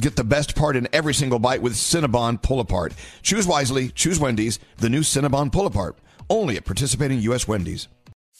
Get the best part in every single bite with Cinnabon Pull Apart. Choose wisely, choose Wendy's, the new Cinnabon Pull Apart, only at participating U.S. Wendy's.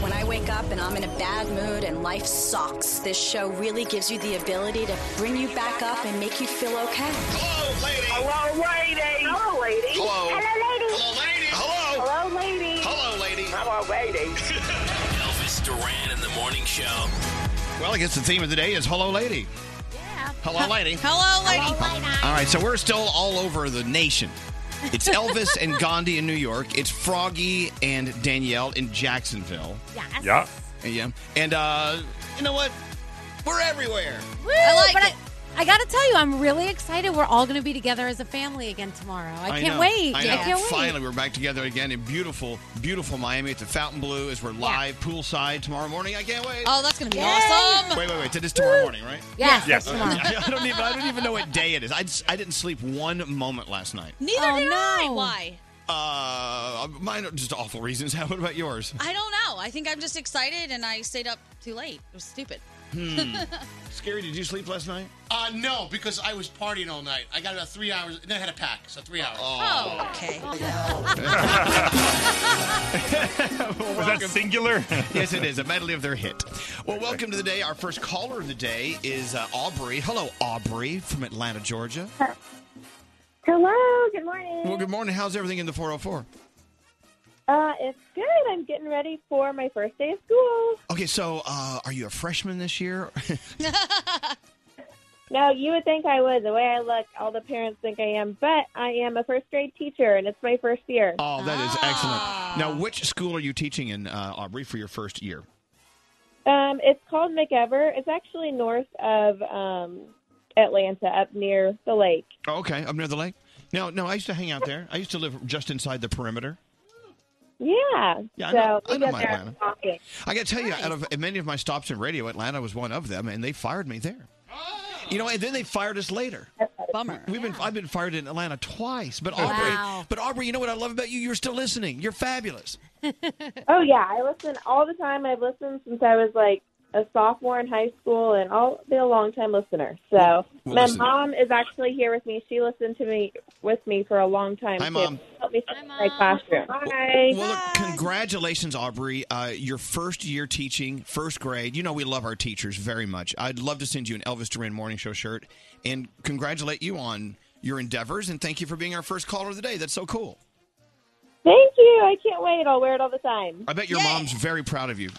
When I wake up and I'm in a bad mood and life sucks, this show really gives you the ability to bring you back up and make you feel okay. Hello, lady. Hello, lady. Hello, lady. Hello. lady. Hello, lady. Hello. Hello, lady. Hello, lady. Hello, lady. Elvis Duran in the morning show. Well, I guess the theme of the day is Hello Lady. Yeah. Hello Lady. Hello, lady. All right, so we're still all over the nation. It's Elvis and Gandhi in New York. It's Froggy and Danielle in Jacksonville. Yes. Yeah. Yeah. And uh, you know what? We're everywhere. I like but it. I, I got to tell you, I'm really excited. We're all going to be together as a family again tomorrow. I, can't know. wait. I, know. can't Finally, we're back together again in beautiful, beautiful Miami at the Fountain Blue as we're live poolside tomorrow morning. I can't wait. Oh, that's going to be Yay. awesome. Wait, wait, wait. It is tomorrow morning, right? Yes, Yeah. it's tomorrow. I don't even. I don't even know what day it is. I, just- I didn't sleep one moment last night. Neither Um, did I. Why? Uh, mine are just awful reasons. How about yours? I don't know. I think I'm just excited and I stayed up too late. It was stupid. Hmm. Scary. Did you sleep last night? Uh, no, because I was partying all night. I got about three hours, and then I had a pack, so three hours. Oh, okay. Was that singular? yes, it is. A medley of their hit. Well, welcome to the day. Our first caller of the day is uh, Aubrey. Hello, Aubrey from Atlanta, Georgia. Hello, good morning. Well, good morning. How's everything in the 404? Uh, it's good. I'm getting ready for my first day of school. Okay, so uh, are you a freshman this year? Now, you would think I would. The way I look, all the parents think I am, but I am a first grade teacher, and it's my first year. oh, that is excellent. Now, which school are you teaching in, uh, Aubrey, for your first year? Um, it's called McEver. It's actually north of um, Atlanta, up near the lake. Oh, okay, up near the lake. No, no, I used to hang out there. I used to live just inside the perimeter. Yeah. Yeah, I so know- I we know got my there Atlanta. walking. I got to tell you, out of many of my stops in radio, Atlanta was one of them, and they fired me there. You know, and then they fired us later. Bummer. We've been I've been fired in Atlanta twice, but Aubrey, Wow. but Aubrey, you know what I love about you? You're still listening. You're fabulous. oh yeah, I listen all the time. I've listened since I was like a sophomore in high school, and I'll be a long time listener. So Well, my listen. mom is actually here with me. She listened to me with me for a long time. Hi, too. Mom. Helped me finish my classroom. Hi. Well, look, congratulations, Aubrey. Uh, your first year teaching, first grade. You know we love our teachers very much. I'd love to send you an Elvis Duran Morning Show shirt and congratulate you on your endeavors and thank you for being our first caller of the day. That's so cool. Thank you. I can't wait. I'll wear it all the time. I bet your mom's very proud of you.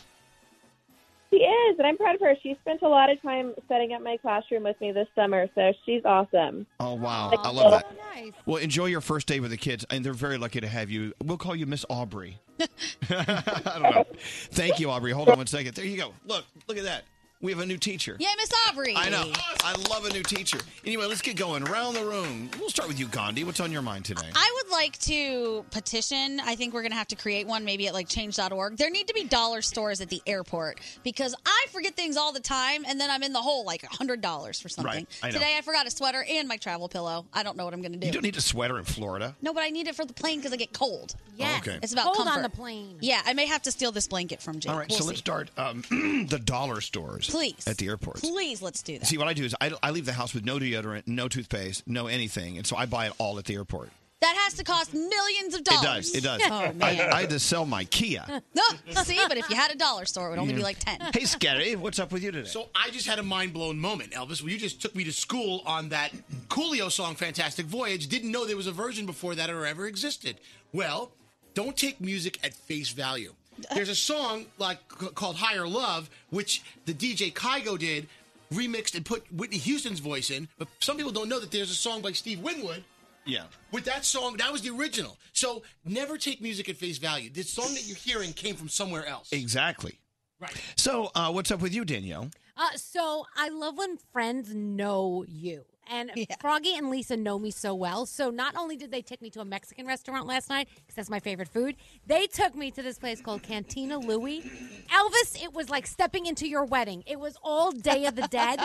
She is, and I'm proud of her. She spent a lot of time setting up my classroom with me this summer, so she's awesome. Oh wow, I love that. Well, enjoy your first day with the kids, and they're very lucky to have you. We'll call you Miss Aubrey. I don't know. Thank you, Aubrey. Hold on one second. There you go. Look, look at that. We have a new teacher. Yay, Miss Aubrey. I know. I love a new teacher. Anyway, let's get going. Around the room. We'll start with you, Gandhi. What's on your mind today? I would like to petition. I think we're going to have to create one maybe at like change.org. There need to be dollar stores at the airport because I forget things all the time and then I'm in the hole like $100 for something. Right, I know. Today I forgot a sweater and my travel pillow. I don't know what I'm going to do. You don't need a sweater in Florida. No, but I need it for the plane because I get cold. Yes. Oh, Okay. It's about Cold on comfort. the plane. Yeah, I may have to steal this blanket from Jake. All right, We'll so let's see. start um, the dollar stores. Please. At the airport. Please, let's do that. See, what I do is I, I leave the house with no deodorant, no toothpaste, no anything, and so I buy it all at the airport. That has to cost millions of It dollars. does. It does. Oh, man. I, I had to sell my Kia. no, see, but if you had a dollar store, it would only be like 10. Hey, Scary, what's up with you today? So I just had a mind blown moment, Elvis. Well, you just took me to school on that Coolio song, "Fantastic Voyage." Didn't know there was a version before that or ever existed. Well, don't take music at face value. There's a song like c- called "Higher Love," which the DJ Kygo did, remixed and put Whitney Houston's voice in. But some people don't know that there's a song by Steve Winwood yeah. with that song. That was the original. So never take music at face value. The song that you're hearing came from somewhere else. Exactly. Right. So, uh, what's up with you, Danielle? Uh, so I love when friends know you. And Froggy and Lisa know me so well. So not only did they take me to a Mexican restaurant last night, because that's my favorite food, they took me to this place called Cantina Louie. Elvis, it was like stepping into your wedding. It was all Day of the Dead.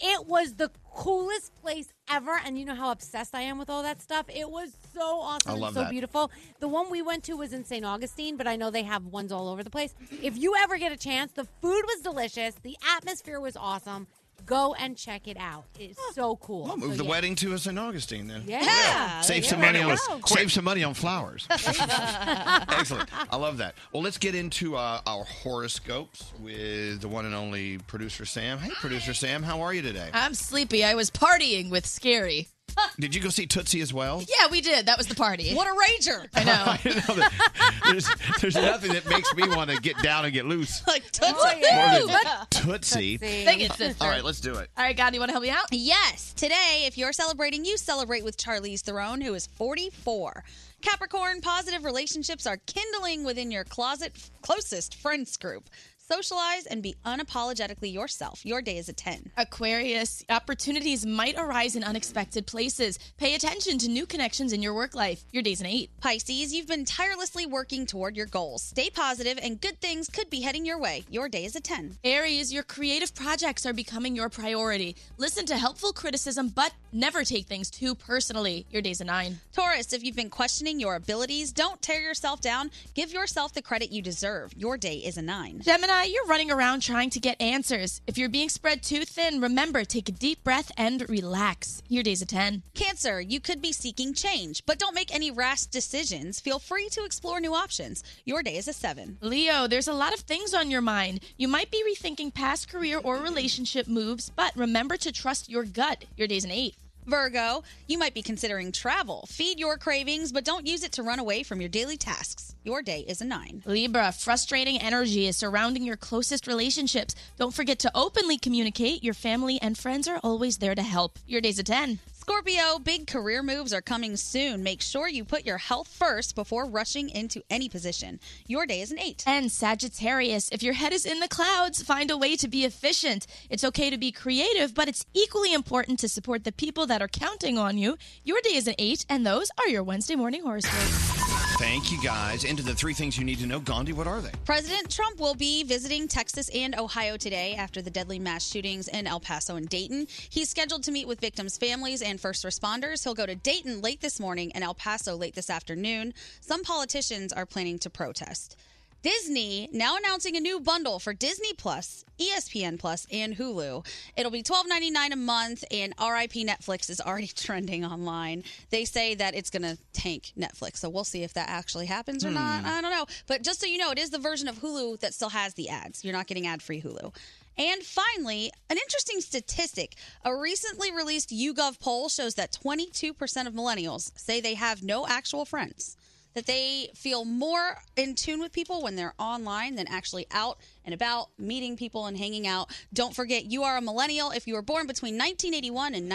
It was the coolest place ever. And you know how obsessed I am with all that stuff. It was so awesome I and love so that. beautiful. The one we went to was in St. Augustine, but I know they have ones all over the place. If you ever get a chance, the food was delicious, the atmosphere was awesome. Go and check it out. It's so cool. I'll Oh, move So, the yeah. wedding to St. Augustine then. Yeah. Yeah. Save There some you money on go. save some money on flowers. Excellent. I love that. Well, let's get into uh, our horoscopes with the one and only producer Sam. Hey, producer Sam, how are you today? I'm sleepy. I was partying with Scary. Did you go see Tootsie as well? Yeah, we did. That was the party. What a rager! I know. I know that there's, there's nothing that makes me want to get down and get loose. like tootsie. More than Tootsie. Sing it, sister. All right, let's do it. All right, God, you want to help me out? Yes. Today, if you're celebrating, you celebrate with Charlize Theron, who is 44. Capricorn, positive relationships are kindling within your closet closest friends group. Socialize and be unapologetically yourself. Your day is a 10. Aquarius, opportunities might arise in unexpected places. Pay attention to new connections in your work life. Your day's an eight. Pisces, you've been tirelessly working toward your goals. Stay positive and good things could be heading your way. Your day is a 10. Aries, your creative projects are becoming your priority. Listen to helpful criticism, but never take things too personally. Your day's a nine. Taurus, if you've been questioning your abilities, don't tear yourself down. Give yourself the credit you deserve. Your day is a 9. Gemini, you're running around trying to get answers. If you're being spread too thin, remember take a deep breath and relax. Your day's a 10. Cancer, you could be seeking change, but don't make any rash decisions. Feel free to explore new options. Your day is a 7. Leo, there's a lot of things on your mind. You might be rethinking past career or relationship moves, but remember to trust your gut. Your day's an 8. Virgo, you might be considering travel. Feed your cravings, but don't use it to run away from your daily tasks. Your day is a 9. Libra, frustrating energy is surrounding your closest relationships. Don't forget to openly communicate. Your family and friends are always there to help. Your day's a 10. Scorpio, big career moves are coming soon. Make sure you put your health first before rushing into any position. Your day is an 8. And Sagittarius, if your head is in the clouds, find a way to be efficient. It's okay to be creative, but it's equally important to support the people that are counting on you. Your day is an 8, and those are your Wednesday morning horoscopes. Thank you guys. Into the three things you need to know. Gandhi, what are they? President Trump will be visiting Texas and Ohio today after the deadly mass shootings in El Paso and Dayton. He's scheduled to meet with victims' families and first responders. He'll go to Dayton late this morning and El Paso late this afternoon. Some politicians are planning to protest. Disney now announcing a new bundle for Disney Plus, E ESPN Plus, and Hulu. It'll be $12.99 a month, and RIP Netflix is already trending online. They say that it's going to tank Netflix, so we'll see if that actually happens or not. Hmm. I don't know. But just so you know, it is the version of Hulu that still has the ads. You're not getting ad free Hulu. And finally, an interesting statistic. A recently released YouGov poll shows that 22% of millennials say they have no actual friends, that they feel more in tune with people when they're online than actually out and about meeting people and hanging out. Don't forget, you are a millennial if you were born between 1981 and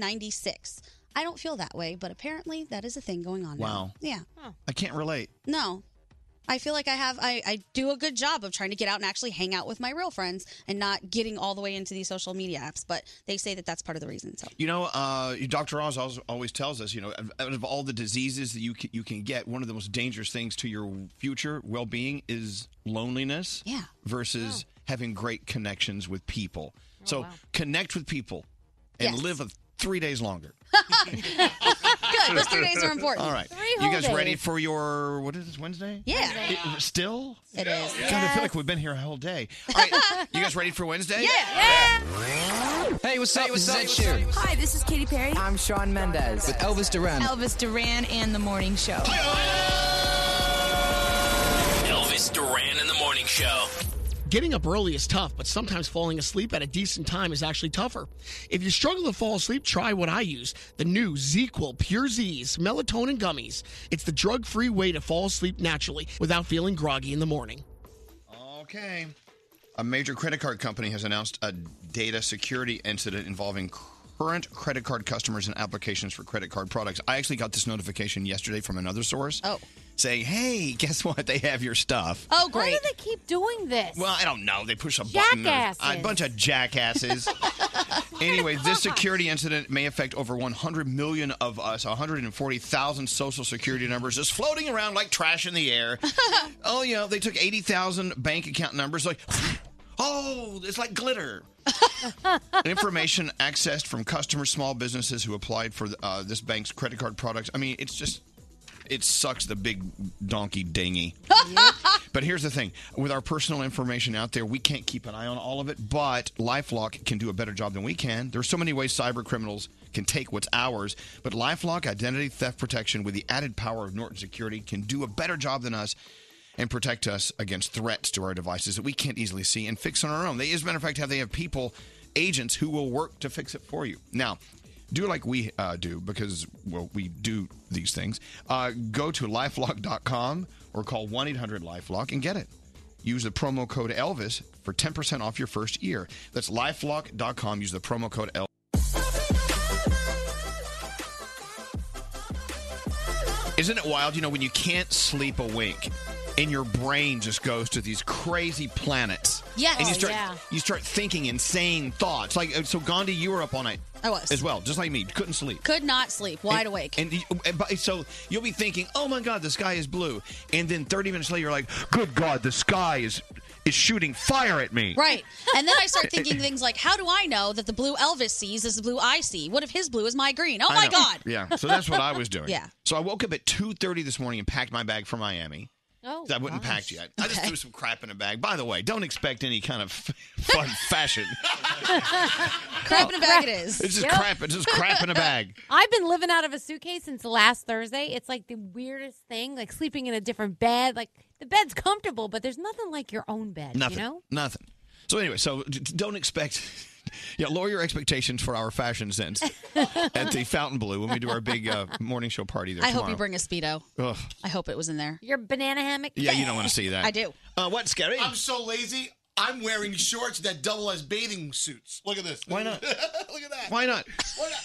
1996. I don't feel that way, but apparently that is a thing going on now. Wow. Yeah. I can't relate. No. I feel like I have I, I do a good job of trying to get out and actually hang out with my real friends and not getting all the way into these social media apps, but they say that that's part of the reason. So You know, uh, Dr. Oz always, always tells us, you know, of- out of all the diseases that you can, you can get, one of the most dangerous things to your future well being is loneliness. Yeah. Oh, Versus having great connections with people. so wow. connect with people and Yes. live a, three days longer. good. Those three days are important. All right. you guys ready for your what is this Wednesday? Yeah. It- still. It is. God, I feel like we've been here a whole day. All right. you guys ready for Wednesday? Yeah. Hey, what's up? This is Ed Sheeran. Hi, this is Katy Perry. I'm Sean Mendez with Elvis Duran. Elvis Duran and the Morning Show. Elvis Duran in the morning show. Getting up early is tough, but sometimes falling asleep at a decent time is actually tougher. If you struggle to fall asleep, try what I use the new ZQL Pure Z's melatonin gummies. It's the drug free way to fall asleep naturally without feeling groggy in the morning. Okay. A major credit card company has announced a data security incident involving current credit card customers and applications for credit card products. I actually got this notification yesterday from another source. Oh. Saying, hey, guess what? They have your stuff. Oh, great. Why do they keep doing this? Well, I don't know. They push a button. There's A Jackasses. bunch of jackasses. anyway, this security incident may affect over 100 million of us. 140,000 social security numbers just floating around like trash in the air. oh, you know, they took 80,000 bank account numbers. Like, oh, it's like glitter. Information accessed from customers, small businesses who applied for uh, this bank's credit card products. I mean, it's just, it sucks the big donkey dingy. But here's the thing with our personal information out there, we can't keep an eye on all of it, but Lifelock can do a better job than we can. There's so many ways cyber criminals can take what's ours, but Lifelock identity theft protection with the added power of Norton Security can do a better job than us and protect us against threats to our devices that we can't easily see and fix on our own. They, as a matter of fact, have they have people, agents who will work to fix it for you. Now, do like we uh, do because well we do these things. Uh, go to lifelock.com or call 1-800-LIFELOCK and get it. Use the promo code Elvis for 10% off your first year. That's lifelock.com. Use the promo code Elvis. Isn't it wild? You know, when you can't sleep a wink and your brain just goes to these crazy planets. Yes. And you Oh, start yeah. you start thinking insane thoughts. Like uh, so Gandhi, you were up all night. I was. As well, just like me. Couldn't sleep. Could not sleep. Wide And- awake. And, you- and by- so you'll be thinking, "Oh my God, the sky is blue," and then 30 minutes later, you're like, "Good God, the sky is is shooting fire at me." Right. And then I start thinking things like, how do I know that the blue Elvis sees is the blue I see? What if his blue is my green? Oh I my know. God. Yeah. So that's what I was doing. Yeah. So I woke up at 2:30 this morning and packed my bag for Miami. Oh, I wouldn't pack yet. I just threw some crap in a bag. By the way, don't expect any kind of fun fashion. crap in a bag it is. It's just crap. It's just crap in a bag. I've been living out of a suitcase since last Thursday. It's like the weirdest thing, like sleeping in a different bed. Like the bed's comfortable, but there's nothing like your own bed, Nothing. you know? Nothing. So anyway, so d- d- don't expect. Yeah, lower your expectations for our fashion sense at the Fountain Blue when we do our big uh, morning show party there I tomorrow. hope you bring a Speedo. Ugh. I hope it was in there. Your banana hammock? Yeah, you don't want to see that. do. Uh, what's scary? I'm so lazy. I'm wearing shorts that double as bathing suits. Look at this. Why not? Look at that. Why not?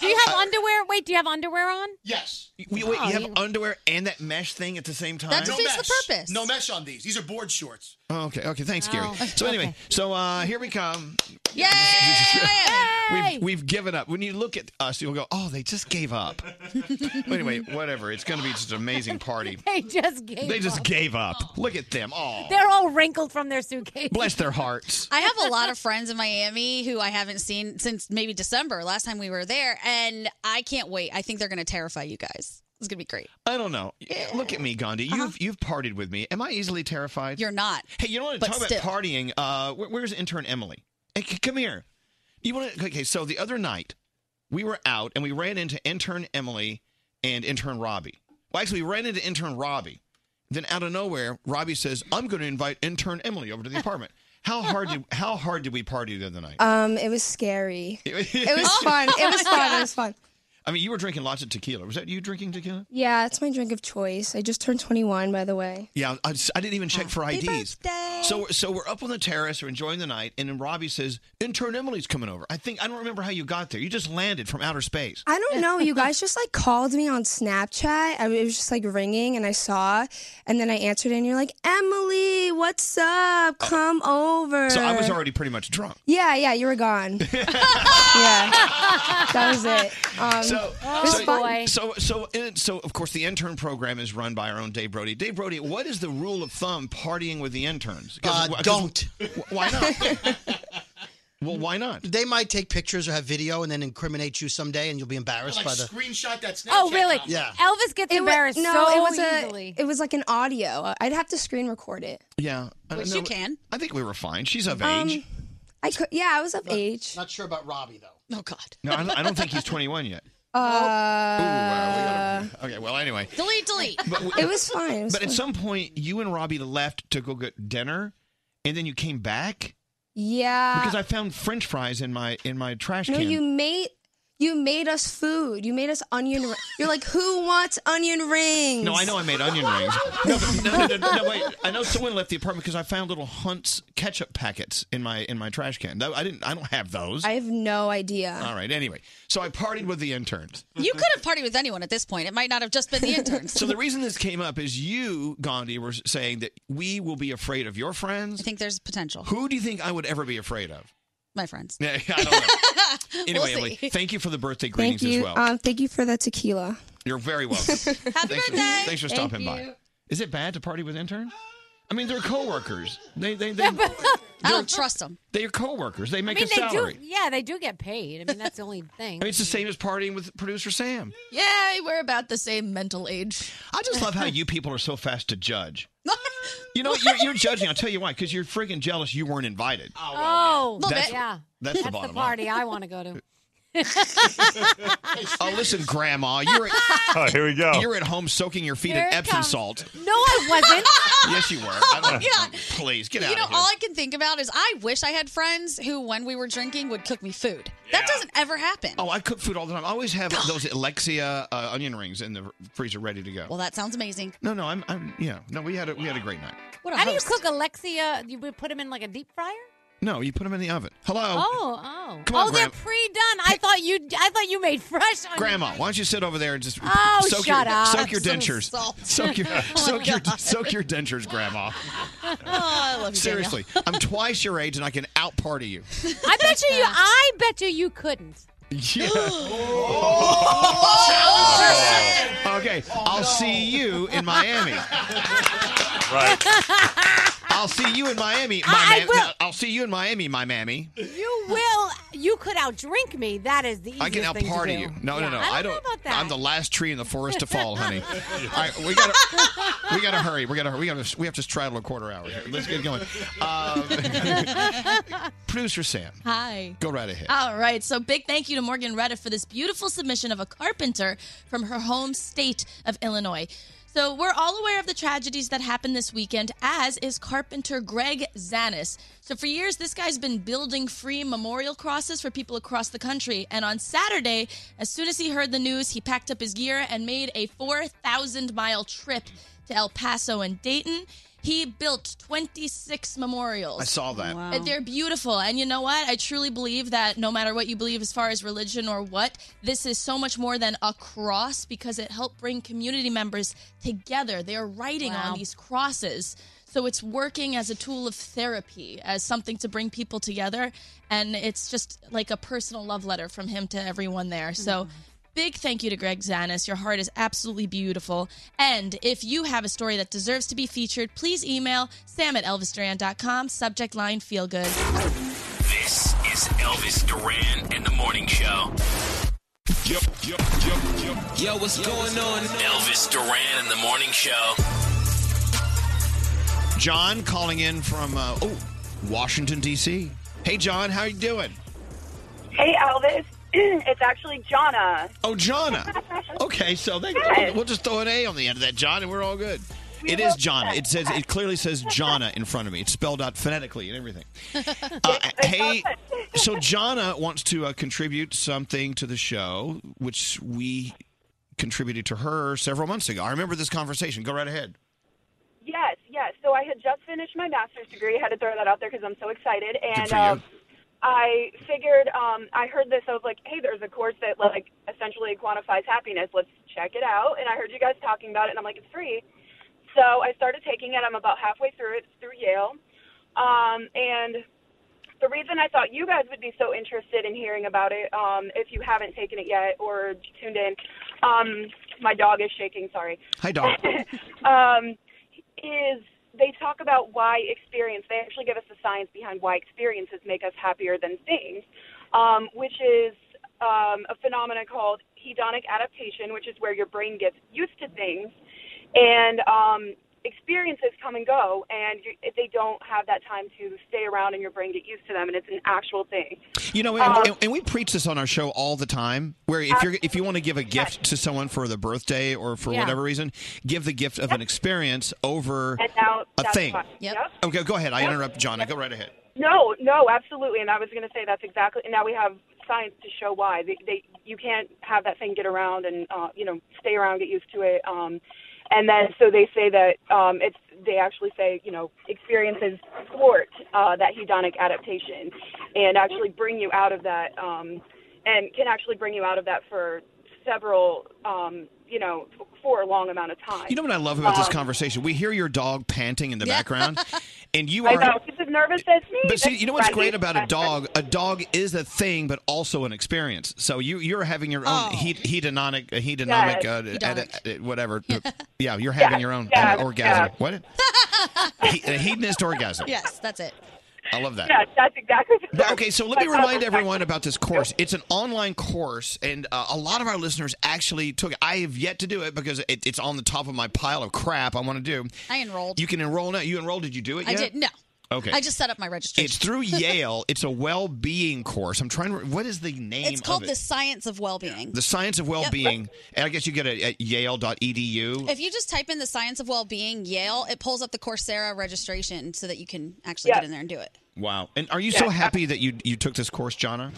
Do you have underwear? Wait, do you have underwear on? Yes. Wait, wait, you have underwear and that mesh thing at the same time. purpose. No mesh on these. These are board shorts. Oh, okay, okay. Thanks, Gary. Oh, So anyway, so uh, here we come. We've, we've given up. When you look at us, you'll go, oh, they just gave up. But anyway, whatever. It's going to be just an amazing party. They just gave They just up. gave up. Look at them. Oh, They're all wrinkled from their suitcase. bless their hearts. I have a lot of friends in Miami who I haven't seen since maybe December, last time we were there, and I can't wait. I think they're going to terrify you guys. It's going to be great. I don't know. Look at me, Gandhi. Uh-huh. You've you've partied with me. Am I easily terrified? You're not. Hey, you know what? But Talk still. about partying. Uh, where, where's intern Emily? Hey, c- come here. You want to? Okay, so the other night we were out and we ran into intern Emily and intern Robbie. Well, actually, we ran into intern Robbie. Then out of nowhere, Robbie says, "I'm going to invite intern Emily over to the apartment." How hard did how hard did we party the other night? Um, it was scary. It was fun. It was fun. It was fun. I mean, you were drinking lots of tequila. Was that you drinking tequila? Yeah, it's my drink of choice. I just turned 21, by the way. Yeah, I, I didn't even check for IDs. So so we're up on the terrace, we're enjoying the night, and then Robbie says, "Intern Emily's coming over." I think I don't remember how you got there. You just landed from outer space. I don't know. You guys just like called me on Snapchat. I, it was just like ringing, and I saw, and then I answered, and you're like, Emily, what's up? Come over. So I was already pretty much drunk. Yeah, yeah, you were gone. yeah, that was it. Um, so, it was so, fun. so, so, and so, of course, the intern program is run by our own Dave Brody. Dave Brody, what is the rule of thumb partying with the interns? 'Cause- Uh, 'cause- don't. Why not? well, why not? They might take pictures or have video and then incriminate you someday, and you'll be embarrassed Like by the. screenshot that Snapchat. Oh, really? Yeah. Elvis gets It wa- embarrassed no, so it was easily. a. It was like an audio. I'd have to screen record it. Yeah, I don't Which you know. can. I think we were fine. She's of Um, age. I could. Yeah, I was of age. Not sure about Robbie though. Oh God. No, I don't, I don't think he's 21 yet. Uh, Okay, well, anyway. delete, delete. it was fine. It was But at fine. some point, you and Robbie left to go get dinner, and then you came back yeah. because I found French fries in my in my trash Uh, no, can. you made you made us food. You made us onion. ri- You're like, who wants onion rings? no, I know I made onion rings. No, but, no, no, no, no, no, wait. I know someone left the apartment because I found little Hunt's ketchup packets in my in my trash can. No, I didn't. I don't have those. I have uh, no idea. All right. Anyway, so I partied with the interns. You could have partied with anyone at this point. It might not have just been the interns. So the reason this came up is you, Gandhi, were saying that we will be afraid of your friends. I think there's potential. Who do you think I would ever be afraid of? My friends. Yeah, I don't know. We'll Anyway, Emily, see. thank you for the birthday Thank greetings you. as well. Um, thank you for the tequila. You're very welcome. thanks, for, thanks Thank for stopping by. you. Is it bad to party with interns? I mean, they're coworkers. They they they. I don't trust them. They're coworkers. They make I mean, they a salary. do. Yeah, they do get paid. I mean, that's the only I thing. mean, it's the same as partying with producer Sam. Yeah, we're about the same mental age. I just love how you people are so fast to judge. You know, you're, you're judging. I'll tell you why. Because you're freaking jealous. You weren't invited. Oh, Little that's, bit. yeah. That's the bottom line. party I want to go to. Oh, listen, Grandma, you're at, Oh, here we go. You're at home soaking your feet Here in it Epsom comes. salt. No, I wasn't. Yes, you were. Oh, my God. Please get out you know, of here. all I can think about is I wish I had friends who, when we were drinking, would cook me food. That doesn't ever happen. Oh, I cook food all the time. I always have those Alexia uh, onion rings in the freezer ready to go. Well, that sounds amazing. no, no, I'm, I'm, yeah, no, we had a, we had a great night. How do you cook Alexia? You would put them in like a deep fryer? No, you put them in the oven. Hello, Oh, oh, Come on, oh, they're Graham. pre-done. I thought you, I thought you made fresh. onion- Grandma, why don't you sit over there and just Oh, soak shut your, up. soak your Some dentures, salt. soak your, Oh, my soak your, God. soak your dentures, Grandma. Oh, I love you. Seriously, I'm twice your age and I can out party you. I bet you, you, I bet you, you couldn't. Yeah. Oh. okay, I'll see you in Miami. Right. I'll see you in Miami, my I mam- will- no, I'll see you in Miami, my mammy. You will. You could outdrink me. That is the easiest I can out thing to party do. you. No, Yeah, no, no. I don't, know about that. I'm the last tree in the forest to fall, honey. All right, we gotta, we gotta hurry. We gotta, we gotta, we have to straddle a quarter hour here. Let's get going. Um, Producer Sam, Hi. go right ahead. All right. So big thank you to Morgan Retta for this beautiful submission of a carpenter from her home state of Illinois. So we're all aware of the tragedies that happened this weekend, as is carpenter Greg Zanis. So for years, this guy's been building free memorial crosses for people across the country. And on Saturday, as soon as he heard the news, he packed up his gear and made a 4,000 mile trip to El Paso and Dayton. He built 26 memorials. I saw that. Uh, They're beautiful. And you know what? I truly believe that no matter what you believe as far as religion or what, this is so much more than a cross because it helped bring community members together. They are writing Wow. on these crosses. So it's working as a tool of therapy, as something to bring people together. And it's just like a personal love letter from him to everyone there. So Mm-hmm. big thank you to Greg Zanis. Your heart is absolutely beautiful. And if you have a story that deserves to be featured, please email sam at elvisduran.com, subject line feel good. This is Elvis Duran and the Morning Show. Yo, yo, yo, yo. yo what's going on? Elvis Duran and the Morning Show. John calling in from uh, oh, Washington D.C. Hey, John, how you doing? Hey, Elvis. it's actually Jonna. Oh, Jonna. Okay, so they, Yes. we'll just throw an A on the end of that, John, and we're all good. We it is will- Jonna. It says it clearly says Jonna in front of me. It's spelled out phonetically and everything. Uh, hey, so Jonna wants to uh, contribute something to the show, which we contributed to her several months ago. I remember this conversation. Go right ahead. Yes, yes. So I had just finished my master's degree. had to throw that out there because I'm so excited. Good And for um, you. I figured, um, I heard this. I was like, hey, there's a course that like essentially quantifies happiness. Let's check it out. And I heard you guys talking about it, and I'm like, it's free. So I started taking it. I'm about halfway through it. It's through Yale. Um, and the reason I thought you guys would be so interested in hearing about it, um, if you haven't taken it yet or tuned in, um, my dog is shaking. Sorry. Hi, dog. um, is they talk about why experience. They actually give us the science behind why experiences make us happier than things, um, which is um, a phenomenon called hedonic adaptation, which is where your brain gets used to things, and um, experiences come and go, and you, they don't have that time to stay around, and your brain get used to them, and it's an actual thing. You know, and, and, and we preach this on our show all the time. Where if you're if you want to give a gift to someone for the birthday or for Yeah. whatever reason, give the gift of an experience over And now a that's thing. why- Yep. Okay, go ahead. I interrupt, John. Go right ahead. No, no, absolutely. And I was going to say that's exactly. And now we have science to show why they, they you can't have that thing get around and uh, you know stay around, get used to it. Um, and then so they say that um, it's they actually say you know experiences thwart uh, that hedonic adaptation and actually bring you out of that um, and can actually bring you out of that for several um, you know f- for a long amount of time. You know what I love about this Um, conversation? We hear your dog panting in the Yeah. background, and you I are. know it's as nervous as me. But see, That's you know what's right. great about a dog? A dog is a thing, but also an experience. So you you're having your own he- hedonic, uh, hedonomic, Oh. Yes. uh, Hedonic. edi- uh, whatever. Yeah. you're having your own yeah, uh, orgasm. What? he- a hedonist orgasm. Yes, that's it. I love that. Yes, that's exactly. But, okay, so let me remind everyone about this course. It's an online course, and uh, a lot of our listeners actually took it. I have yet to do it because it, it's on the top of my pile of crap I want to do. I enrolled. You can enroll now. You enrolled? Did you do it I yet? did. No. Okay. I just set up my registration. It's through Yale. It's a well-being course. I'm trying to. re- What is the name? It's called of it? the science of well-being. The science of well-being. And I guess you get it at E Yale.edu. If you just type in the science of well-being Yale, it pulls up the Coursera registration so that you can actually get in there and do it. wow. And are you so happy that you you took this course, Jonna?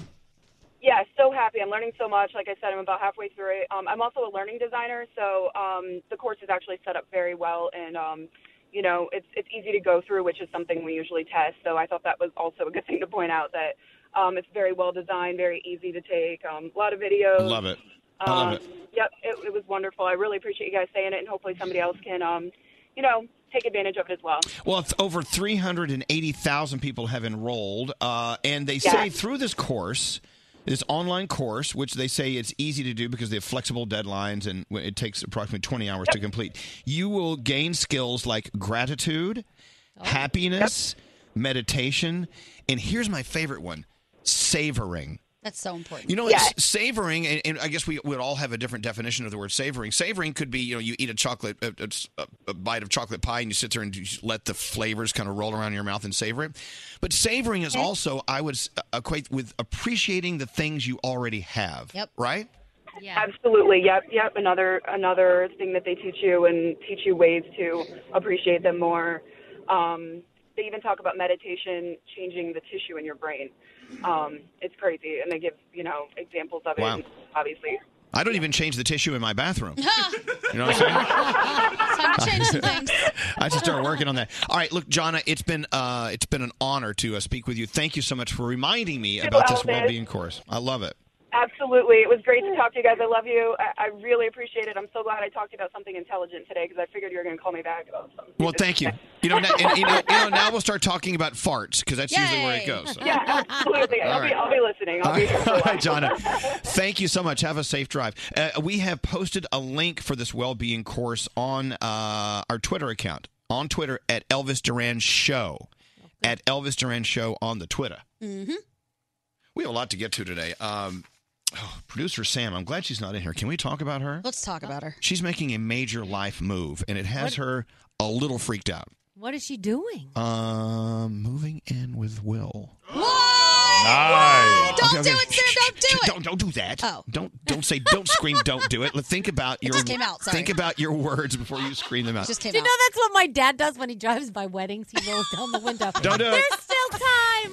Yeah, so happy. I'm learning so much. Like I said, I'm about halfway through it. Um, I'm also a learning designer, so um, the course is actually set up very well, and um, you know, it's it's easy to go through, which is something we usually test. So I thought that was also a good thing to point out that um, it's very well designed, very easy to take, um, a lot of videos. love it. Um, Yep, it, it was wonderful. I really appreciate you guys saying it, and hopefully somebody else can, um, you know, take advantage of it as well. Well, it's over 380,000 people have enrolled, uh, and they say through this course, this online course, which they say it's easy to do because they have flexible deadlines and it takes approximately 20 hours to complete, you will gain skills like gratitude, happiness, meditation, and here's my favorite one savoring. That's so important. You know, it's savoring, and, and I guess we would all have a different definition of the word savoring. Savoring could be, you know, you eat a chocolate, a, a, a bite of chocolate pie, and you sit there and you just let the flavors kind of roll around in your mouth and savor it. But savoring is also, I would s- uh, equate with appreciating the things you already have. Yep. Right? Absolutely. Yep. Yep. Another another thing that they teach you and teach you ways to appreciate them more. Um, they even talk about meditation changing the tissue in your brain. Um, it's crazy, and they give you know examples of it. Wow. and Obviously. I don't even change the tissue in my bathroom. You know what Time I'm saying? to change some things. I should start working on that. All right, look, Jonna, it's been uh, it's been an honor to uh, speak with you. Thank you so much for reminding me about this Elvis. well-being course. I love it. Absolutely. It was great to talk to you guys. I love you. I, I really appreciate it. I'm so glad I talked to you about something intelligent today because I figured you were going to call me back about something. Well, thank you. You know, now, and, you know, you know, now we'll start talking about farts because that's usually where it goes. Yeah, absolutely. I'll, All be, right. I'll be listening. I'll be All right, Jonna. Thank you so much. Have a safe drive. Uh, we have posted a link for this well-being course on uh, our Twitter account on Twitter at Elvis Duran Show at Elvis Duran Show on the Twitter. Mm-hmm. We have a lot to get to today. Um, oh, producer Sam, I'm glad she's not in here. Can we talk about her? Let's talk about her. She's making a major life move, and it has What- her a little freaked out. What is she doing? Um, moving in with Will. Nice. Don't do it, Sam. Don't do it. Don't don't do that. Oh. Don't don't say don't scream. Don't do it. Let- Think about your just came out, sorry. think about your words before you scream them out. do you know that's what my dad does when he drives by weddings? He rolls down the window. Don't do it. There's still time.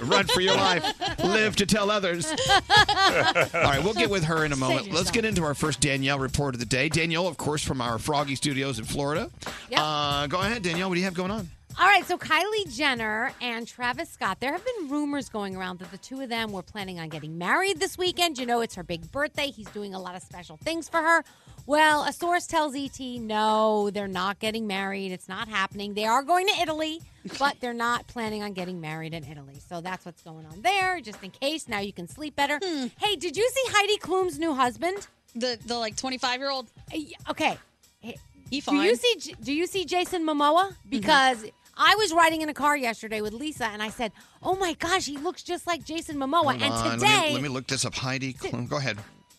Run. Run for your life. Live to tell others. All right, we'll get with her in a Save moment. Let's yourself. get into our first Danielle report of the day. Danielle, of course, from our Froggy Studios in Florida. Uh, go ahead, Danielle. What do you have going on? All right, so Kylie Jenner and Travis Scott, there have been rumors going around that the two of them were planning on getting married this weekend. You know, it's her big birthday. He's doing a lot of special things for her. Well, a source tells ET, no, they're not getting married. It's not happening. They are going to Italy, but they're not planning on getting married in Italy. So that's what's going on there, just in case. Now you can sleep better. Hey, did you see Heidi Klum's new husband? Hmm. Uh, The the like 25 year old. Okay. He Do fine. Mm-hmm. you see J- Do you see Jason Momoa? Because I was riding in a car yesterday with Lisa, and I said, "Oh my gosh, he looks just like Jason Momoa." Hold Oh, and on, today, let, me, let me look this up. Heidi, Klum, go ahead.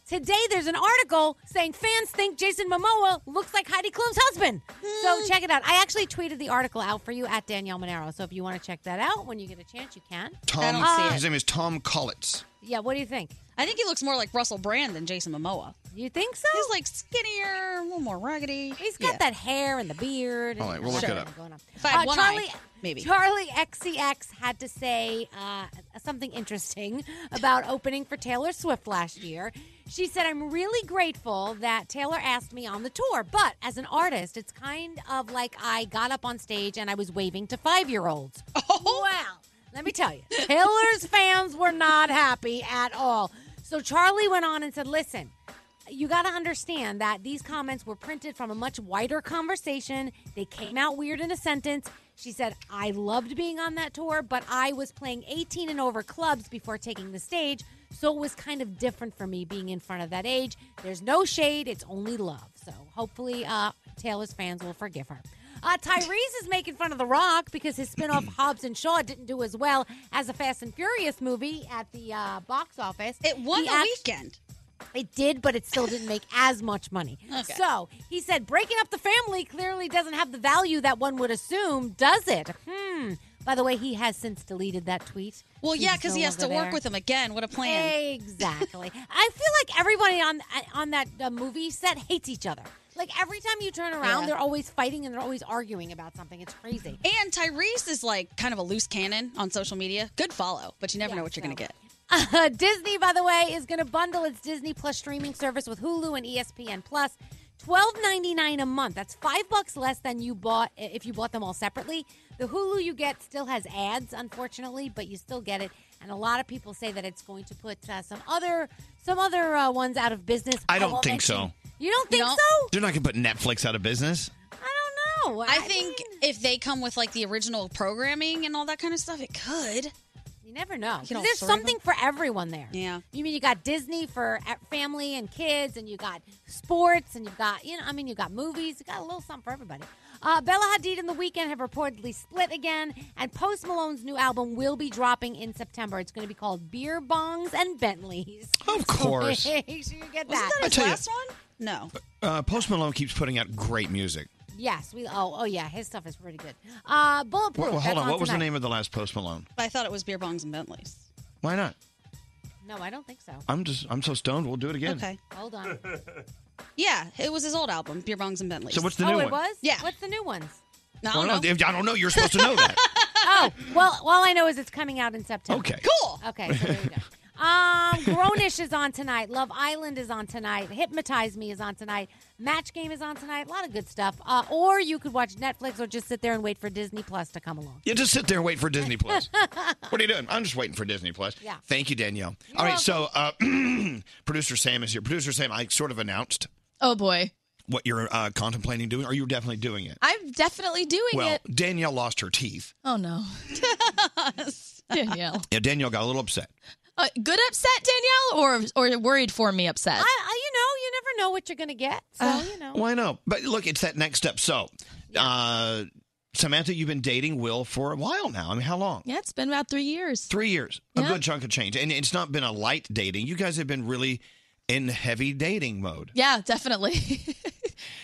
today there's an article saying fans think Jason Momoa looks like Heidi Klum's husband. Mm. So check it out. I actually tweeted the article out for you at Danielle Monero. So if you want to check that out when you get a chance, you can. Tom. Uh, his name is Tom Collins. Yeah, what do you think? I think he looks more like Russell Brand than Jason Momoa. You think so? He's like skinnier, a little more raggedy. He's got that hair and the beard. and All right, we'll all look that it up. stuff Going on. If I had one Uh, Charlie, eye, maybe. Charlie XCX had to say uh, something interesting about opening for Taylor Swift last year. She said, "I'm really grateful that Taylor asked me on the tour, but as an artist, it's kind of like I got up on stage and I was waving to five-year-olds." Wow. Let me tell you, Taylor's fans were not happy at all. So Charlie went on and said, Listen, you got to understand that these comments were printed from a much wider conversation. They came out weird in a sentence. She said, I loved being on that tour, but I was playing 18 and over clubs before taking the stage. So it was kind of different for me being in front of that age. There's no shade, it's only love. So hopefully, uh, Taylor's fans will forgive her. Uh, Tyrese is making fun of The Rock because his spin-off Hobbs and Shaw didn't do as well as a Fast and Furious movie at the uh, box office. It won the weekend. It did, but it still didn't make as much money. Okay. So he said, breaking up the family clearly doesn't have the value that one would assume, does it? Hmm. By the way, he has since deleted that tweet. Well, yeah, He's because no he has to longer work there. with him again. What a plan. Exactly. I feel like everybody on on that uh, movie set hates each other. Like every time you turn around, Yeah. they're always fighting and they're always arguing about something. It's crazy. And Tyrese is like kind of a loose cannon on social media. Good follow, but you never know what you're going to get. Uh, Disney, by the way, is going to bundle its Disney Plus streaming service with Hulu and E ESPN Plus. Twelve ninety nine a month. That's five bucks less than you bought if you bought them all separately. The Hulu you get still has ads, unfortunately, but you still get it. And a lot of people say that it's going to put uh, some other some other uh, ones out of business. I don't won't think mention- so. You don't think so? They're not going to put Netflix out of business. No. I, think if they come with like the original programming and all that kind of stuff, it could. You never know. You know, There's sort of something for everyone there. Yeah. You mean you got Disney for uh, family and kids, and you got sports, and you've got, you know, I mean, you got movies. You got a little something for everybody. Uh, Bella Hadid and The Weeknd have reportedly split again, and Post Malone's new album will be dropping in September. It's going to be called Beer Bongs and Bentleys. Of course. Make sure you get that. that I his tell you- last one? No. Uh, Post Malone keeps putting out great music. Yes. We. Oh, oh yeah. His stuff is pretty good. Uh, Bulletproof. Well, well, hold that's on. What was the tonight. name of the last Post Malone? I thought it was beer bongs and Bentleys. Why not? No, I don't think so. I'm just I'm so stoned. We'll do it again. Okay. Hold on. Yeah, it was his old album, Beer Bongs and Bentleys. So what's the new oh, one? it was? Yeah. What's the new ones? No, Well, I don't, know. I don't know. You're supposed to know that. oh, well, all I know is it's coming out in September. Okay. Cool. Okay, so there you go. Um, Grownish is on tonight. Love Island is on tonight. Hypnotize Me is on tonight. Match Game is on tonight. A lot of good stuff. Uh, or you could watch Netflix or just sit there and wait for Disney Plus to come along. You just sit there and wait for Disney Plus. what are you doing? I'm just waiting for Disney Plus. Yeah. Thank you, Danielle. All right, so uh, producer Sam is here. Producer Sam, I sort of announced Oh boy. what you're uh, contemplating doing, or you're definitely doing it. I'm definitely doing well, it. Danielle lost her teeth. Oh no. Danielle. Yeah, Danielle got a little upset. Uh, good upset, Danielle, or or worried for me upset? I, I, you know, you never know what you're going to get. So, you know. Why not? But look, it's that next step. So, uh, Samantha, you've been dating Will for a while now. I mean, how long? yeah, it's been about three years. Three years. A good chunk of change. And it's not been a light dating. You guys have been really in heavy dating mode. Yeah, definitely.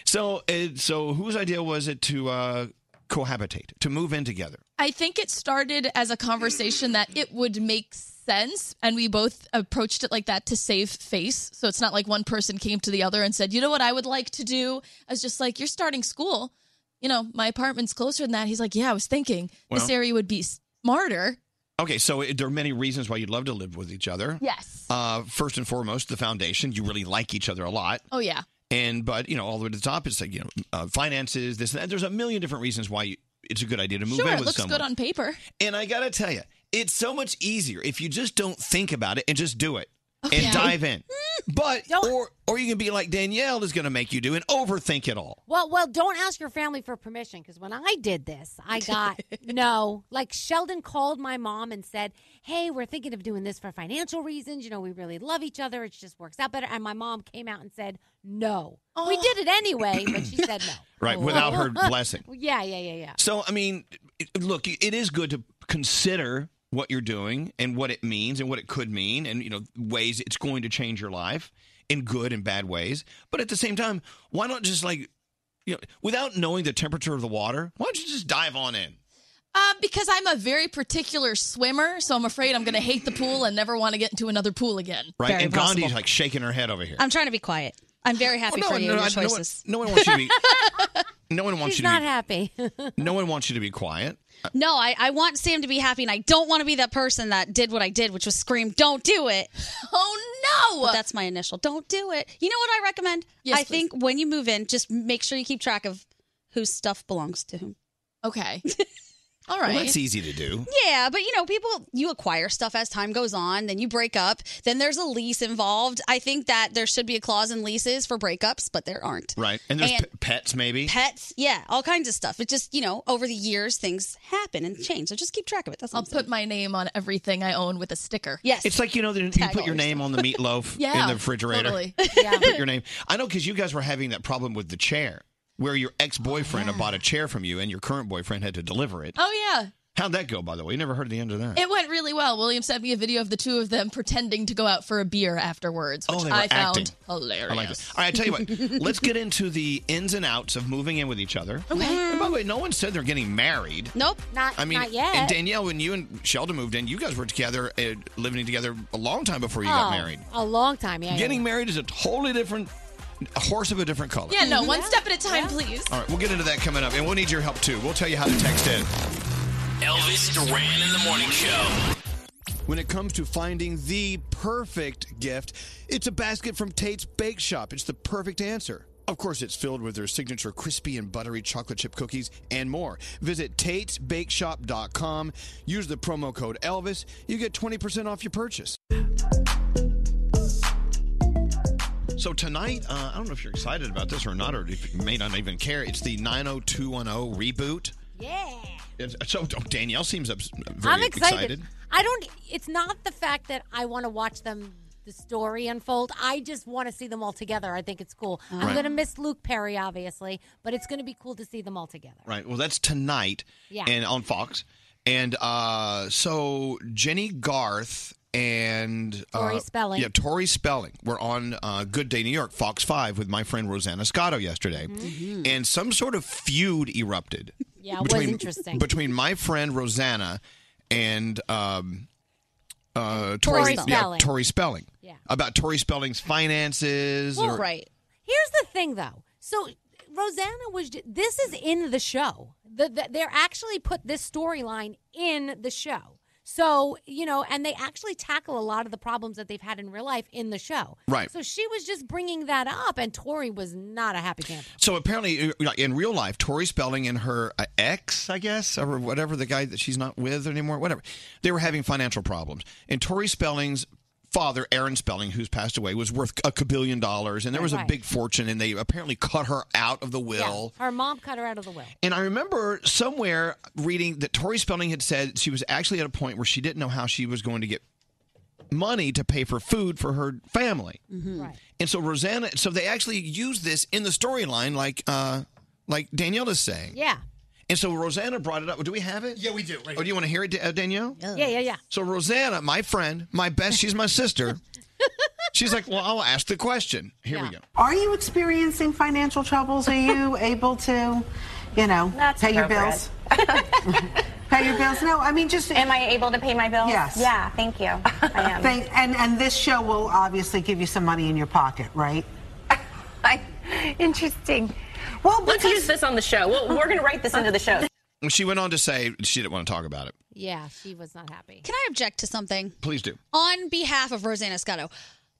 So, uh, so whose idea was it to uh, cohabitate, to move in together? I think it started as a conversation that it would make sense, and we both approached it like that to save face. So it's not like one person came to the other and said, "You know what I would like to do?" I was just like, "You're starting school, you know, my apartment's closer than that." He's like, "Yeah, I was thinking this Well- area would be smarter." Okay, so it, there are many reasons why you'd love to live with each other. Yes. Uh, first and foremost, the foundation. You really like each other a lot. Oh yeah. And but you know, all the way to the top, it's like you know, uh, finances, this and that. There's a million different reasons why you, it's a good idea to move sure, in it with looks someone. good on paper. and I gotta tell you, it's so much easier if you just don't think about it and just do it Okay. Mm. and dive in. But or or you can be like Danielle is gonna make you do and overthink it all. Well, well, don't ask your family for permission because when I did this, I got no. Like Sheldon called my mom and said, "Hey, we're thinking of doing this for financial reasons. You know, we really love each other. It just works out better." And my mom came out and said, "No, we did it anyway," but she said no. Oh. Right, without her blessing. Yeah, yeah, yeah, yeah. So, I mean, it- look, it is good to consider what you're doing and what it means and what it could mean and, you know, ways it's going to change your life in good and bad ways. But at the same time, why not just like, you know, without knowing the temperature of the water, why don't you just dive on in? Um, because I'm a very particular swimmer, so I'm afraid I'm going to hate the pool and never want to get into another pool again. Right? Very and possible. Gandhi's like shaking her head over here. I'm trying to be quiet. I'm very happy Oh, no, for you. no, and your I- no one- choices. no one wants you to be. No one wants She's you to not be, happy. No one wants you to be quiet. No, I, I want Sam to be happy, and I don't want to be that person that did what I did, which was scream, "Don't do it!" Oh no! But that's my initial. Don't do it. You know what I recommend? Yes, I think when you move in, just make sure you keep track of whose stuff belongs to whom. Okay. All Well, that's easy to do. Yeah, but you know, people you acquire stuff as time goes on, then you break up, then there's a lease involved. I think that there should be a clause in leases for breakups, but there aren't. Right. And there's And- p- pets, maybe. Pets, yeah, all kinds of stuff. It just, you know, over the years things happen and change. So just keep track of it. That's all. I'll put my name on everything I own with a sticker. Yes. It's like you know, you put your name on the meatloaf Yeah, in the refrigerator. totally. put your name. I know because you guys were having that problem with the chair, where your ex boyfriend bought a chair from you, and your current boyfriend had to deliver it. Oh yeah. How'd that go, by the way? You never heard the end of that. It went really well. William sent me a video of the two of them pretending to go out for a beer afterwards, which Oh, they were I found acting. hilarious. I like that. All right, I tell you what. let's get into the ins and outs of moving in with each other. Okay. And by the way, no one said they're getting married. Nope, not I mean, not yet. and Danielle, when you and Sheldon moved in, you guys were together, uh, living together a long time before you Oh, got married. a long time. Yeah, yeah, Getting yeah. married is a totally different, a horse of a different color. Yeah, no, one step at a time, please. All right, we'll get into that coming up, and we'll need your help too. We'll tell you how to text in. Elvis Duran in the morning show. When it comes to finding the perfect gift, it's a basket from Tate's Bake Shop. It's the perfect answer. Of course, it's filled with their signature crispy and buttery chocolate chip cookies and more. Visit Tate'sBakeShop.com. Use the promo code Elvis. You get 20% off your purchase. So tonight, uh, I don't know if you're excited about this or not, or if you may not even care. It's the 90210 reboot. Yeah. It's- So oh, Danielle seems ups- very I'm excited. I don't. It's not the fact that I want to watch them the story unfold. I just want to see them all together. I think it's cool. I'm Right. going to miss Luke Perry, obviously, but it's going to be cool to see them all together. Right. Well, that's tonight. Yeah. And on Fox. And uh, so Jenny Garth and uh, Tori Spelling. Yeah, Tori Spelling were on uh, Good Day New York, Fox Five, with my friend Rosanna Scotto yesterday, Mhm. and some sort of feud erupted. Yeah, it was interesting. between my friend Rosanna and um, uh, Tori Tori, yeah, Spelling. Tori Spelling. Yeah. About Tori Spelling's finances. or, Here's the thing, though. So Rosanna was. j- This is in the show. The, the, they're actually put this storyline in the show. So, you know, and they actually tackle a lot of the problems that they've had in real life in the show. Right. So she was just bringing that up, and Tori was not a happy camper. So apparently, uh, in real life, Tori Spelling and her uh, ex, I guess, or whatever the guy that she's not with anymore, whatever, they were having financial problems. And Tori Spelling's father, Aaron Spelling, who's passed away, was worth a cabillion dollars, and there was a Right. big fortune. And they apparently cut her out of the will. Her mom cut her out of the will. And I remember somewhere reading that Tori Spelling had said she was actually at a point where she didn't know how she was going to get money to pay for food for her family. Mm-hmm. Right. And so Rosanna, so they actually use this in the storyline, like uh, like Danielle is saying. Yeah. And so Rosanna brought it up. Do we have it? Yeah, we do. Or do you want to hear it, uh, Danielle? Yeah, yeah, yeah. So Rosanna, my friend, my best, she's my sister. she's like, well, I'll ask the question. Here we go. Are you experiencing financial troubles? Are you able to, you know, pay your appropriate. bills? pay your bills? No, I mean just. Am I able to pay my bills? Yes. Yeah, thank you. I am. Thank- and and this show will obviously give you some money in your pocket, right? Interesting. Well, let's use this on the show. Well, we're going to write this into the show. And she went on to say she didn't want to talk about it. Yeah, she was not happy. Can I object to something? Please do. on behalf of Rosanna Scotto.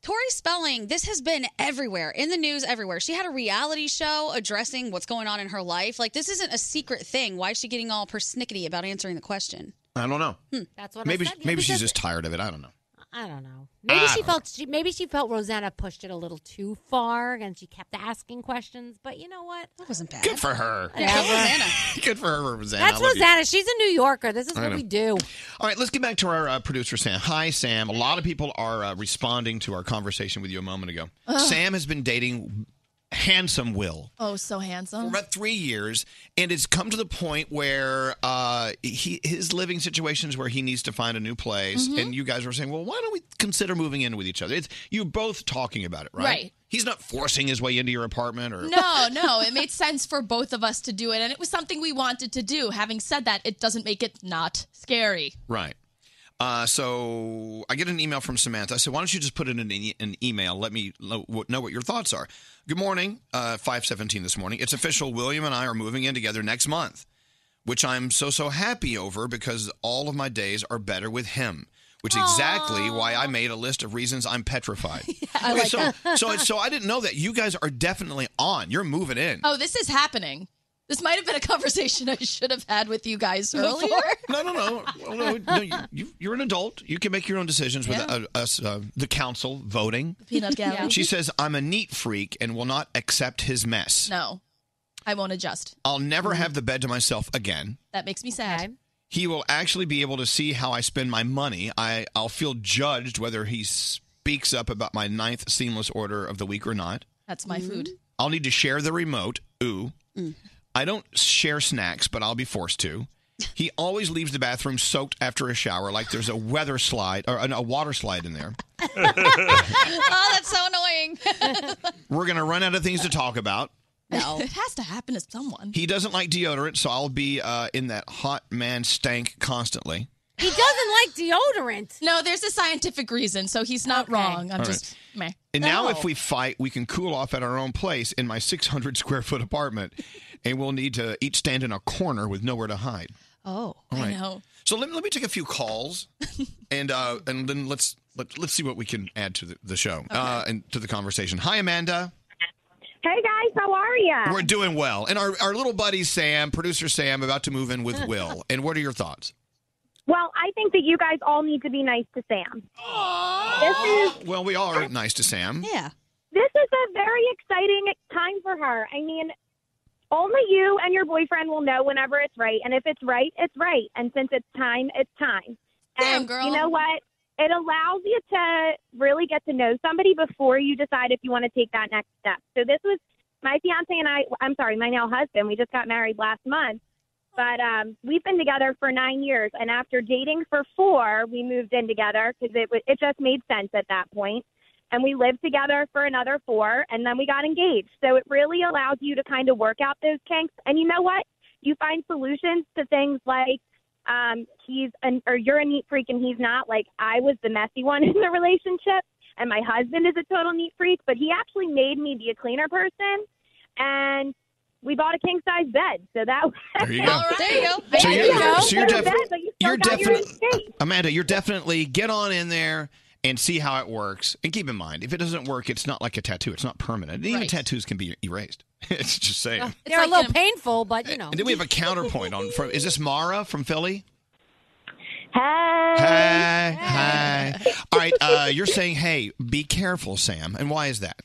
Tori Spelling, this has been everywhere, in the news, everywhere. She had a reality show addressing what's going on in her life. Like, this isn't a secret thing. Why is she getting all persnickety about answering the question? Hmm. I don't know. That's what maybe I said. maybe she's Because- just tired of it. I don't know. I don't know. Maybe I Ah. she don't felt she, maybe she felt Rosanna pushed it a little too far, and she kept asking questions. But you know what? That wasn't bad. Good for her. Yeah, Go Good for her, Rosanna. I That's love you. Rosanna. She's a New Yorker. This is I what know. we do. All right, let's get back to our uh, producer, Sam. Hi, Sam. A lot of people are uh, responding to our conversation with you a moment ago. Ugh. Sam has been dating handsome Will Oh, so handsome. for about three years, and it's come to the point where uh, he his living situation is where he needs to find a new place. Mhm. And you guys were saying, well, why don't we consider moving in with each other? It's you both talking about it, right? Right. He's not forcing his way into your apartment or No, no, it made sense for both of us to do it, and it was something we wanted to do. Having said that, it doesn't make it not scary. Right. Uh, so I get an email from Samantha. I said, "Why don't you just put it in an, e- an email? Let me lo- w- know what your thoughts are." Good morning, uh, five seventeen this morning. It's official. William and I are moving in together next month, which I'm so so happy over because all of my days are better with him. Which is exactly why I made a list of reasons I'm petrified. I Okay, like so, that. so so I didn't know that you guys are definitely on. You're moving in. Oh, this is happening. This might have been a conversation I should have had with you guys earlier. Before? No, no, no. Well, no, no you, you, you're an adult. You can make your own decisions without uh, us, uh, the council voting. Peanut gallery. Yeah. She says, I'm a neat freak and will not accept his mess. No, I won't adjust. I'll never Mm-hmm. have the bed to myself again. That makes me sad. He will actually be able to see how I spend my money. I, I'll feel judged whether he speaks up about my ninth seamless order of the week or not. That's my food. I'll need to share the remote. Ooh. I don't share snacks, but I'll be forced to. He always leaves the bathroom soaked after a shower, like there's a weather slide or an- a water slide in there. oh, that's so annoying. We're going to run out of things to talk about. No, it has to happen to someone. He doesn't like deodorant, so I'll be uh, in that hot man stank constantly. He doesn't like deodorant. No, there's a scientific reason, so he's not wrong. I'm All just meh. And now, Oh. if we fight, we can cool off at our own place in my 600 square foot apartment, and we'll need to each stand in a corner with nowhere to hide. Oh, All right. I know. So let me, let me take a few calls, and uh, and then let's let, let's see what we can add to the, the show uh, and to the conversation. Hi, Amanda. Hey guys, how are ya? We're doing well, and our our little buddy Sam, producer Sam, about to move in with Will. And what are your thoughts? Well, I think that you guys all need to be nice to Sam. This is Well, we are nice to Sam. yeah. This is a very exciting time for her. I mean, only you and your boyfriend will know whenever it's right, and if it's right, it's right. And since it's time, it's time. Damn, and girl. you know what? It allows you to really get to know somebody before you decide if you want to take that next step. So this was my fiance and I. I'm sorry, my now husband. We just got married last month. But um, we've been together for nine years, and after dating for four, we moved in together because it wa- it just made sense at that point. And we lived together for another four, and then we got engaged. So it really allows you to kind of work out those kinks. And you know what? You find solutions to things like um, he's an or you're a neat freak and he's not. Like I was the messy one in the relationship, and my husband is a total neat freak, but he actually made me be a cleaner person. And we bought a king size bed, so that There you go. All right. There you go. So There you're- you go. so you're Better defi- bed, but you still you're got your definite- Amanda, you're definitely get on in there and see how it works. And keep in mind, if it doesn't work, it's not like a tattoo. It's not permanent. Even tattoos can be erased. it's just saying. uh, They're a little painful, but you know. And then we have a counterpoint on from is this Mara from Philly? Hey. Hey. Hi. All right, uh, you're saying, hey, be careful, Sam. And why is that?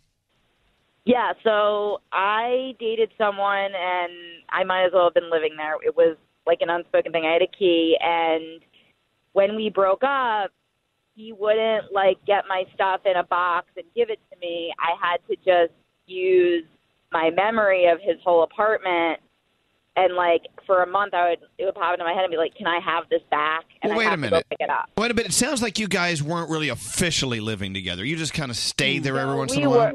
Yeah, so I dated someone and I might as well have been living there. It was like an unspoken thing. I had a key and when we broke up, he wouldn't like get my stuff in a box and give it to me. I had to just use my memory of his whole apartment and like for a month I would it would pop into my head and be like, Can I have this back? And I Well, wait have a to go minute. pick it up. Wait a minute. It sounds like you guys weren't really officially living together. You just kind of stayed there every once Mm, in we a while.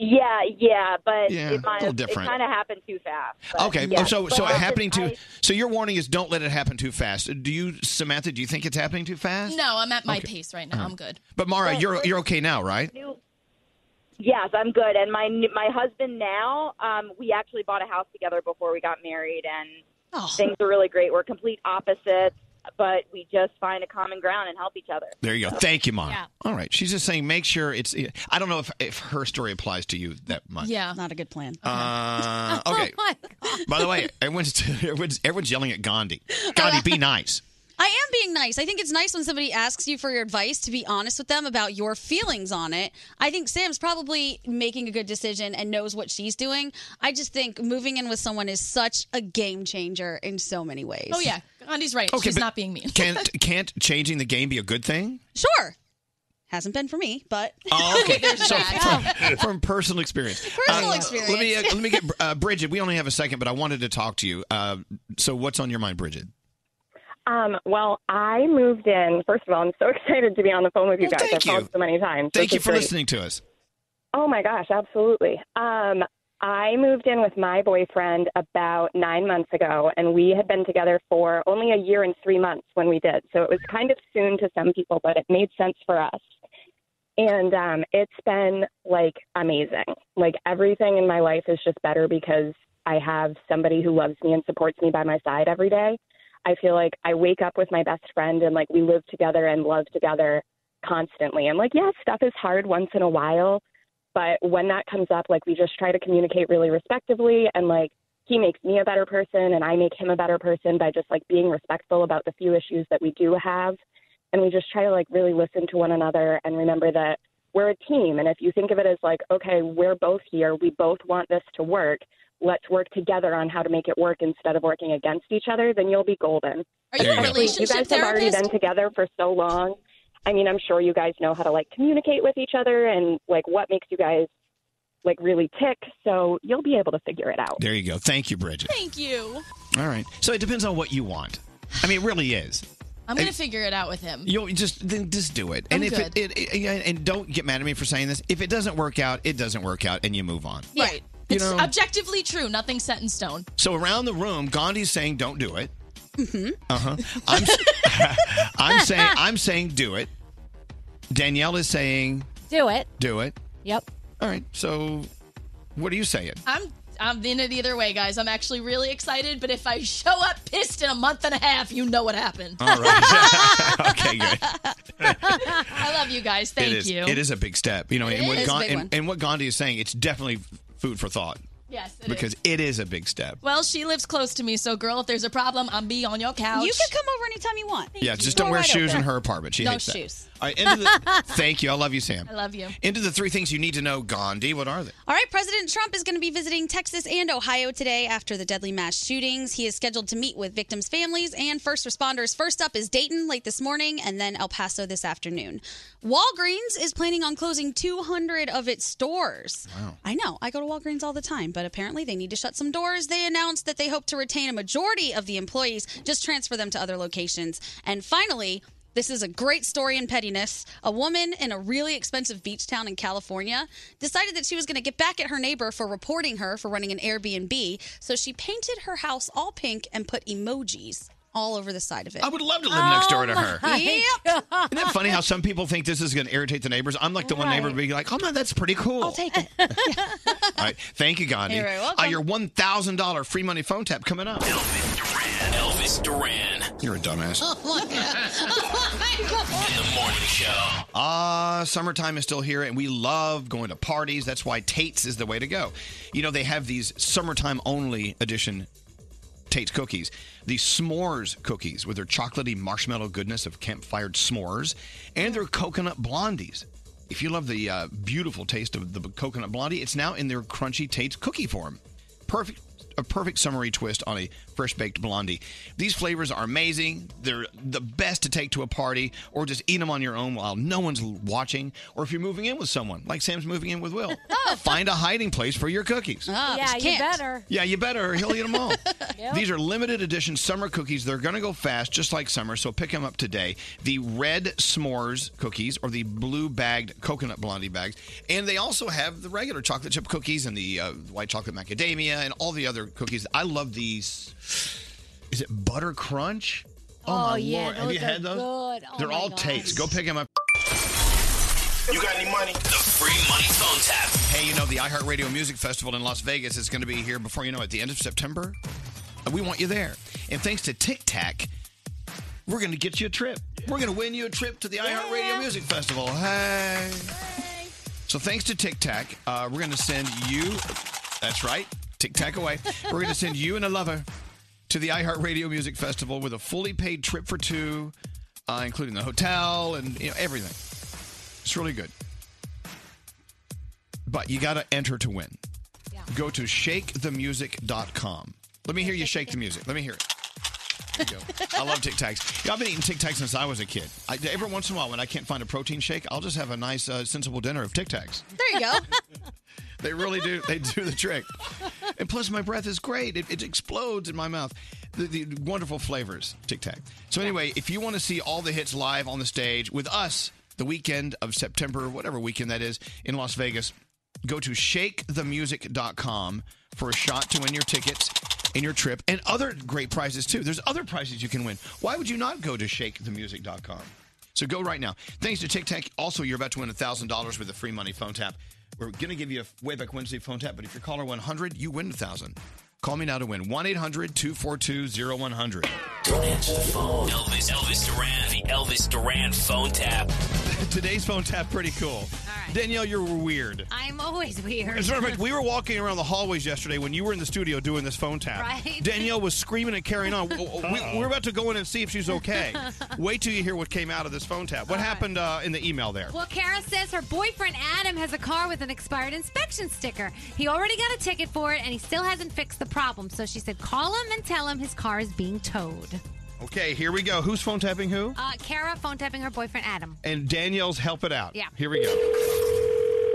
Yeah, yeah, but Yeah, it a might little have, it different. kinda happened too fast. but Okay, oh, yeah. so so But I it just- happening too. I- so your warning is don't let it happen too fast. Do you, Samantha? Do you think it's happening too fast? No, I'm at my Okay. pace right now. All I'm good. But Mara, Well, you're let's- you're okay now, right? Yes, I'm good. And my new- my husband now, um, we actually bought a house together before we got married, and Oh. things are really great. We're complete opposites, but we just find a common ground and help each other. There you go. Thank you, Mara. Yeah. All right. She's just saying make sure it's. I don't know if if her story applies to you that much. Yeah. Not a good plan. Uh, Oh okay. By the way, everyone's, everyone's everyone's yelling at Gandhi. Gandhi, be nice. I am being nice. I think it's nice when somebody asks you for your advice to be honest with them about your feelings on it. I think Sam's probably making a good decision and knows what she's doing. I just think moving in with someone is such a game changer in so many ways. Oh yeah, Gandhi's right. Okay, She's but not being mean. can't can't changing the game be a good thing? Sure. Hasn't been for me, but Oh, okay. There's so that. from, from personal experience. Personal Uh, experience. Let me uh, let me get uh, Bridget. We only have a second, but I wanted to talk to you. Uh, so what's on your mind, Bridget? Um, well, I moved in. First of all, I'm so excited to be on the phone with you guys. I've called so many times. Thank This you is for great. listening to us. Oh my gosh, absolutely. Um, I moved in with my boyfriend about nine months ago, and we had been together for only a year and three months when we did. So it was kind of soon to some people, but it made sense for us. And um, it's been like amazing. Like everything in my life is just better because I have somebody who loves me and supports me by my side every day. I feel like I wake up with my best friend and like we live together and love together constantly. And like, yeah, stuff is hard once in a while, but when that comes up, like we just try to communicate really respectfully and like he makes me a better person and I make him a better person by just like being respectful about the few issues that we do have. And we just try to like really listen to one another and remember that we're a team. And if you think of it as like, okay, we're both here, we both want this to work. Let's work together on how to make it work instead of working against each other, then you'll be golden. Are you a you relationship guys have already therapist? been together for so long. I mean, I'm sure you guys know how to like communicate with each other and like what makes you guys like really tick. So you'll be able to figure it out. There you go. Thank you, Bridget. Thank you. All right. So it depends on what you want. I mean, it really is. I'm gonna If- figure it out with him. You'll just then just do it. I'm and if It, it, it- yeah, and don't get mad at me for saying this. If it doesn't work out, it doesn't work out, and you move on. Right. You It's know- objectively true. Nothing's set in stone. So around the room, Gandhi's saying, "Don't do it." Mm-hmm. Uh huh. I'm s- I'm saying I'm saying do it. Danielle is saying Do it. do it. Yep. All right. So what are you saying? I'm I'm in it either way, guys. I'm actually really excited, but if I show up pissed in a month and a half, you know what happened. All right. okay. Good. I love you guys. Thank it is. you. It is a big step. You know, It and, what is. It's a big one. and, and what Gandhi is saying, it's definitely food for thought Yes. it is. because it is a big step. Well, she lives close to me, so girl, if there's a problem, I'm be on your couch. You can come over anytime you want. yeah. Just don't wear shoes in her apartment. She No hates that. shoes. All right. Into the, thank you. I love you, Sam. I love you. Into the three things you need to know, Gandhi. What are they? All right, President Trump is going to be visiting Texas and Ohio today after the deadly mass shootings. He is scheduled to meet with victims' families and first responders. First up is Dayton late this morning and then El Paso this afternoon. Walgreens is planning on closing 200 of its stores. Oh. Wow. I know, I go to Walgreens all the time, but apparently they need to shut some doors. They announced that they hope to retain a majority of the employees, just transfer them to other locations. And finally, this is a great story in pettiness. A woman in a really expensive beach town in California decided that she was going to get back at her neighbor for reporting her for running an Airbnb. So she painted her house all pink and put emojis all over the side of it. Oh I would love to live next door to her. Yep. Isn't that funny how some people think this is going to irritate the neighbors? I'm like the one neighbor to be like, oh man, that's pretty cool. I'll take it. All right. Thank you, Gandhi. You're very welcome. Uh, your $1,000 free money phone tap coming up. Elvis Duran. You're a dumbass. my God. The morning show. Ah, summertime is still here, and we love going to parties. That's why Tate's is the way to go. You know, they have these summertime only edition Tate's cookies, the s'mores cookies with their chocolatey marshmallow goodness of campfire s'mores, and their coconut blondies. If you love the uh, beautiful taste of the coconut blondie, it's now in their crunchy Tate's cookie form. Perfect. A perfect summery twist on a fresh baked blondie. These flavors are amazing. They're the best to take to a party or just eat them on your own while no one's watching or if you're moving in with someone, like Sam's moving in with Will. Find a hiding place for your Oh, cookies. yeah, you better. Yeah, you better. or He'll eat them all. These are limited edition summer cookies. They're going to go fast, just like summer, so pick them up today. The red s'mores cookies or the blue bagged coconut blondie bags. And they also have the regular chocolate chip cookies and the uh, white chocolate macadamia and all the other cookies. I love these. Is it butter crunch? Oh, yeah, Have those you are had those? good. Oh, They're my all gosh. takes. Go pick them up. You got any money? The free money phone tap. Hey, you know, the iHeartRadio Music Festival in Las Vegas is going to be here before you know it, the end of September. And We want you there. And thanks to Tic Tac, we're going to get you a trip. We're going to win you a trip to the iHeartRadio Music Festival. Hey. So thanks to Tic Tac, uh, we're going to send you, that's right, Tic Tac away. we're going to send you and a lover to the iHeartRadio Music Festival with a fully paid trip for two, uh, including the hotel and you know, everything. It's really good but you got to enter to win. Go to shakethemusic.com. Let me hear you shake the music. Let me hear it. There you go. I love Tic Tacs. Yeah, I've been eating Tic Tacs since I was a kid. I, every once in a while, when I can't find a protein shake, I'll just have a nice, uh, sensible dinner of Tic Tacs. There you go. They really do. They do the trick. And plus, my breath is great. It, it explodes in my mouth. The, the wonderful flavors, Tic Tac. So anyway, if you want to see all the hits live on the stage with us the weekend of September, whatever weekend that is, in Las Vegas, go to shakethemusic.com for a shot to win your tickets and your trip and other great prizes too. There's other prizes you can win. Why would you not go to shakethemusic.com? So go right now. Thanks to Tic Tac. Also, you're about to win $1,000 with a free money phone tap. We're going to give you a Wayback Wednesday phone tap, but if you're caller 100, you win 1000 Call me now to win 1 800 242 0100. Don't answer the phone. Elvis, Elvis Duran, the Elvis Duran phone tap. Today's phone tap, pretty cool. Danielle, you're weird. I'm always weird. As a matter of fact, we were walking around the hallways yesterday when you were in the studio doing this phone tap. Right. Danielle was screaming and carrying on. W- w- we, Uh-oh. we're about to go in and see if she's okay. Wait till you hear what came out of this phone tap. What happened uh, in the email there? Well, Kara says her boyfriend Adam has a car with an expired inspection sticker. He already got a ticket for it and he still hasn't fixed the problem. So she said, call him and tell him his car is being towed. Okay, here we go. Who's phone tapping who? Uh, Kara phone tapping her boyfriend Adam. And Danielle's help it out. Yeah. Here we go.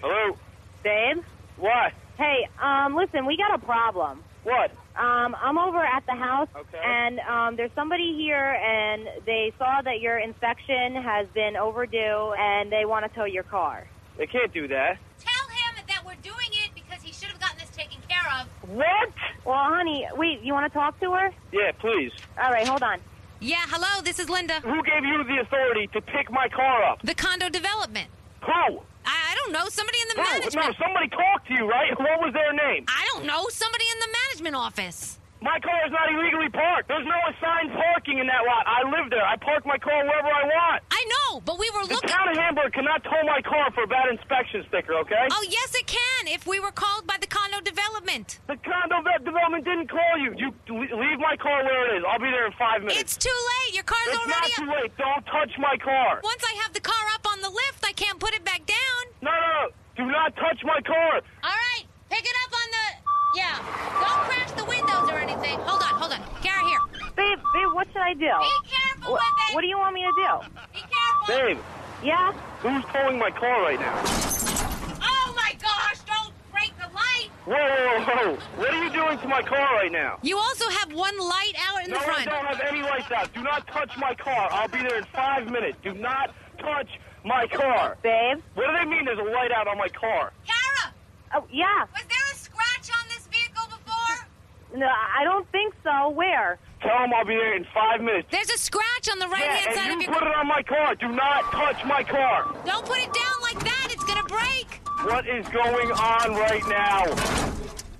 Hello? Babe? What? Hey, um, listen, we got a problem. What? Um, I'm over at the house, and um, there's somebody here, and they saw that your inspection has been overdue, and they want to tow your car. They can't do that. Tell him that we're doing it because he should have gotten this taken care of. What? Well, honey, wait, you want to talk to her? Yeah, please. All right, hold on. Yeah, hello, this is Linda. Who gave you the authority to pick my car up? The condo development. Who? I, I don't know. Somebody in the Who? management. No, somebody talked to you, right? What was their name? I don't know. Somebody in the management office. My car is not illegally parked. There's no assigned parking in that lot. I live there. I park my car wherever I want. I know, but we were The looking. town of Hamburg cannot tow my car for a bad inspection sticker, okay? Oh, yes, it can if we were called by the condo development. The condo vet development didn't call you. You le- leave my car where it is. I'll be there in five minutes. It's too late. Your car's It's already not up. too late. Don't touch my car. Once I have the car up on the lift, I can't put it back down. No, no, no. Do not touch my car. All right, pick it up on the. Yeah, don't crash the windows or anything. Hold on, hold on. Kara, here. Babe, babe, what should I do? Be careful what, with it. What do you want me to do? Be careful. Babe. Yeah? Who's towing my car right now? Oh my gosh, don't break the light. Whoa, whoa, whoa, whoa. What are you doing to my car right now? You also have one light out in no, the front. I don't have any lights out. Do not touch my car. I'll be there in five minutes. Do not touch my car. Babe? What do they mean there's a light out on my car? Kara! Oh, yeah. Was there a scratch on this vehicle before? No, I don't think so. Where? Tell him I'll be there in five minutes. There's a scratch on the right yeah, hand and side you of your put it on my car. Do not touch my car. Don't put it down like that. It's going to break. What is going on right now?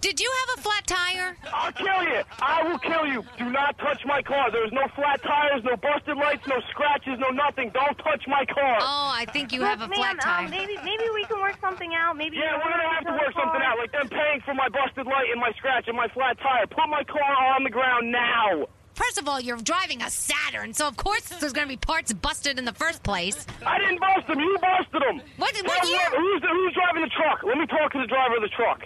Did you have a flat tire? I'll kill you. I will kill you. Do not touch my car. There's no flat tires, no busted lights, no scratches, no nothing. Don't touch my car. Oh, I think you Look, have a flat ma'am, tire. um, Maybe maybe we can work something out. Maybe Yeah, we're gonna have to work something out. Like them paying for my busted light and my scratch and my flat tire. Put my car on the ground now. First of all, you're driving a Saturn, so of course there's going to be parts busted in the first place. I didn't bust them. You busted them. What- what year? Who's, who's driving the truck? Let me talk to the driver of the truck.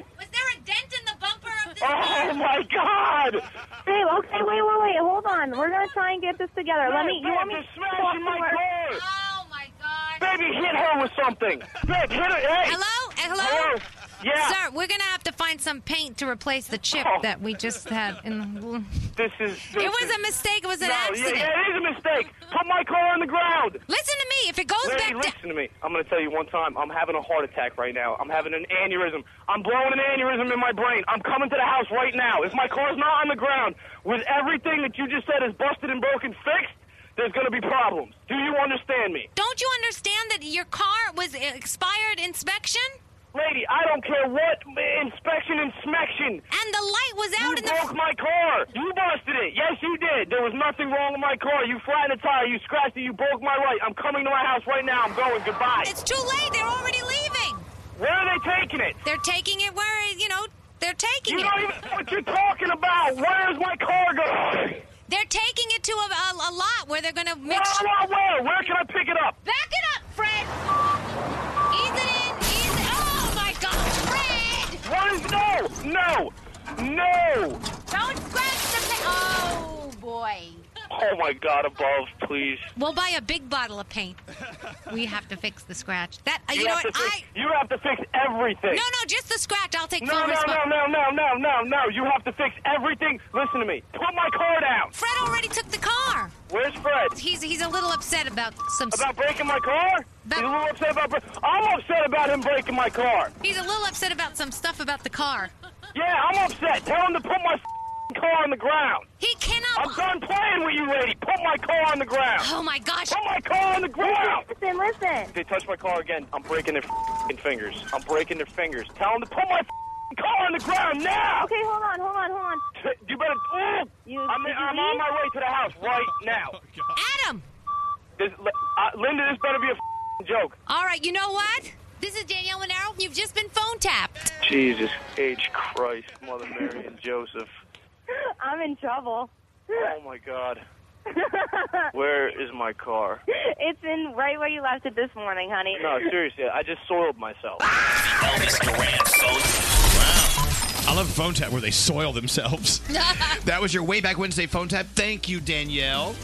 Oh my God! Hey, okay, wait, wait, wait, hold on. We're gonna try and get this together. Let me. You want me Babe, to they're talk to smashing my her? car. Oh, Baby, hit her with something. Babe, hit her. Hey. Hello? Eh, Hello? Yeah. Oh. Sir, we're going to have to find some paint to replace the chip that we just had in the. This is. It was a mistake. It was an no, yeah, accident. Yeah, it is a mistake. Put my car on the ground. Listen to me. If it goes Larry, back down. listen to me. I'm going to tell you one time. I'm having a heart attack right now. I'm having an aneurysm. I'm blowing an aneurysm in my brain. I'm coming to the house right now. If my car's not on the ground with everything that you just said is busted and broken fixed, there's going to be problems. Do you understand me? Don't you understand that your car was eh, expired inspection? Lady, I don't care what inspection, inspection. And the light was out you in the. broke my car. You busted it. Yes, you did. There was nothing wrong with my car. You flattened the tire. You scratched it. You broke my light. I'm coming to my house right now. I'm going. Goodbye. It's too late. They're already leaving. Where are they taking it? They're taking it where, you know, they're taking You it. don't even know what you're talking about. Where's my car going? They're taking it to a, a, a lot where they're going to Where, mix. where, where? Where can I pick it up? Back it up, Fred. Ease it in. Ease it. Oh my God, Fred! What is no? No. No. Don't scratch the. Pa- oh boy. Oh my God, above, please. We'll buy a big bottle of paint. We have to fix the scratch. That uh, you, know have what? to I fix, you have to fix everything. no no just the scratch. I'll take No, full no, no, responsibility. no, no, no, no, no. You have to fix everything. Listen to me. Put my car down. Fred already took the car. Where's Fred? He's he's a little upset about some. s- About breaking my car? He's a little upset about. bre- I'm upset about him breaking my car. He's a little upset about some stuff about the car. Yeah, I'm upset. Tell him to put my f***ing car on the ground. He cannot. I'm done playing with you, lady. Put my car on the ground. Oh my gosh. Put my car on the ground. Listen, listen. If they touch my car again, I'm breaking their f***ing fingers. I'm breaking their fingers. Tell them to put my f***ing car on the ground now. Okay, hold on, hold on, hold on. You better. Ooh, You- I'm, did you I'm on leave? my way to the house right now. Adam. This, uh, Linda, this better be a f***ing joke. All right, you know what? This is Danielle Monero. You've just been phone tapped. Jesus H. Christ, Mother Mary and Joseph. I'm in trouble. Oh my God. Where is my car? it's in right where you left it this morning, honey. No, seriously, I just soiled myself. I love phone tap where they soil themselves. that was your way back Wednesday phone tap. Thank you, Danielle.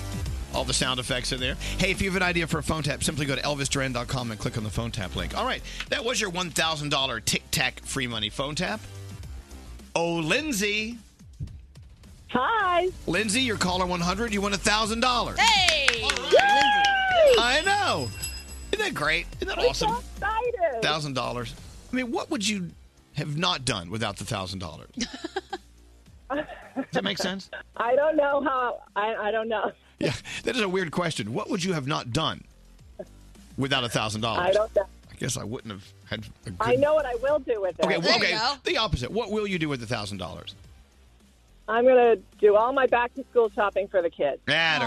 All the sound effects in there. Hey, if you have an idea for a phone tap, simply go to elvisduran.com and click on the phone tap link. All right, that was your $1,000 Tic Tac free money phone tap. Oh, Lindsay. Hi. Lindsay, your caller 100. You won $1,000. Hey! I know. Isn't that great? Isn't that awesome? Thousand dollars. I mean, what would you have not done without the thousand dollars? Does that make sense? I don't know how. I, I don't know. Yeah, that is a weird question. What would you have not done without a thousand dollars? I don't know. I guess I wouldn't have had. A good... I know what I will do with it. Okay, well, okay. The opposite. What will you do with the thousand dollars? I'm going to do all my back to school shopping for the kids. That a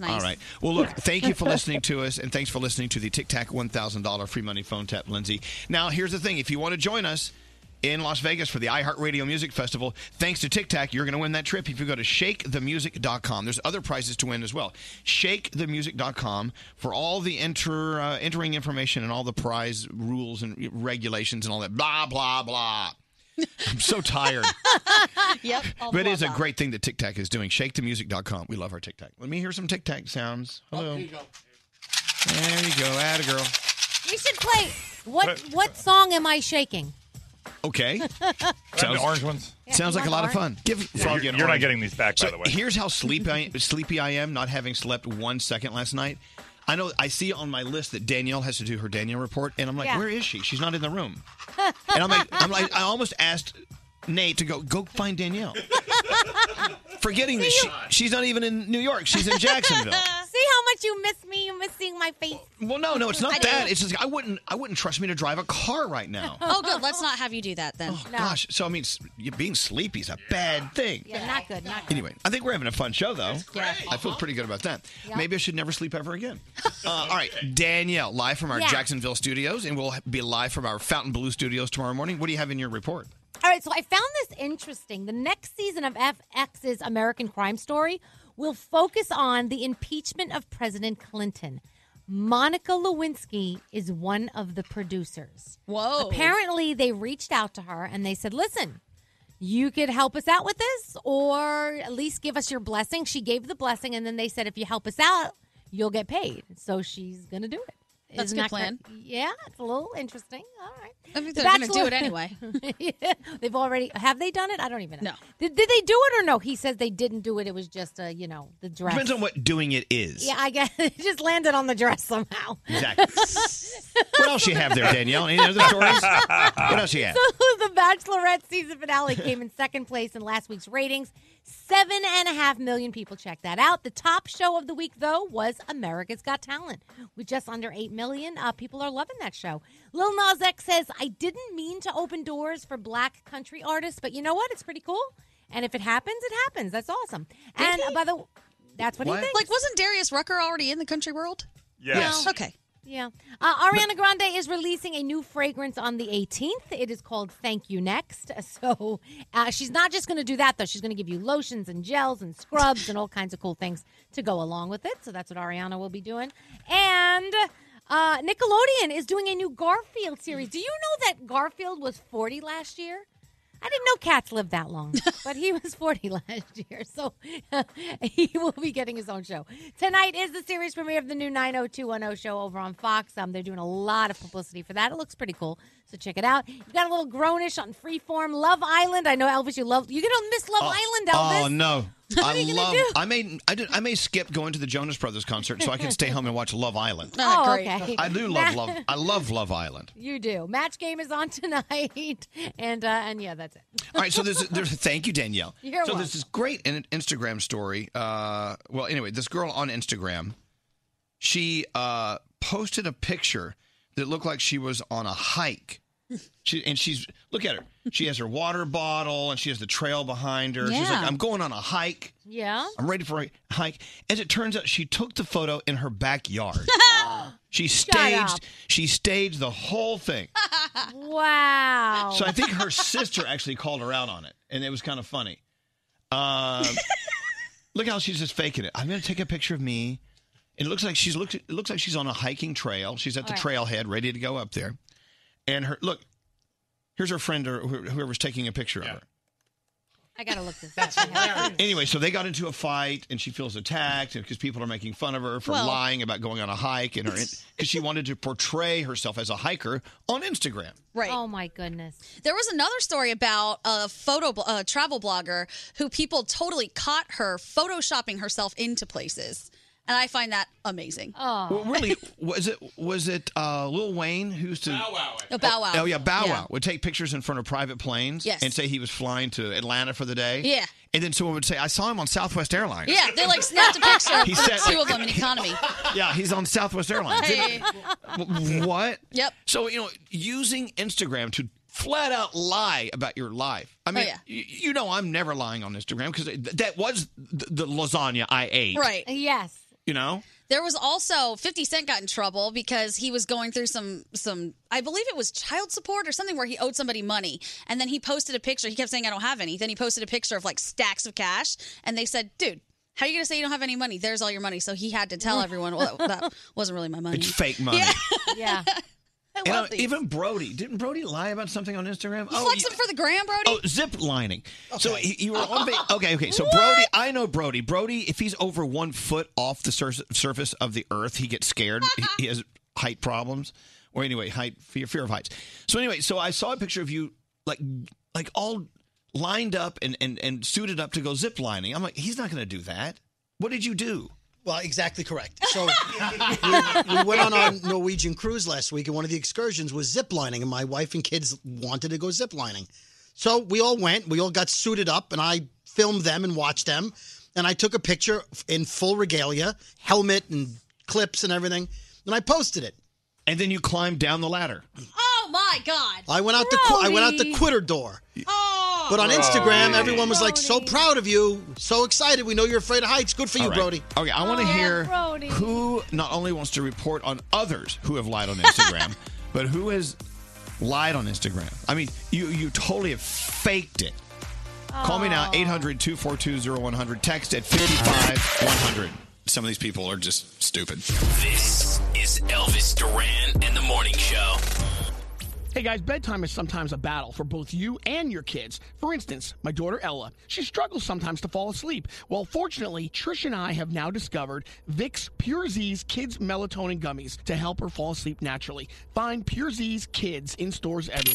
girl. All right. Well, look, thank you for listening to us, and thanks for listening to the Tic Tac $1,000 free money phone tap, Lindsay. Now, here's the thing if you want to join us in Las Vegas for the iHeartRadio Music Festival, thanks to Tic Tac, you're going to win that trip if you go to shakethemusic.com. There's other prizes to win as well. Shakethemusic.com for all the enter, uh, entering information and all the prize rules and regulations and all that. Blah, blah, blah. I'm so tired. yep. all But it is a blah, blah. great thing that Tic Tac is doing. ShakeTheMusic.com. We love our Tic Tac. Let me hear some Tic Tac sounds. Hello. there you go. There you go. Atta girl. We should play. What what song am I shaking? Okay. the orange ones? Sounds like a lot of fun. Give Froggy you're, an you're not orange. getting these back, by the way. Here's how sleepy I, sleepy I am, not having slept one second last night. I know. I see on my list that Danielle has to do her Danielle report, and I'm like, Yeah. where is she? She's not in the room. And I'm like, I'm like, I almost asked Nate to go go find Danielle. Forgetting that she, she's not even in New York; she's in Jacksonville. See how much you miss me? You miss seeing my face. Well, no, no, it's I not do. that. It's just I wouldn't I wouldn't trust me to drive a car right now. Oh, good. Let's not have you do that then. Gosh, so I mean, s- you being sleepy is a bad thing. Yeah, not good. Not Anyway, I think we're having a fun show, though. Yeah. great. I feel pretty good about that. Yeah. Maybe I should never sleep ever again. Uh, all right, Danielle, live from our Yeah. Jacksonville studios, and we'll be live from our Fountain Blue studios tomorrow morning. What do you have in your report? All right, so I found this interesting. The next season of FX's American Crime Story will focus on the impeachment of President Clinton. Monica Lewinsky is one of the producers. Whoa. Apparently, they reached out to her and they said, listen, you could help us out with this or at least give us your blessing. She gave the blessing, and then they said, if you help us out, you'll get paid. So she's going to do it. That's a Isn't good that plan. correct? Yeah, it's a little interesting. All right. I think The they're gonna do Bachelor- it anyway. Yeah, They've already have they done it? I don't even know. Did, did they do it or no? He says they didn't do it. It was just a you know the dress. Depends on what doing it is. Yeah, I guess it just landed on the dress somehow. Exactly. what else you have there, Danielle? Any other stories? what else you have? So the Bachelorette season finale came in second place in last week's ratings. Seven and a half million people checked that out. The top show of the week, though, was America's Got Talent. With just under 8 million, uh, people are loving that show. Lil Nas X says, I didn't mean to open doors for black country artists, but you know what? It's pretty cool. And if it happens, it happens. That's awesome. and uh, by the that's what, he thinks. Like, wasn't Darius Rucker already in the country world? Yes. No. Okay. Yeah. Uh, Ariana Grande is releasing a new fragrance on the 18th. It is called Thank You Next. So uh, she's not just going to do that, though. She's going to give you lotions and gels and scrubs and all kinds of cool things to go along with it. So that's what Ariana will be doing. And uh, Nickelodeon is doing a new Garfield series. Do you know that Garfield was 40 last year? I didn't know cats lived that long, but he was 40 last year, so he will be getting his own show. Tonight is the series premiere of the new 90210 show over on Fox. Um, they're doing a lot of publicity for that. It looks pretty cool, so check it out. You got a little grownish on Freeform, Love Island. I know Elvis, you love. You're gonna miss Love Island, Elvis. Oh no. What I are you gonna love. do? I may. I, did, I may skip going to the Jonas Brothers concert so I can stay home and watch Love Island. Oh, Oh, great. okay. I do love Matt- Love. I love Love Island. You do. Match game is on tonight, and uh, and yeah, that's it. All right, so there's, there's thank you, Danielle. You're so welcome. there's this great in- Instagram story. Uh, well, anyway, this girl on Instagram, she uh, posted a picture that looked like she was on a hike. She and she's look at her. She has her water bottle and she has the trail behind her. She's like, Yeah. I'm going on a hike. Yeah. I'm ready for a hike. As it turns out, she took the photo in her backyard. she Shut up. staged. She staged the whole thing. Oh wow. So I think her sister actually called her out on it, and it was kind of funny. Um, look how she's just faking it. I'm going to take a picture of me. It looks like she's looks. It looks like she's on a hiking trail. She's at the All trailhead, ready to go up there. And her look. Here's her friend or wh- whoever's taking a picture of I gotta look this up. her. Anyway, so they got into a fight, and she feels attacked because people are making fun of her for Well- lying about going on a hike, and her because she wanted to portray herself as a hiker on Instagram. Right. Oh my goodness. There was another story about a photo bl- uh, travel blogger who people totally caught her photoshopping herself into places, and I find that amazing. Oh. Well, really, was it was it uh, Lil Wayne who used to Bow Wow? No, Bow Wow. Oh, yeah, Bow Yeah. Wow would take pictures in front of private planes Yes. and say he was flying to Atlanta for the day. Yeah. and then someone would say, "I saw him on Southwest Airlines." Yeah, they like snapped a picture of He the said- two of them in economy. Yeah, he's on Southwest Airlines. Hey. W- what? Yep. So you know, using Instagram to flat out lie about your life. I Oh, mean, yeah. y- you know, I'm never lying on Instagram because that was th- the lasagna I ate. Right. Yes. You know. There was also 50 Cent got in trouble because he was going through some some I believe it was child support or something where he owed somebody money and then he posted a picture. He kept saying I don't have any. Then he posted a picture of like stacks of cash and they said, "Dude, how are you going to say you don't have any money? There's all your money." So he had to tell everyone, "Well, that, that wasn't really my money." It's fake money. Yeah. And, uh, even Brody didn't Brody lie about something on Instagram? You Oh, flex you- him for the gram, Brody? Oh, zip lining. So he- you were on. va- okay, okay. So What? Brody, I know Brody. Brody, if he's over one foot off the sur- surface of the earth, he gets scared. he, he has height problems, or anyway, height fear, fear of heights. So anyway, so I saw a picture of you like like all lined up and and, and suited up to go zip lining. I'm like, he's not going to do that. What did you do? Well, exactly correct. So we, we went on our Norwegian cruise last week, and one of the excursions was ziplining, and my wife and kids wanted to go ziplining. So we all went. We all got suited up, and I filmed them and watched them. And I took a picture in full regalia, helmet and clips and everything, and I posted it. And then you climbed down the ladder. Oh my God. I went out the qu- I went out the Brody. quitter door. Oh. But on Instagram, Brody. everyone was like, "So proud of you, so excited. We know you're afraid of heights. Good for you, All right. Brody." Okay, I Oh, Oh, want to hear who not only wants to report on others who have lied on Instagram, but who has lied on Instagram. I mean, you you totally have faked it. Call me now 800-242-0100 text at 55100. Some of these people are just stupid. This is Elvis Duran and the Morning Show. Hey guys, bedtime is sometimes a battle for both you and your kids. For instance, my daughter Ella, she struggles sometimes to fall asleep. Well, fortunately, Trish and I have now discovered Vicks Pure Z's Kids Melatonin Gummies to help her fall asleep naturally. Find Pure Z's Kids in stores everywhere.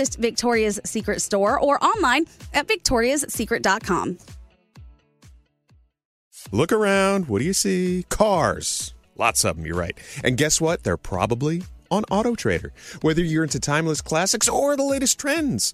Victoria's Secret store or online at victoriassecret.com. Look around. What do you see? Cars. Lots of them, you're right. And guess what? They're probably on Auto Trader. Whether you're into timeless classics or the latest trends.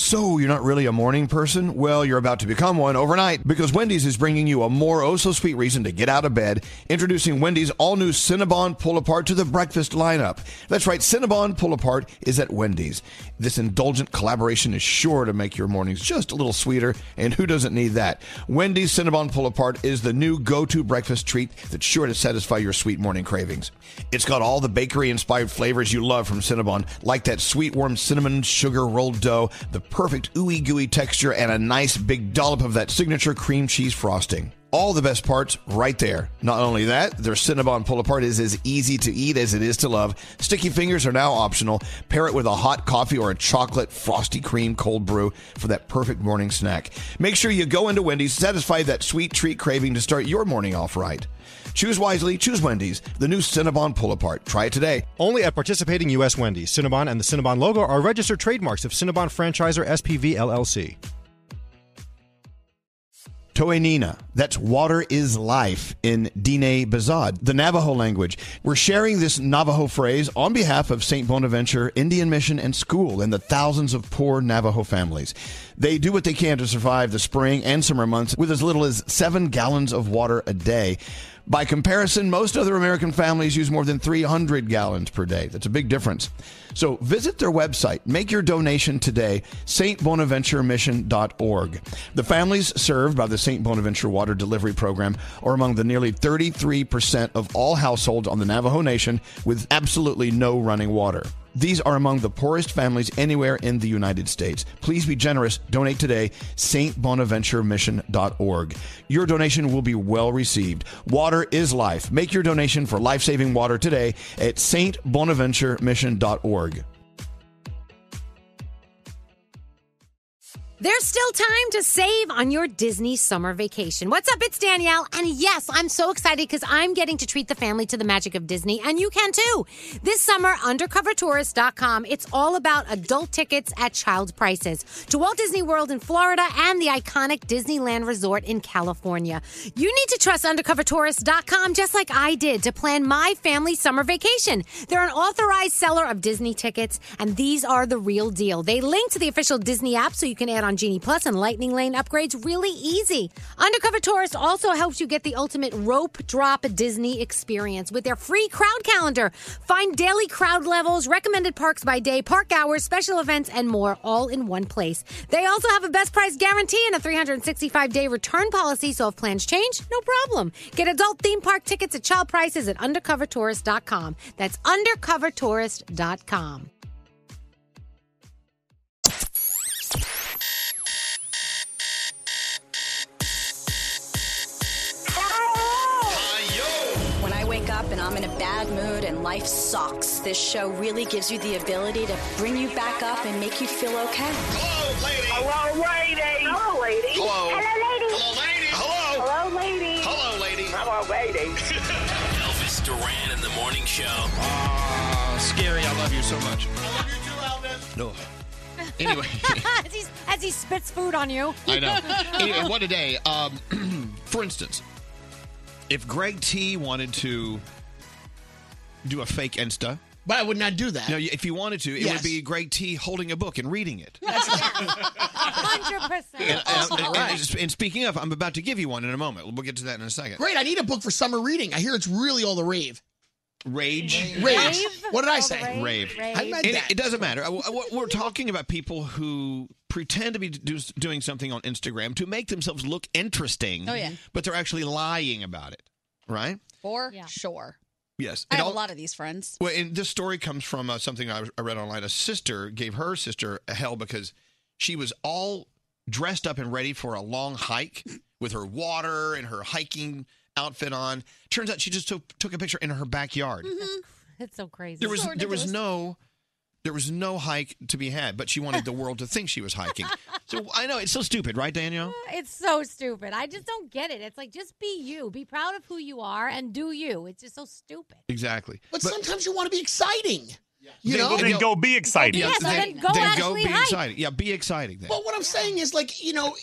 So, you're not really a morning person? Well, you're about to become one overnight because Wendy's is bringing you a more oh so sweet reason to get out of bed. Introducing Wendy's all new Cinnabon Pull Apart to the breakfast lineup. That's right, Cinnabon Pull Apart is at Wendy's. This indulgent collaboration is sure to make your mornings just a little sweeter, and who doesn't need that? Wendy's Cinnabon Pull Apart is the new go to breakfast treat that's sure to satisfy your sweet morning cravings. It's got all the bakery inspired flavors you love from Cinnabon, like that sweet warm cinnamon sugar rolled dough, the perfect ooey gooey texture, and a nice big dollop of that signature cream cheese frosting. All the best parts right there. Not only that, their Cinnabon pull apart is as easy to eat as it is to love. Sticky fingers are now optional. Pair it with a hot coffee or a chocolate frosty cream cold brew for that perfect morning snack. Make sure you go into Wendy's, satisfy that sweet treat craving to start your morning off right. Choose wisely, choose Wendy's, the new Cinnabon pull apart. Try it today. Only at participating U.S. Wendy's. Cinnabon and the Cinnabon logo are registered trademarks of Cinnabon Franchisor SPV LLC. Toenina. That's water is life in Dine Bazad, the Navajo language. We're sharing this Navajo phrase on behalf of St. Bonaventure Indian Mission and School and the thousands of poor Navajo families. They do what they can to survive the spring and summer months with as little as seven gallons of water a day. By comparison, most other American families use more than 300 gallons per day. That's a big difference. So visit their website, make your donation today, stbonaventuremission.org. The families served by the St. Bonaventure Water Delivery Program are among the nearly 33% of all households on the Navajo Nation with absolutely no running water. These are among the poorest families anywhere in the United States. Please be generous. Donate today, stbonaventuremission.org. Your donation will be well received. Water is life. Make your donation for life saving water today at stbonaventuremission.org. There's still time to save on your Disney summer vacation. What's up? It's Danielle. And yes, I'm so excited because I'm getting to treat the family to the magic of Disney, and you can too. This summer, undercovertourist.com, it's all about adult tickets at child prices to Walt Disney World in Florida and the iconic Disneyland Resort in California. You need to trust undercovertourist.com just like I did to plan my family summer vacation. They're an authorized seller of Disney tickets, and these are the real deal. They link to the official Disney app so you can add on Genie Plus and Lightning Lane upgrades really easy. Undercover Tourist also helps you get the ultimate rope drop Disney experience with their free crowd calendar. Find daily crowd levels, recommended parks by day, park hours, special events, and more all in one place. They also have a best price guarantee and a 365 day return policy, so if plans change, no problem. Get adult theme park tickets at child prices at undercovertourist.com. That's undercovertourist.com. When I wake up and I'm in a bad mood and life sucks, this show really gives you the ability to bring you back up and make you feel okay. Hello, lady. Hello, lady. Hello, lady. Hello. Hello, lady. Hello, lady. Hello, lady. Elvis Duran in the morning show. Uh, scary, I love you so much. No. Anyway. as, he, as he spits food on you. I know. Anyway, what a day. Um, for instance, if Greg T wanted to do a fake Insta. But I would not do that. No, if you wanted to, it Yes. would be Greg T holding a book and reading it. Hundred And, percent. and- All and- right. and speaking of, I'm about to give you one in a moment. We'll get to that in a second. Great, I need a book for summer reading. I hear it's really all the rave. Rage. Rave. Rave? What did I All the say? Rave. rave, rave. I meant And that. It, it doesn't matter. Uh, w- w- We're talking about people who pretend to be do, doing something on Instagram to make themselves look interesting. Oh, yeah. But they're actually lying about it, right? For sure. Yes. I It have all- a lot of these friends. Well, and this story comes from uh, something I, I read online. A sister gave her sister a hell because she was all dressed up and ready for a long hike with her water and her hiking outfit on. Turns out she just took, took a picture in her backyard. Mm-hmm. It's so crazy. There was there was no there was no hike to be had, but she wanted the world to think she was hiking. So I know it's so stupid, right, Danielle? It's so stupid. I just don't get it. It's like just be you, be proud of who you are, and do you. It's just so stupid. Exactly. But, sometimes you want to be exciting. You They- know? they- they'll- be exciting. Yeah, so then go actually be hike. exciting. Yeah, be exciting. Then. But what I'm saying is, like, you know,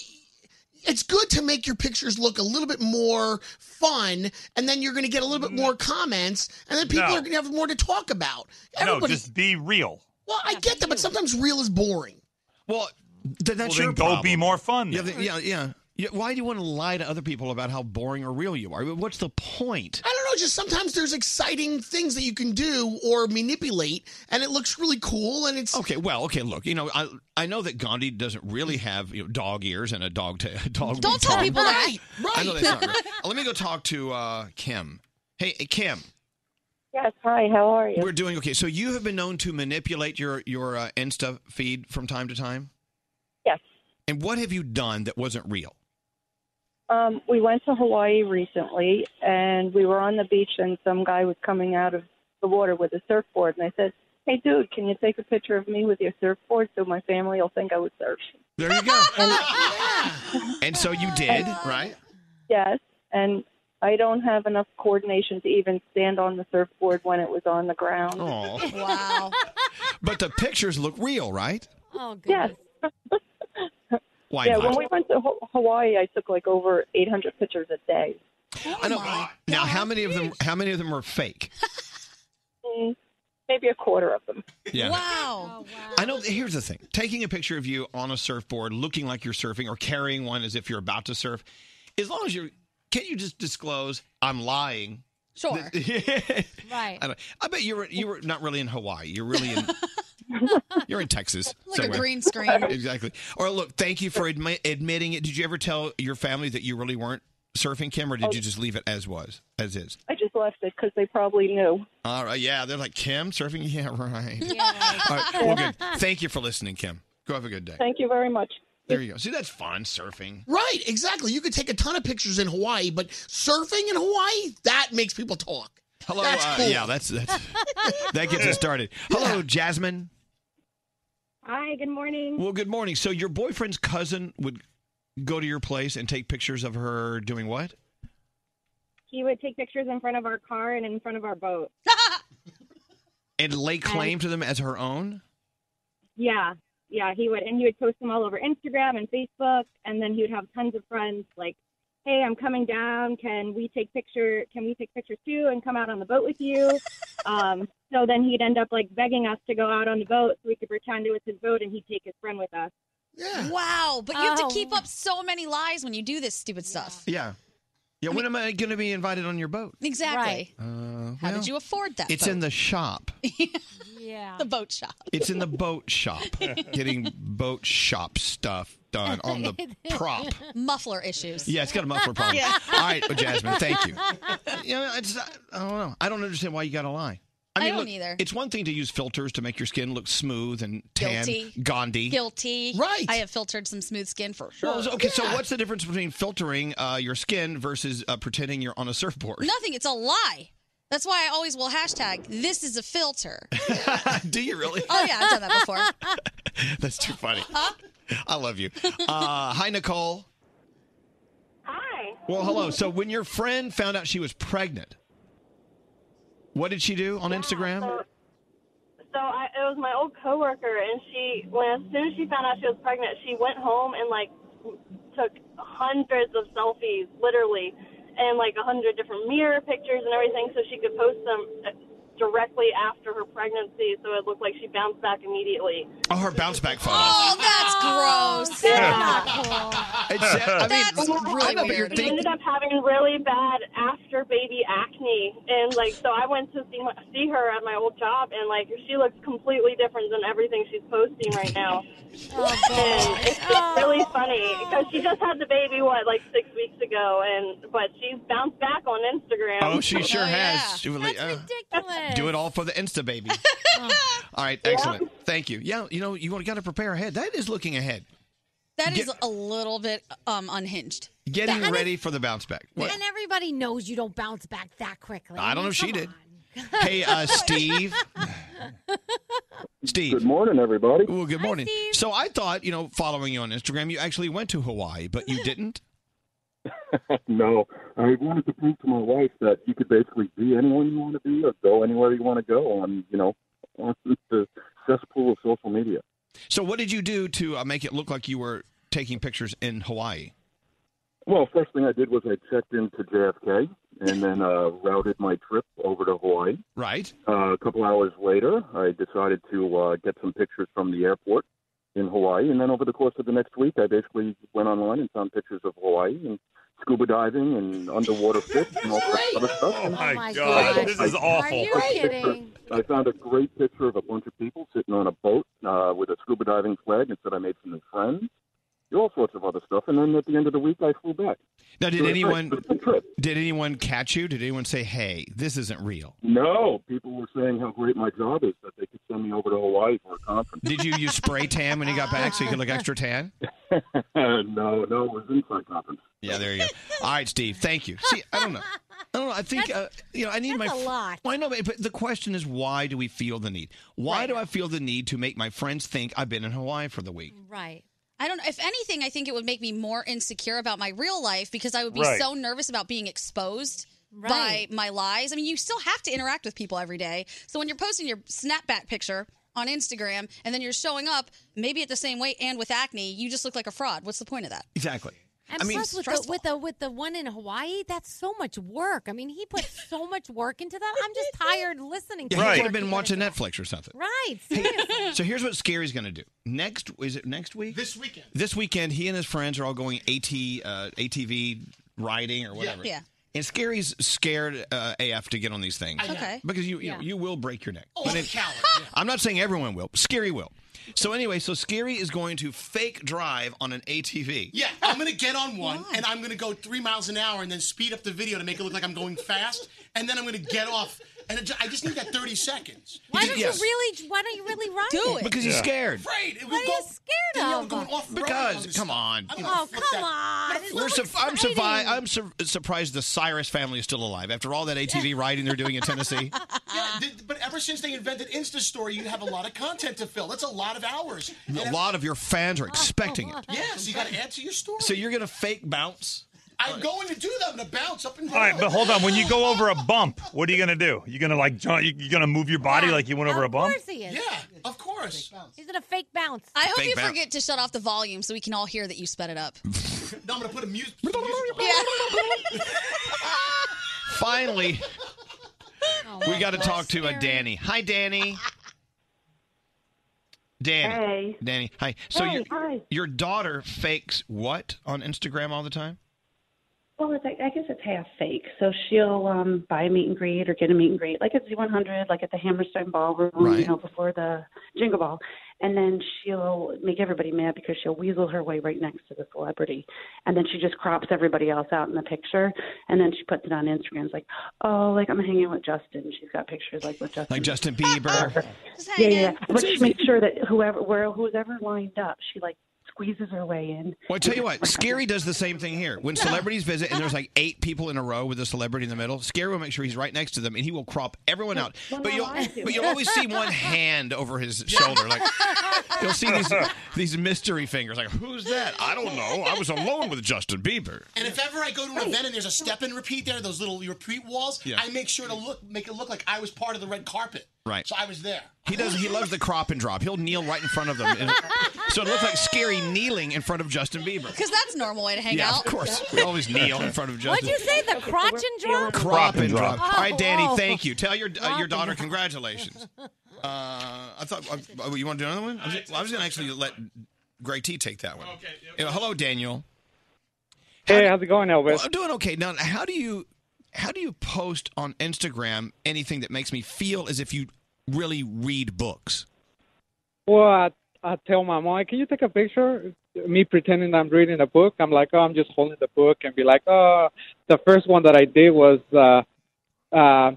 it's good to make your pictures look a little bit more fun, and then you're going to get a little bit more comments, and then people No. are going to have more to talk about. No, Everybody, just be real. well, I get that, but sometimes real is boring. Well, then that's Well, then your go problem. be more fun Yeah, then. th- yeah, yeah, yeah. Why do you want to lie to other people about how boring or real you are? What's the point? I don't know, just sometimes there's exciting things that you can do or manipulate, and it looks really cool, and it's Okay, well, okay. Look, you know, I I know that Gandhi doesn't really have you know, dog ears and a dog ta- dog. Don't tell tongue. people that. I know that's not right. Let me go talk to uh, Kim. Hey, Kim. Yes. Hi. How are you? We're doing okay. So you have been known to manipulate your your uh, Insta feed from time to time. Yes. And what have you done that wasn't real? Um, we went to Hawaii recently, and we were on the beach, and some guy was coming out of the water with a surfboard, and I said, "Hey, dude, can you take a picture of me with your surfboard so my family will think I was surfing?" There you go. and so you did, right? Yes. And I don't have enough coordination to even stand on the surfboard when it was on the ground. Oh. Wow. But the pictures look real, right? Oh, yes. Why yeah. not? When we went to Ho- Hawaii, I took like over 800 pictures a day. I know. Now, how many of them? How many of them are fake? Mm, Maybe a quarter of them. Yeah. Wow. I know. Here's the thing: taking a picture of you on a surfboard, looking like you're surfing, or carrying one as if you're about to surf, as long as you're, can't you just disclose I'm lying? Sure. Right. I, don't, I bet you were you were not really in Hawaii. You're really in you're in Texas. Like a green screen. exactly. Or look, thank you for admi- admitting it. Did you ever tell your family that you really weren't surfing, Kim, or did you just leave it as was, as is? I just left it because they probably knew. All right. Yeah, they're like Kim surfing. Yeah, right. All right. Well, good. Thank you for listening, Kim. Go have a good day. Thank you very much. There you go. See, that's fun surfing. Right, exactly. You could take a ton of pictures in Hawaii, but surfing in Hawaii, that makes people talk. Hello. That's uh, cool. Yeah, that's that's that gets us started. Hello, Jasmine. Hi, good morning. Well, good morning. So your boyfriend's cousin would go to your place and take pictures of her doing what? He would take pictures in front of our car and in front of our boat. And lay claim to them as her own? yeah, yeah, he would. And he would post them all over Instagram and Facebook. And then he would have tons of friends like, hey, I'm coming down. Can we take picture? Can we take pictures too and come out on the boat with you? um, so then he'd end up like begging us to go out on the boat so we could pretend it was his boat and he'd take his friend with us. Wow, but you have to Oh. keep up so many lies when you do this stupid stuff. Yeah. Yeah, when am I going to be invited on your boat? Exactly. Uh, How well, did you afford that? It's in the shop. yeah. the boat shop. It's in the boat shop. Getting boat shop stuff done on the prop. Muffler issues. Yeah, it's got a muffler problem. Yeah. All right, Jasmine, thank you. You know, it's, I don't know. I don't understand why you got to lie. I mean, don't look, either. It's one thing to use filters to make your skin look smooth and tan. Guilty. Gandhi. Guilty. Right. I have filtered some smooth skin for sure. Well, okay, so what's the difference between filtering uh, your skin versus uh, pretending you're on a surfboard? Nothing. It's a lie. That's why I always will hashtag this is a filter. Do you really? Oh yeah, I've done that before. That's too funny. I love you. Uh, hi, Nicole. Hi. Well, hello. So, when your friend found out she was pregnant, what did she do on Instagram? So I, it was my old coworker, and she, when as soon as she found out she was pregnant, she went home and like took hundreds of selfies, literally, and like a hundred different mirror pictures and everything, so she could post them uh, directly after her pregnancy, so it looked like she bounced back immediately. Oh, her bounce back photo. Oh, that's gross. That's It's- I mean, That's really know, but you're I ended thinking- up having really bad after baby acne, and like so I went to see my, see her at my old job, and like she looks completely different than everything she's posting right now. Oh, and it's just really funny because she just had the baby what like six weeks ago, and but she's bounced back on Instagram. Oh, she sure has. She was like, uh, do it all for the Insta baby. all right, excellent. Thank you. Yeah, you know, you got to prepare ahead. That is looking ahead. That is a little bit um unhinged. Getting That- ready for the bounce back. What? And everybody knows you don't bounce back that quickly. I don't know if she did. Hey, uh, Steve. Steve. Good morning, everybody. Well, good morning. so I thought, you know, following you on Instagram, you actually went to Hawaii, but you didn't. no, I wanted to prove to my wife that you could basically be anyone you want to be or go anywhere you want to go on, you know, on the cesspool of social media. So what did you do to uh, make it look like you were taking pictures in Hawaii? Well, first thing I did was I checked into JFK and then uh, routed my trip over to Hawaii. Right. Uh, a couple hours later, I decided to uh, get some pictures from the airport in Hawaii, and then over the course of the next week, I basically went online and found pictures of Hawaii and scuba diving and underwater fish and all that other stuff. Oh my my God. God. This is awful. Are you kidding? I found a great picture of a bunch of people sitting on a boat uh, with a scuba diving flag, and said I made some new friends. All sorts of other stuff, and then at the end of the week, I flew back. Now, did So it's anyone nice. It's a trip. did anyone catch you? Did anyone say, "Hey, this isn't real"? No, people were saying how great my job is that they could send me over to Hawaii for a conference. Did you use spray tan when you got back so you could look extra tan? no, no, it was inside conference. Yeah, there you go. All right, Steve. Thank you. See, I don't know. I don't know. I think uh, you know. I need that's my. a lot. Well, I know, but but the question is, why do we feel the need? Why do I feel the need to make my friends think I've been in Hawaii for the week? Right. I don't know. If anything, I think it would make me more insecure about my real life because I would be Right. so nervous about being exposed Right. by my lies. I mean, you still have to interact with people every day. So when you're posting your snapback picture on Instagram and then you're showing up maybe at the same weight and with acne, you just look like a fraud. What's the point of that? Exactly. And plus, with the, with the with the one in Hawaii, that's so much work. I mean, he put so much work into that. I'm just tired listening. to Yeah, him He could work have been it. watching Netflix or something. Right. So here's what Scary's going to do. Next, is it next week? This weekend. This weekend, he and his friends are all going AT, uh, ATV riding or whatever. Yeah. And Scary's scared uh, AF to get on these things. I know. Okay. Because you you, you will break your neck. Oh, But it- I'm not saying everyone will. Scary will. So anyway, so Scary is going to fake drive on an ATV. Yeah, I'm gonna get on one and I'm gonna go three miles an hour and then speed up the video to make it look like I'm going fast, and then I'm gonna get off And it, ju- I just need that 30 seconds. Why don't you really? Why don't you really ride it? Because he's scared. Afraid. It What would are you go- scared Danielle, of? going off Because, come on. I'm Oh come on! It's We're so su- I'm, survi- exciting. I'm sur- surprised the Cyrus family is still alive after all that ATV riding they're doing in Tennessee. Yeah, th- but ever since they invented Insta Story, you have a lot of content to fill. That's a lot of hours. And A ev- lot of your fans are expecting it. Yeah, so you got to add to your story. So you're going to fake bounce? I'm going to do that. I'm going to bounce up and All down. right, but hold on. When you go over a bump, what are you gonna do? You gonna like jump? You you gonna move your body like you went over a Of bump? course he is. Yeah, of course. He's in a fake bounce. I hope Fake you bounce. forget to shut off the volume so we can all hear that you sped it up. No, I'm going to put a music. Finally, we got to talk to a scary. Danny. Hi, Danny. Danny. Hey. Danny. Hi. So Hey, your hi. your daughter fakes what on Instagram all the time? Well, it's, I guess it's half fake. So she'll um, buy a meet and greet or get a meet and greet, like at Z100, like at the Hammerstein Ballroom, Right. you know, before the Jingle Ball. And then she'll make everybody mad because she'll weasel her way right next to the celebrity. And then she just crops everybody else out in the picture. And then she puts it on Instagram. It's like, oh, like I'm hanging with Justin. She's got pictures like with Justin. Like Justin Bieber. yeah, yeah. yeah. But she makes sure that whoever, where, who's ever lined up, she like squeezes her way in. Well, I tell you what, Scary does the same thing here. When celebrities visit and there's like eight people in a row with a celebrity in the middle, Scary will make sure he's right next to them and he will crop everyone out. But you'll but you'll always see one hand over his shoulder. Like you'll see these these mystery fingers. Like who's that? I don't know. I was alone with Justin Bieber. And if ever I go to an event and there's a step and repeat there, those little repeat walls, Yeah. I make sure to look, make it look like I was part of the red carpet. Right. So I was there. He does. He loves the crop and drop. He'll kneel right in front of them, And- so it looks like Scary kneeling in front of Justin Bieber. Because that's a normal way to hang yeah, out. of course. We always kneel in front of Justin. What'd you say? The crotch and drop. Crop and drop. Oh, All right, Danny. oh. Thank you. Tell your uh, Crop your and daughter drop. congratulations. Uh, I thought uh, you want to do another one. I was, well, I was going to actually let Greg T take that one. Okay. hello, Daniel. Hey, how's it going, Elvis? Well, I'm doing okay. Now, how do you how do you post on Instagram anything that makes me feel as if you really read books? Well, I, I tell my mom, can you take a picture? of Me pretending I'm reading a book. I'm like, oh, I'm just holding the book and be like, oh, the first one that I did was uh, uh,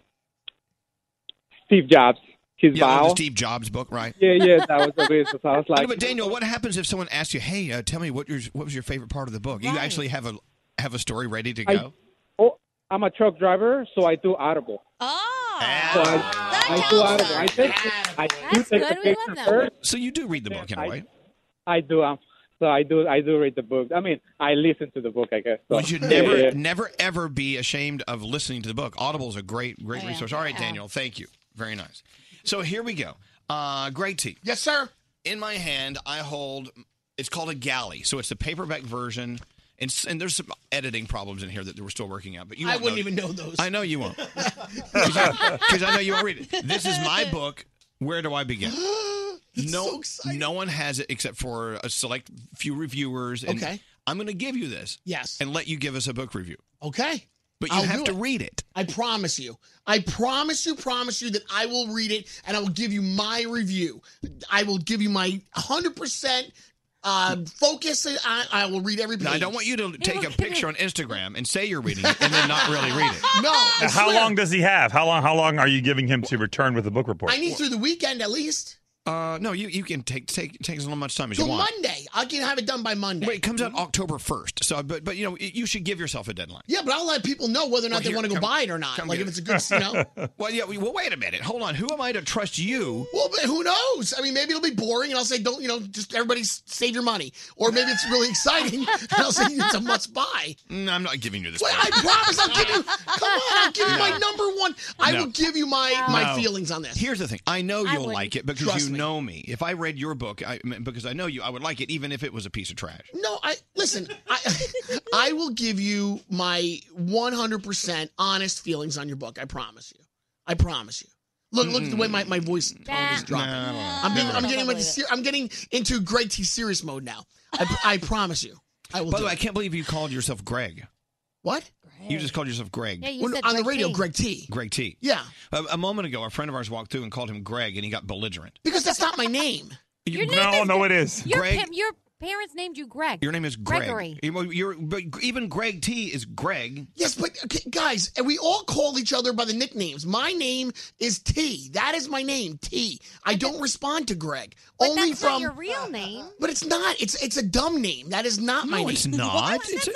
Steve Jobs, his Yeah, vow. the Steve Jobs book, right? Yeah, yeah, that was the basis. I was No, like, but Daniel, what happens if someone asks you, "Hey, uh, tell me what your what was your favorite part of the book?" You actually have a have a story ready to I- go. oh, I'm a truck driver, so I do audible. Ah. So I, I do audible. I take, I do take the picture first. So you do read the book in a way. I do. Um, so I do. I do read the book. I mean, I listen to the book. I guess. So. You should never, never, ever be ashamed of listening to the book. Audible is a great, great Oh, yeah. resource. All right, Yeah. Daniel, thank you. Very nice. So here we go. Uh, great tea. Yes, sir. In my hand, I hold. It's called a galley, so it's the paperback version. And, s- and there's some editing problems in here that we're still working out. But you, I won't wouldn't even know those. I know you won't, because I know you won't read it. This is my book. Where do I begin? no, no one has it except for a select few reviewers. And Okay. I'm going to give you this. Yes. And let you give us a book review. Okay. But you I'll have do to read it. I promise you. I promise you, promise you that I will read it and I will give you my review. I will give you my 100% uh, focus. and I, I will read every page. Now, I don't want you to take a picture on Instagram and say you're reading it and then not really read it. No. I Now, how swear. long does he have? How long? How long are you giving him to return with the book report? I need through the weekend at least. Uh, no, you, you can take take take as much time as Till you want. Monday. I can have it done by Monday. Wait, it comes out October first. So, but but you know, you should give yourself a deadline. Yeah, but I'll let people know whether or not Well, they here, want to go come- buy it or not. come Like get if it's a it. good, you know. Well, yeah. we- Well, wait a minute. Hold on. Who am I to trust you? Well, but who knows? I mean, maybe it'll be boring, and I'll say, "Don't you know? Just everybody s- save your money." Or maybe it's really exciting, and I'll say it's a must buy. Mm, I'm not giving you this. Wait, book. I promise I'll give you. Come on, I'll give you my No. number one. I No. will give you my my No. feelings on this. Here's the thing. I know I you'll wouldn't. like it because Trust you me. know me. If I read your book, I, because I know you, I would like it even if it was a piece of trash. No, I listen. I I will give you my 100 percent honest feelings on your book. I promise you. I promise you. Look, look at the way my, my voice tone is dropping. Nah, I don't know. I'm, being, Never I'm mind. getting like ser- I'm getting into Greg T serious mode now. I, I promise you. I will. By do the way, I it. can't believe you called yourself Greg. What? You just called yourself Greg. Yeah, you Well, said on the Greg radio, T. Greg T. Greg T. Yeah. A, a moment ago, a friend of ours walked through and called him Greg, and he got belligerent. Because that's not my name. no, no, it is. Your Greg, pimp, your parents named you Greg. Your name is Greg. Gregory. You- You're, but even Greg T is Greg. Yes, but okay, guys, and we all call each other by the nicknames. My name is T. That is my name, T. I don't respond to Greg. But only that's from not your real name. But it's not. It's it's a dumb name. That is not my name.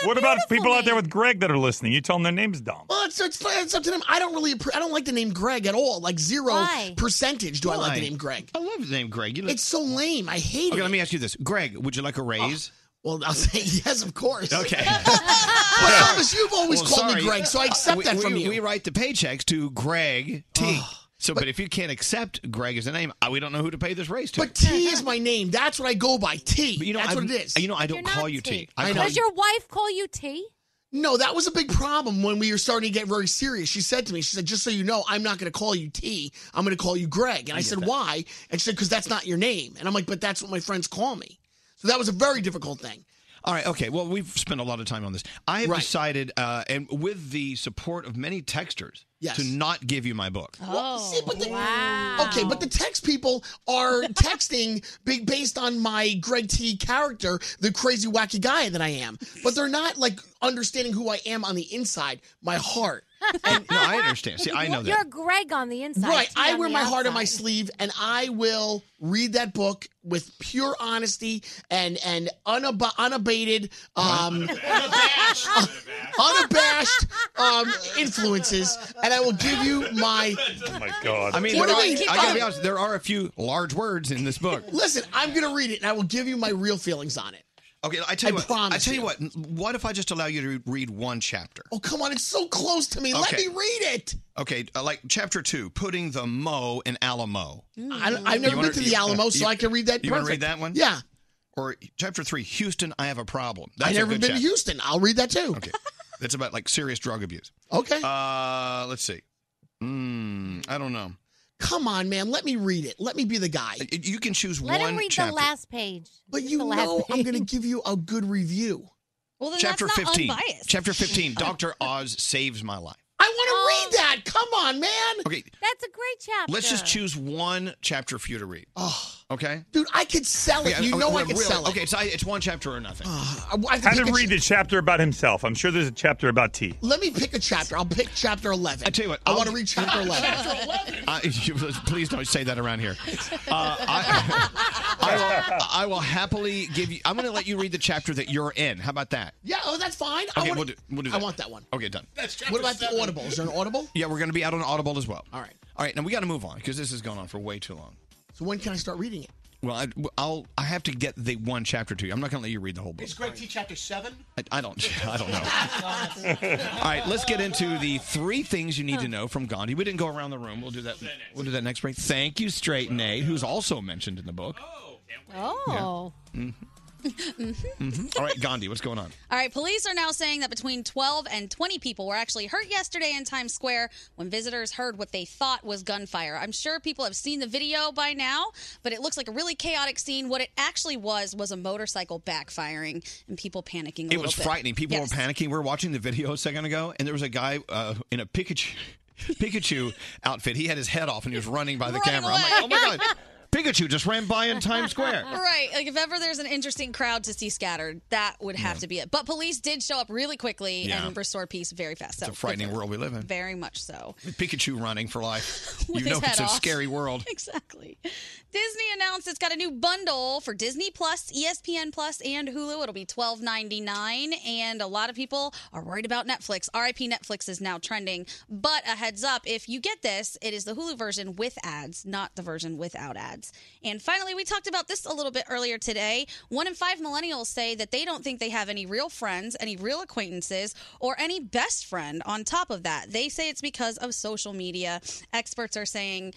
what about people out there with Greg that are listening? You tell them their name's dumb. Well, it's, it's, it's up to them. I don't really. appre- I don't like the name Greg at all. Like zero Why? percentage. Do I like the Why? name Greg? I love the name Greg. You look- It's so lame. I hate okay, it. Oh, let me ask you this. Greg, would you like a raise? well, I'll say yes, of course. Okay. But Thomas, you've always Well, called sorry. me Greg, so I accept We- that from we- you. We write the paychecks to Greg T. so, but, if you can't accept Greg as a name, uh, we don't know who to pay this raise to. but T is my name. That's what I go by. T. You know, That's I- what it is. You know, I don't call you T. I call Does you- your wife call you T? No, that was a big problem when we were starting to get very serious. She said to me, she said, just so you know, I'm not going to call you T. I'm going to call you Greg. And I, said, why? And she said, because that's not your name. And I'm like, but that's what my friends call me. So that was a very difficult thing. All right, okay. Well, we've spent a lot of time on this. I have Right. decided, uh, and with the support of many texters, Yes. to not give you my book. Well, see, but the, Okay, but the text people are texting big based on my Greg T character, the crazy wacky guy that I am. But they're not like understanding who I am on the inside, my heart. no, I understand. See, I know that. You're Greg on the inside. Right. T I on wear the my heart on my outside. sleeve and I will read that book with pure honesty and and unab- unabated um unabashed unabashed um influences and I will give you my Oh my God. I mean, What there do are- you mean? I gotta be honest. There are a few large words in this book. Listen, I'm going to read it and I will give you my real feelings on it. Okay, I tell you I what. I promise tell you. you. what. What if I just allow you to read one chapter? Oh, come on, it's so close to me. Let Okay. me read it. Okay, uh, like chapter two, putting the mo in Alamo. Mm. I, I've never been to the Alamo, so I can read that. uh, You want to read perfect. that one? Yeah. Or chapter three, Houston, I have a problem. I've That's a never good been to chapter. Houston. I'll read that too. Okay. That's about like serious drug abuse. Okay. Uh, let's see. Mm, I don't know. Come on, man. Let me read it. Let me be the guy. Uh, You can choose Let him read the last page. But you the last know I'm going to give you a good review. Well, then chapter that's not 15. unbiased. Chapter 15, Dr. Oz saves my life. I want to read that. Come on, man. Okay, Oh. That's a great chapter. let's just choose one chapter for you to read. Oh, Okay? dude, I could sell it. Yeah, you okay, know I well, could really- sell it. Okay, it's, it's one chapter or nothing. I, I have to Have pick him a read the chapter about himself. I'm sure there's a chapter about T. Let me pick a chapter. I'll pick chapter 11. I tell you what, I want to read chapter 11. I, Uh, please don't say that around here. Uh, I, I, will, I will happily give you. I'm going to let you read the chapter that you're in. How about that? Yeah, oh, that's fine. I Okay, want we'll do, we'll do I that. want that one. Okay, done. What about the Audible? Is there an Audible? Yeah, we're going to be out on Audible as well. All right. All right, now we got to move on because this has gone on for way too long. So when can I start reading it? Well, I, I'll I have to get the one chapter to you. I'm not going to let you read the whole book. Is Greg T chapter seven? I, I don't. I don't know. All right, let's get into the three things you need to know from Gandhi. We didn't go around the room. We'll do that. We'll do that next break. Thank you, Straight Nate, who's also mentioned in the book. Oh. Mhm, mhm. All right, Gandhi, what's going on? All right, police are now saying that between 12 and 20 people were actually hurt yesterday in Times Square when visitors heard what they thought was gunfire. I'm sure people have seen the video by now, but it looks like a really chaotic scene. What it actually was was a motorcycle backfiring and people panicking a It was little bit. frightening. People Yes. were panicking. We were watching the video a second ago, and there was a guy uh, in a Pikachu Pikachu outfit. He had his head off, and he was running by the camera. I'm like, oh my god, Pikachu just ran by in Times Square. Right. Like if ever there's an interesting crowd to see scattered, that would have to be it. But police did show up really quickly Yeah. and restore peace very fast. It's So a frightening world we live in. Very much so. With Pikachu running for life. With you know his it's head a off. scary world. Exactly. Disney announced it's got a new bundle for Disney Plus, E ESPN Plus, and Hulu. It'll be twelve ninety nine, and a lot of people are worried about Netflix. RIP Netflix is now trending. But a heads up, if you get this, it is the Hulu version with ads, not the version without ads. And finally, we talked about this a little bit earlier today. One in five millennials say that they don't think they have any real friends, any real acquaintances, or any best friend. On top of that, they say it's because of social media. Experts are saying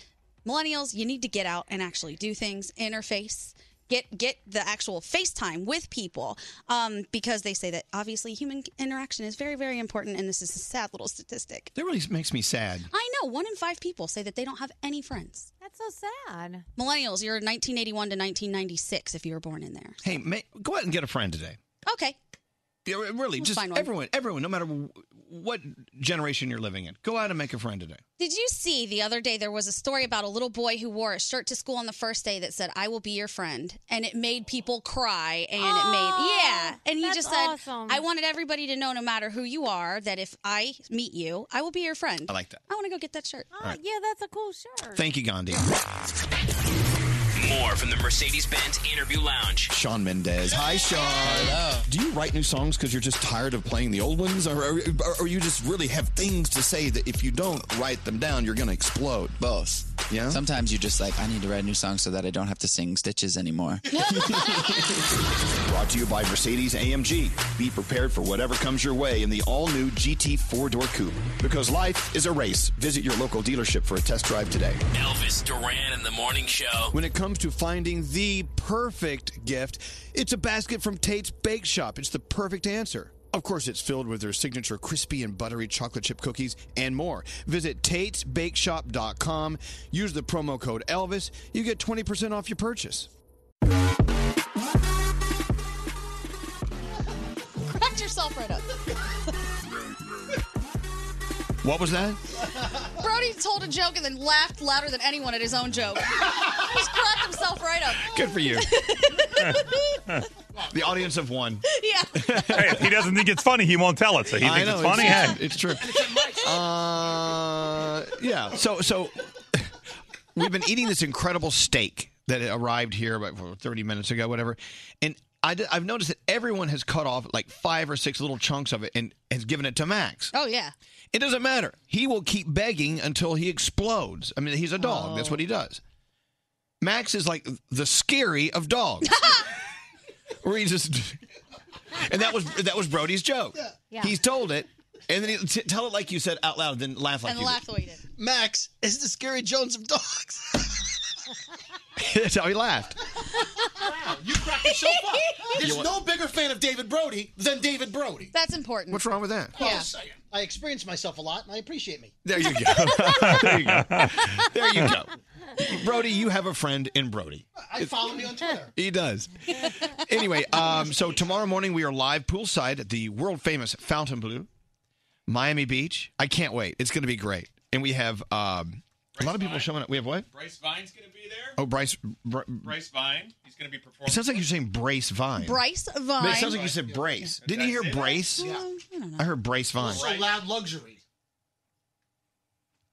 millennials you need to get out and actually do things interface get get the actual facetime with people um, because they say that obviously human interaction is very very important and this is a sad little statistic That really makes me sad. i know one in five people say that they don't have any friends that's so sad millennials you're 1981 to 1996 if you were born in there Hey, ma- go out and get a friend today. okay Yeah, re- really, We'll just find one. everyone, everyone, no matter wh- what generation you're living in, go out and make a friend today. Did you see the other day there was a story about a little boy who wore a shirt to school on the first day that said, I will be your friend? And it made people cry. And it made, yeah. And he that's just said, awesome. I wanted everybody to know, no matter who you are, that if I meet you, I will be your friend. I like that. I want to go get that shirt. All right. Yeah, that's a cool shirt. Thank you, Gandhi. More from the Mercedes Benz Interview Lounge. Sean Mendez. Hi, Sean. Do you write new songs because you're just tired of playing the old ones, or, or, or you just really have things to say that if you don't write them down, you're going to explode? Both. Yeah. Sometimes you just like, I need to write a new song so that I don't have to sing Stitches anymore. Brought to you by Mercedes AMG. Be prepared for whatever comes your way in the all new GT four door coupe. Because life is a race. Visit your local dealership for a test drive today. Elvis Duran and the Morning Show. When it comes to finding the perfect gift, it's a basket from Tate's Bake Shop. It's the perfect answer. Of course, it's filled with their signature crispy and buttery chocolate chip cookies and more. Visit Tate'sBakeShop.com. Use the promo code Elvis. You get 20% off your purchase. Cracked yourself right up. What was that? Brody told a joke and then laughed louder than anyone at his own joke. He's cracked himself right up. Good for you. the audience of one. Yeah. hey, if he doesn't think it's funny, he won't tell it. So he I thinks know, it's funny. It's, hey. it's true. Uh, yeah. So so we've been eating this incredible steak that arrived here about what, 30 minutes ago, whatever, and. I did, I've noticed that everyone has cut off like five or six little chunks of it and has given it to Max. Oh, yeah. It doesn't matter. He will keep begging until he explodes. I mean, he's a dog. That's what he does. Max is like the scary of dogs. Where he just and that was that was Brody's joke. Yeah. He's told it, and then he t- tell it like you said out loud, then laugh like And you. laugh the way you did. Max is the Scary Jones of dogs. did. That's how he laughed. Wow, you cracked yourself up. You There's want- no bigger fan of David Brody than David Brody. That's important. What's wrong with that? Well, I'm saying, I experience myself a lot, and I appreciate me. There you go. there you go. There you go. Brody, you have a friend in Brody. I follow me on Twitter. He does. Anyway, um, so tomorrow morning we are live poolside at the world famous Fontainebleau, Miami Beach. I can't wait. It's going to be great. And we have um, a lot of people showing up. We have what? Bryce Vine's going to be there. Oh, Bryce. Br- Bryce Vine. He's going to be it performing. sounds like you're saying Brace Vine. Bryce But Vine. Mm, It sounds like you said brace. Didn't you hear brace? I don't know. I heard brace vine. So loud luxury.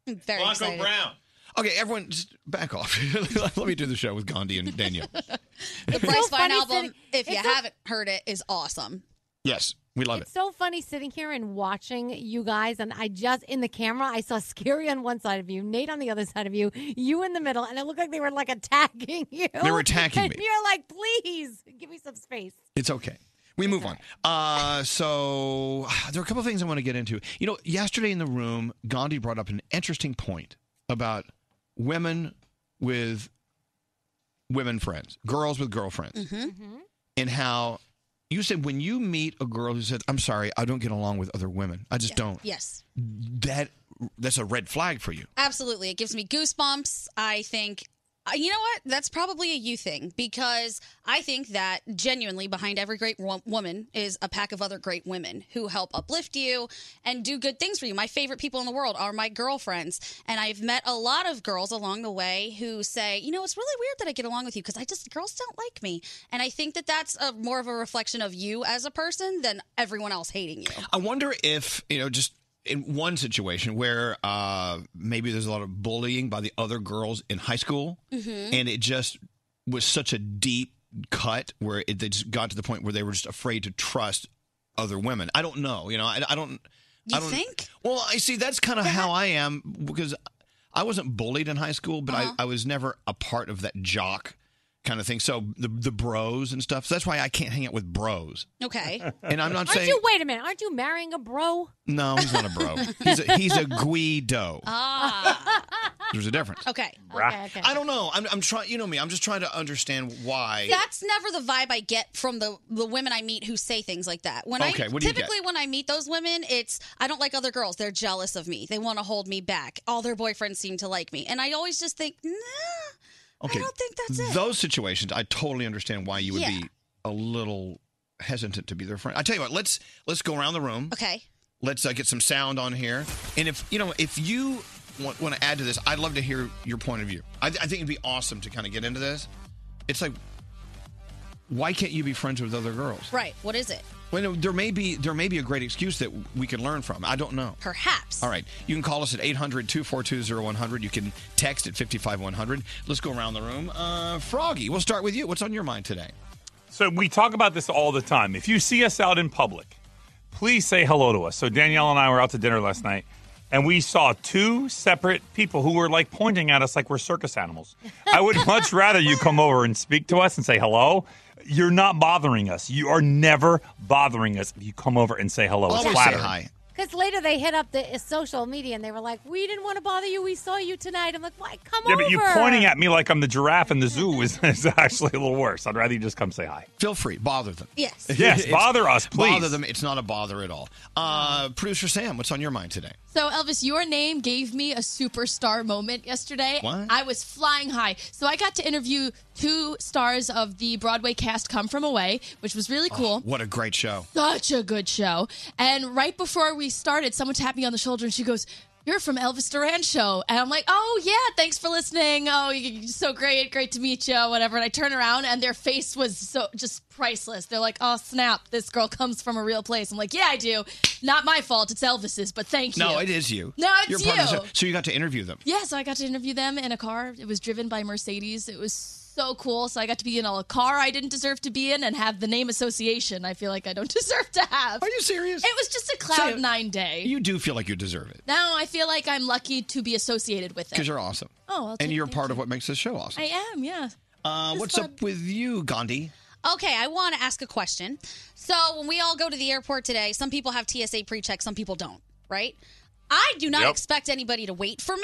I'm very Blanco excited. Brown. Okay, everyone, just back off. Let me do the show with Gandhi and Danielle. The Bryce Vine funny album, sitting- if you it's so- haven't heard it, is awesome. Yes, we love it. It's so funny sitting here and watching you guys. And I just, in the camera, I saw Scary on one side of you, Nate on the other side of you, you in the middle. And it looked like they were like attacking you. They were attacking and me. You're like, please give me some space. It's okay. We move on. Uh, so there are a couple of things I want to get into. You know, yesterday in the room, Gandhi brought up an interesting point about women with women friends, girls with girlfriends, Mm. and how you said when you meet a girl who says, "I'm sorry, I don't get along with other women. I just don't." Yes, That that's a red flag for you. absolutely. It gives me goosebumps. I think, uh, you know what? That's probably a you thing because I think that genuinely behind every great wo- woman is a pack of other great women who help uplift you and do good things for you. My favorite people in the world are my girlfriends. And I've met a lot of girls along the way who say, you know, it's really weird that I get along with you because I just, girls don't like me. And I think that that's a, more of a reflection of you as a person than everyone else hating you. I wonder if you know just in one situation where uh, maybe there's a lot of bullying by the other girls in high school, Mhm. and it just was such a deep cut where it they just got to the point where they were just afraid to trust other women. I don't know, you know, I, I don't. You I don't, think? Well, I see. That's kind of how I am because I wasn't bullied in high school, but Uh-huh. I, I was never a part of that jock kind of thing. So the the bros and stuff. So that's why I can't hang out with bros. Okay. And I'm not aren't saying- you, wait a minute, aren't you marrying a bro? No, he's not a bro. he's a, he's a Guido. Ah. There's a difference. okay. I don't know. I'm, I'm trying. You know me. I'm just trying to understand why. That's never the vibe I get from the the women I meet who say things like that. When Okay, I what do you get? typically when I meet those women, it's I don't like other girls. They're jealous of me. They want to hold me back. All their boyfriends seem to like me, and I always just think, nah, okay. I don't think that's it. Those situations, I totally understand why you would Yeah. be a little hesitant to be their friend. I tell you what, let's let's go around the room. Okay. Let's uh, get some sound on here. And if you know, if you want, want to add to this, I'd love to hear your point of view. I, th- I think it'd be awesome to kind of get into this. It's like, why can't you be friends with other girls? Right. What is it? Well, there may be there may be a great excuse that we can learn from. I don't know. Perhaps. All right. You can call us at 800-242-0100. You can text at 55100. Let's go around the room. Uh, Froggy, we'll start with you. What's on your mind today? So we talk about this all the time. If you see us out in public, please say hello to us. So Danielle and I were out to dinner last night, and we saw two separate people who were like pointing at us like we're circus animals. I would much rather you come over and speak to us and say hello. You're not bothering us. You are never bothering us if you come over and say hello. It's Always say flattering. hi. Because later they hit up the uh, social media and they were like, "We didn't want to bother you. We saw you tonight." I'm like, "Why? Come Yeah, over." but you pointing at me like I'm the giraffe in the zoo is, is actually a little worse. I'd rather you just come say hi. Feel free. Bother them. Yes. Yes, It's- bother us, please. Bother them. It's not a bother at all. Uh, Producer Sam, what's on your mind today? So, Elvis, your name gave me a superstar moment yesterday. What? I was flying high. So, I got to interview two stars of the Broadway cast Come From Away, which was really Oh, cool. what a great show. Such a good show. And right before we started, someone tapped me on the shoulder and she goes, you're from Elvis Duran show, and I'm like, oh yeah, thanks for listening. Oh, you're so great, great to meet you, whatever. And I turn around, and their face was so just priceless. They're like, oh snap, this girl comes from a real place. I'm like, yeah, I do. Not my fault. It's Elvis's, but thank you. No, it is you. No, it's You're part of the you. show. So you got to interview them. Yeah, so I got to interview them in a car. It was driven by Mercedes. It was so cool. So I got to be in a car I didn't deserve to be in and have the name association I feel like I don't deserve to have. Are you serious? It was just a cloud nine day. You do feel like you deserve it now I feel like I'm lucky to be associated with it. because you're awesome. Oh, I'll take and you're that. part of what makes this show awesome. I am, yeah. Uh, what's up with you, Gandhi? Okay, I want to ask a question. So, when we all go to the airport today, some people have TSA pre check, some people don't, right? I do not Yep. expect anybody to wait for me.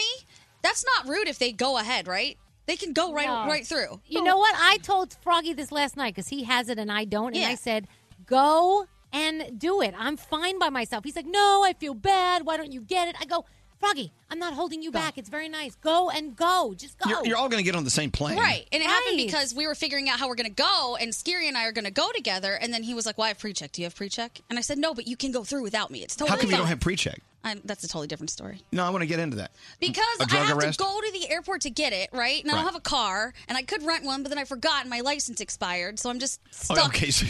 That's not rude if they go ahead, right? They can go right No. right through. You know what? I told Froggy this last night because he has it and I don't. And I said, go and do it. I'm fine by myself. He's like, no, I feel bad. Why don't you get it? I go, Froggy, I'm not holding you back. It's very nice. Go and go. Just go. You're, you're all going to get on the same plane. Oh. Right. And it happened Right. because we were figuring out how we're going to go, and Skiri and I are going to go together. And then he was like, Well, I have pre check. Do you have pre check? And I said, No, but you can go through without me. It's totally How come you fine." don't have pre-check? I'm, that's a totally different story. No, I want to get into that. Because A I drug have arrest? to go to the airport to get it, right? And I don't Right. have a car, and I could rent one, but then I forgot, and my license expired, so I'm just Oh, stuck. okay, so,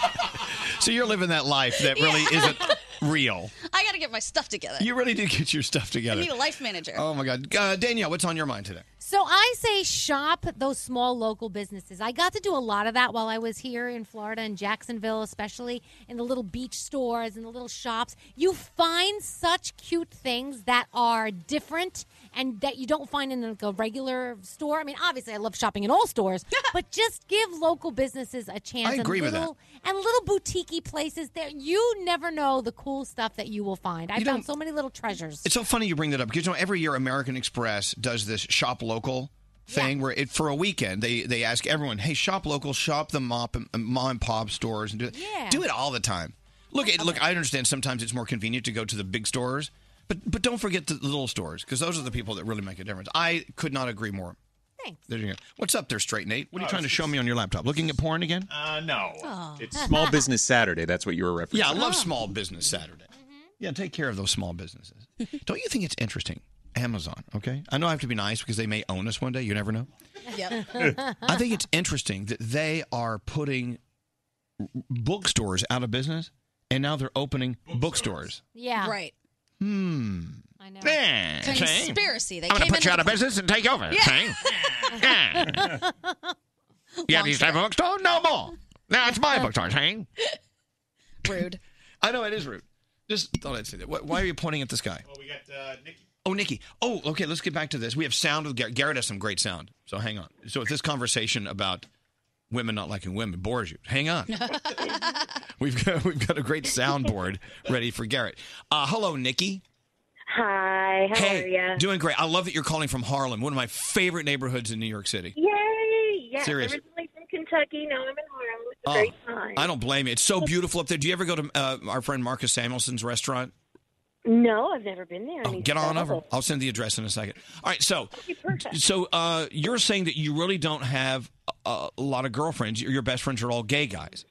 so you're living that life that really Yeah. isn't real. I got to get my stuff together. You really do get your stuff I together. need a life manager. Oh my God, uh, Danielle, what's on your mind today? So I say shop those small local businesses. I got to do a lot of that while I was here in Florida and Jacksonville, especially in the little beach stores and the little shops. You find such cute things that are different and that you don't find in like a regular store. I mean, obviously, I love shopping in all stores, but just give local businesses a chance. I agree and with that. little, And little boutiquey places that you never know the cool stuff that you will find. I found so many little treasures. It's so funny you bring that up because you know every year American Express does this shop local thing where it for a weekend they they ask everyone, hey, shop local, shop the mop and mom and pop stores and do it. Yeah. Do it all the time. Look, it, look, I understand sometimes it's more convenient to go to the big stores, but but don't forget the little stores because those are the people that really make a difference. I could not agree more. Thanks. There you go. What's up there, straight Nate? What are you Oh, trying to it's- show me on your laptop? Looking at porn again? Uh, no. Oh. It's Small Business Saturday. That's what you were referencing. Yeah, I love Small Business Saturday. Yeah, take care of those small businesses. Don't you think it's interesting? Amazon, okay? I know I have to be nice because they may own us one day. You never know. Yep. I think it's interesting that they are putting bookstores out of business and now they're opening bookstores. Yeah. Right. Hmm. I know. Yeah, see? Conspiracy. They I'm going to came put in you out of business and take over. Yeah. see? Yeah. You have these type of bookstore? No more. Now it's my bookstore, see? Rude. I know it is rude. Just thought I'd say that. Why- Why are you pointing at this guy? We got uh, Nikki. Oh, Nikki. Oh, okay. Let's get back to this. We have sound with Garrett. Garrett has some great sound. So hang on. So if this conversation about women not liking women bores you, hang on. Oh, we've got we've got a great soundboard ready for Garrett. Uh, hello, Nikki. Hi, how hey, are you? doing great. I love that you're calling from Harlem, one of my favorite neighborhoods in New York City. Yay! Yes, Serious. Oh, originally from Kentucky, now I'm in Harlem. It's a great time. I don't blame you. It's so beautiful up there. Do you ever go to uh, our friend Marcus Samuelson's restaurant? No, I've never been there. I need Oh, Get to on go. over. I'll send the address in a second. All right, so Okay, perfect. So uh, you're Mm-hmm. saying that you really don't have a, a lot of girlfriends. Your your best friends are all gay guys.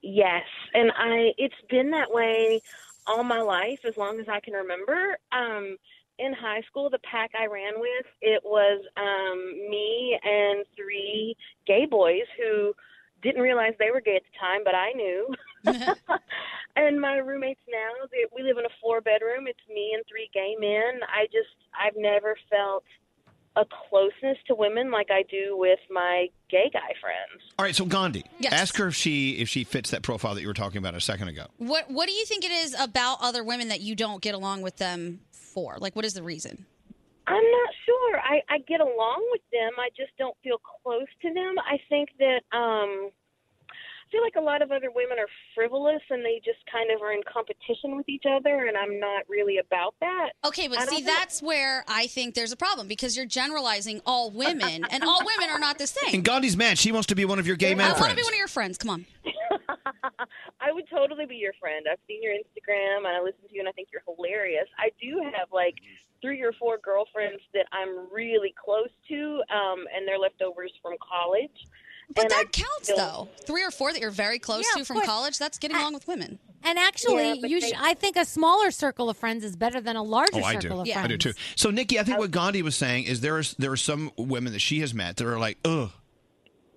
Yes, and I it's been that way all my life as long as I can remember. Um in high school, the pack I ran with, it was um me and three gay boys who didn't realize they were gay at the time, but I knew. and my roommates now, they, we live in a four bedroom. It's me and three gay men. I just I've never felt a closeness to women like I do with my gay guy friends. All right, so Gandhi, ask her if she if she fits that profile that you were talking about a second ago. What What do you think it is about other women that you don't get along with them for? Like, what is the reason? I'm not sure. I, I get along with them. I just don't feel close to them. I think that um I feel like a lot of other women are frivolous and they just kind of are in competition with each other and I'm not really about that. Okay, but I don't see, know. that's where I think there's a problem because you're generalizing all women, and all women are not the same. And Gandhi's mad. She wants to be one of your gay men I want to friends. be one of your friends. Come on. I would totally be your friend. I've seen your Instagram and I listen to you and I think you're hilarious. I do have like three or four girlfriends that I'm really close to, um, and they're leftovers from college. But And I that counts, don't- though. Three or four that you're very close Yeah, to of from course. college, that's getting along with women. And actually, Yeah, but you they- sh- I think a smaller circle of friends is better than a larger Oh, I circle do. of friends. I do too. So, Nikki, I think what Gandhi was saying is there is there are some women that she has met that are like, ugh,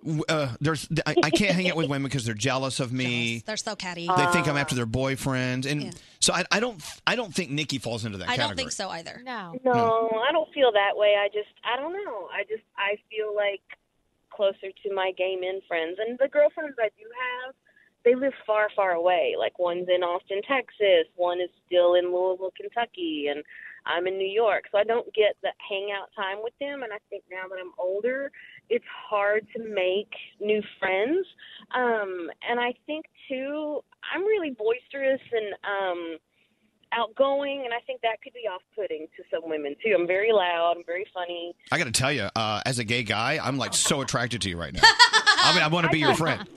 w- uh, there's I, I can't hang out with women because they're jealous of me. They're so catty. They think I'm after their boyfriends, and so I, I don't I don't think Nikki falls into that I category. Hmm. don't think so either. No. No, I don't feel that way. I just, I don't know. I just, I feel like closer to my gay men friends. And the girlfriends I do have, they live far, far away. Like one's in Austin, Texas, one is still in Louisville, Kentucky, and I'm in New York. So I don't get the hangout time with them. And I think now that I'm older, it's hard to make new friends. Um, and I think, too, I'm really boisterous and, um, outgoing, and I think that could be off-putting to some women too. I'm very loud, I'm very funny. I got to tell you, uh, as a gay guy, I'm like so attracted to you right now. I mean, I want to be your friend.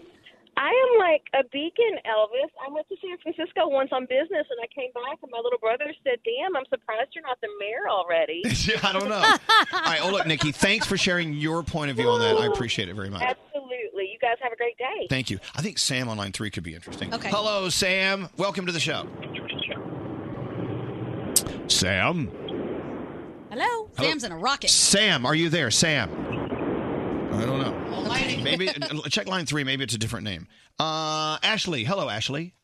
I am like a beacon, Elvis. I went to San Francisco once on business, and I came back, and my little brother said, "Damn, I'm surprised you're not the mayor already." I don't know. All right, well, look, Nikki, thanks for sharing your point of view on that. I appreciate it very much. Absolutely. You guys have a great day. Thank you. I think Sam on line three could be interesting. Okay. Hello, Sam. Welcome to the show. Sam. Hello. Hello. Sam's in a rocket. Sam, are you there? Sam. I don't know. Maybe uh, check line three. Maybe it's a different name. Uh, Ashley. Hello, Ashley.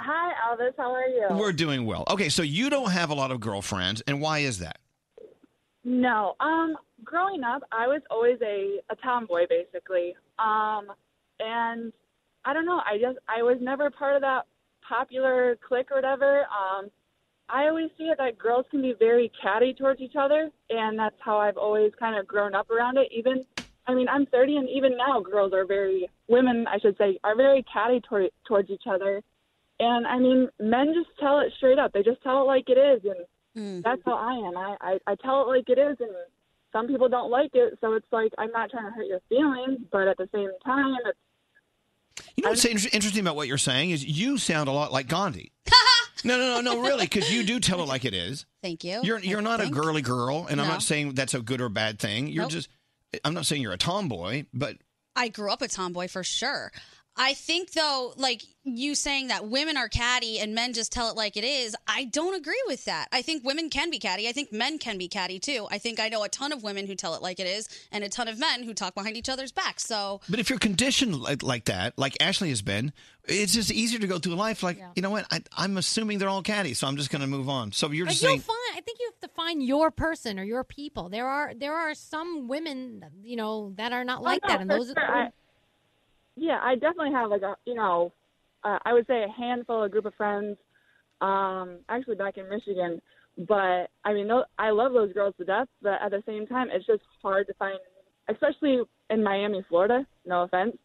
Hi, Elvis. How are you? We're doing well. Okay, so you don't have a lot of girlfriends, and why is that? no. Um, growing up, I was always a, a tomboy, basically. Um, and I don't know. I just I was never part of that popular clique or whatever. Um, I always see it that girls can be very catty towards each other, and that's how I've always kind of grown up around it. Even, I mean, I'm 30, and even now, girls are very women, I should say, are very catty tor- towards each other. And I mean, men just tell it straight up. They just tell it like it is, and that's how I am. I, I I tell it like it is, and some people don't like it. So it's like I'm not trying to hurt your feelings, but at the same time, it's You know what's inter- interesting about what you're saying is you sound a lot like Gandhi. no, no, no, no, really, because you do tell it like it is. Thank you. You're you're not a girly girl, and I'm No. not saying that's a good or bad thing. You're Nope. just I'm not saying you're a tomboy, but I grew up a tomboy for sure. I think though, like you saying that women are catty and men just tell it like it is, I don't agree with that. I think women can be catty. I think men can be catty too. I think I know a ton of women who tell it like it is and a ton of men who talk behind each other's back. So but if you're conditioned like, like that, like Ashley has been, it's just easier to go through life. Like you know what? I, I'm assuming they're all catty, so I'm just going to move on. So you're But just you'll saying. find. I think you have to find your person or your people. There are there are some women, you know, that are not Oh, like no, that, and for those. sure. I- yeah, I definitely have like a you know, uh, I would say a handful, a group of friends, um, actually back in Michigan. But I mean, tho- I love those girls to death. But at the same time, it's just hard to find, especially in Miami, Florida. No offense,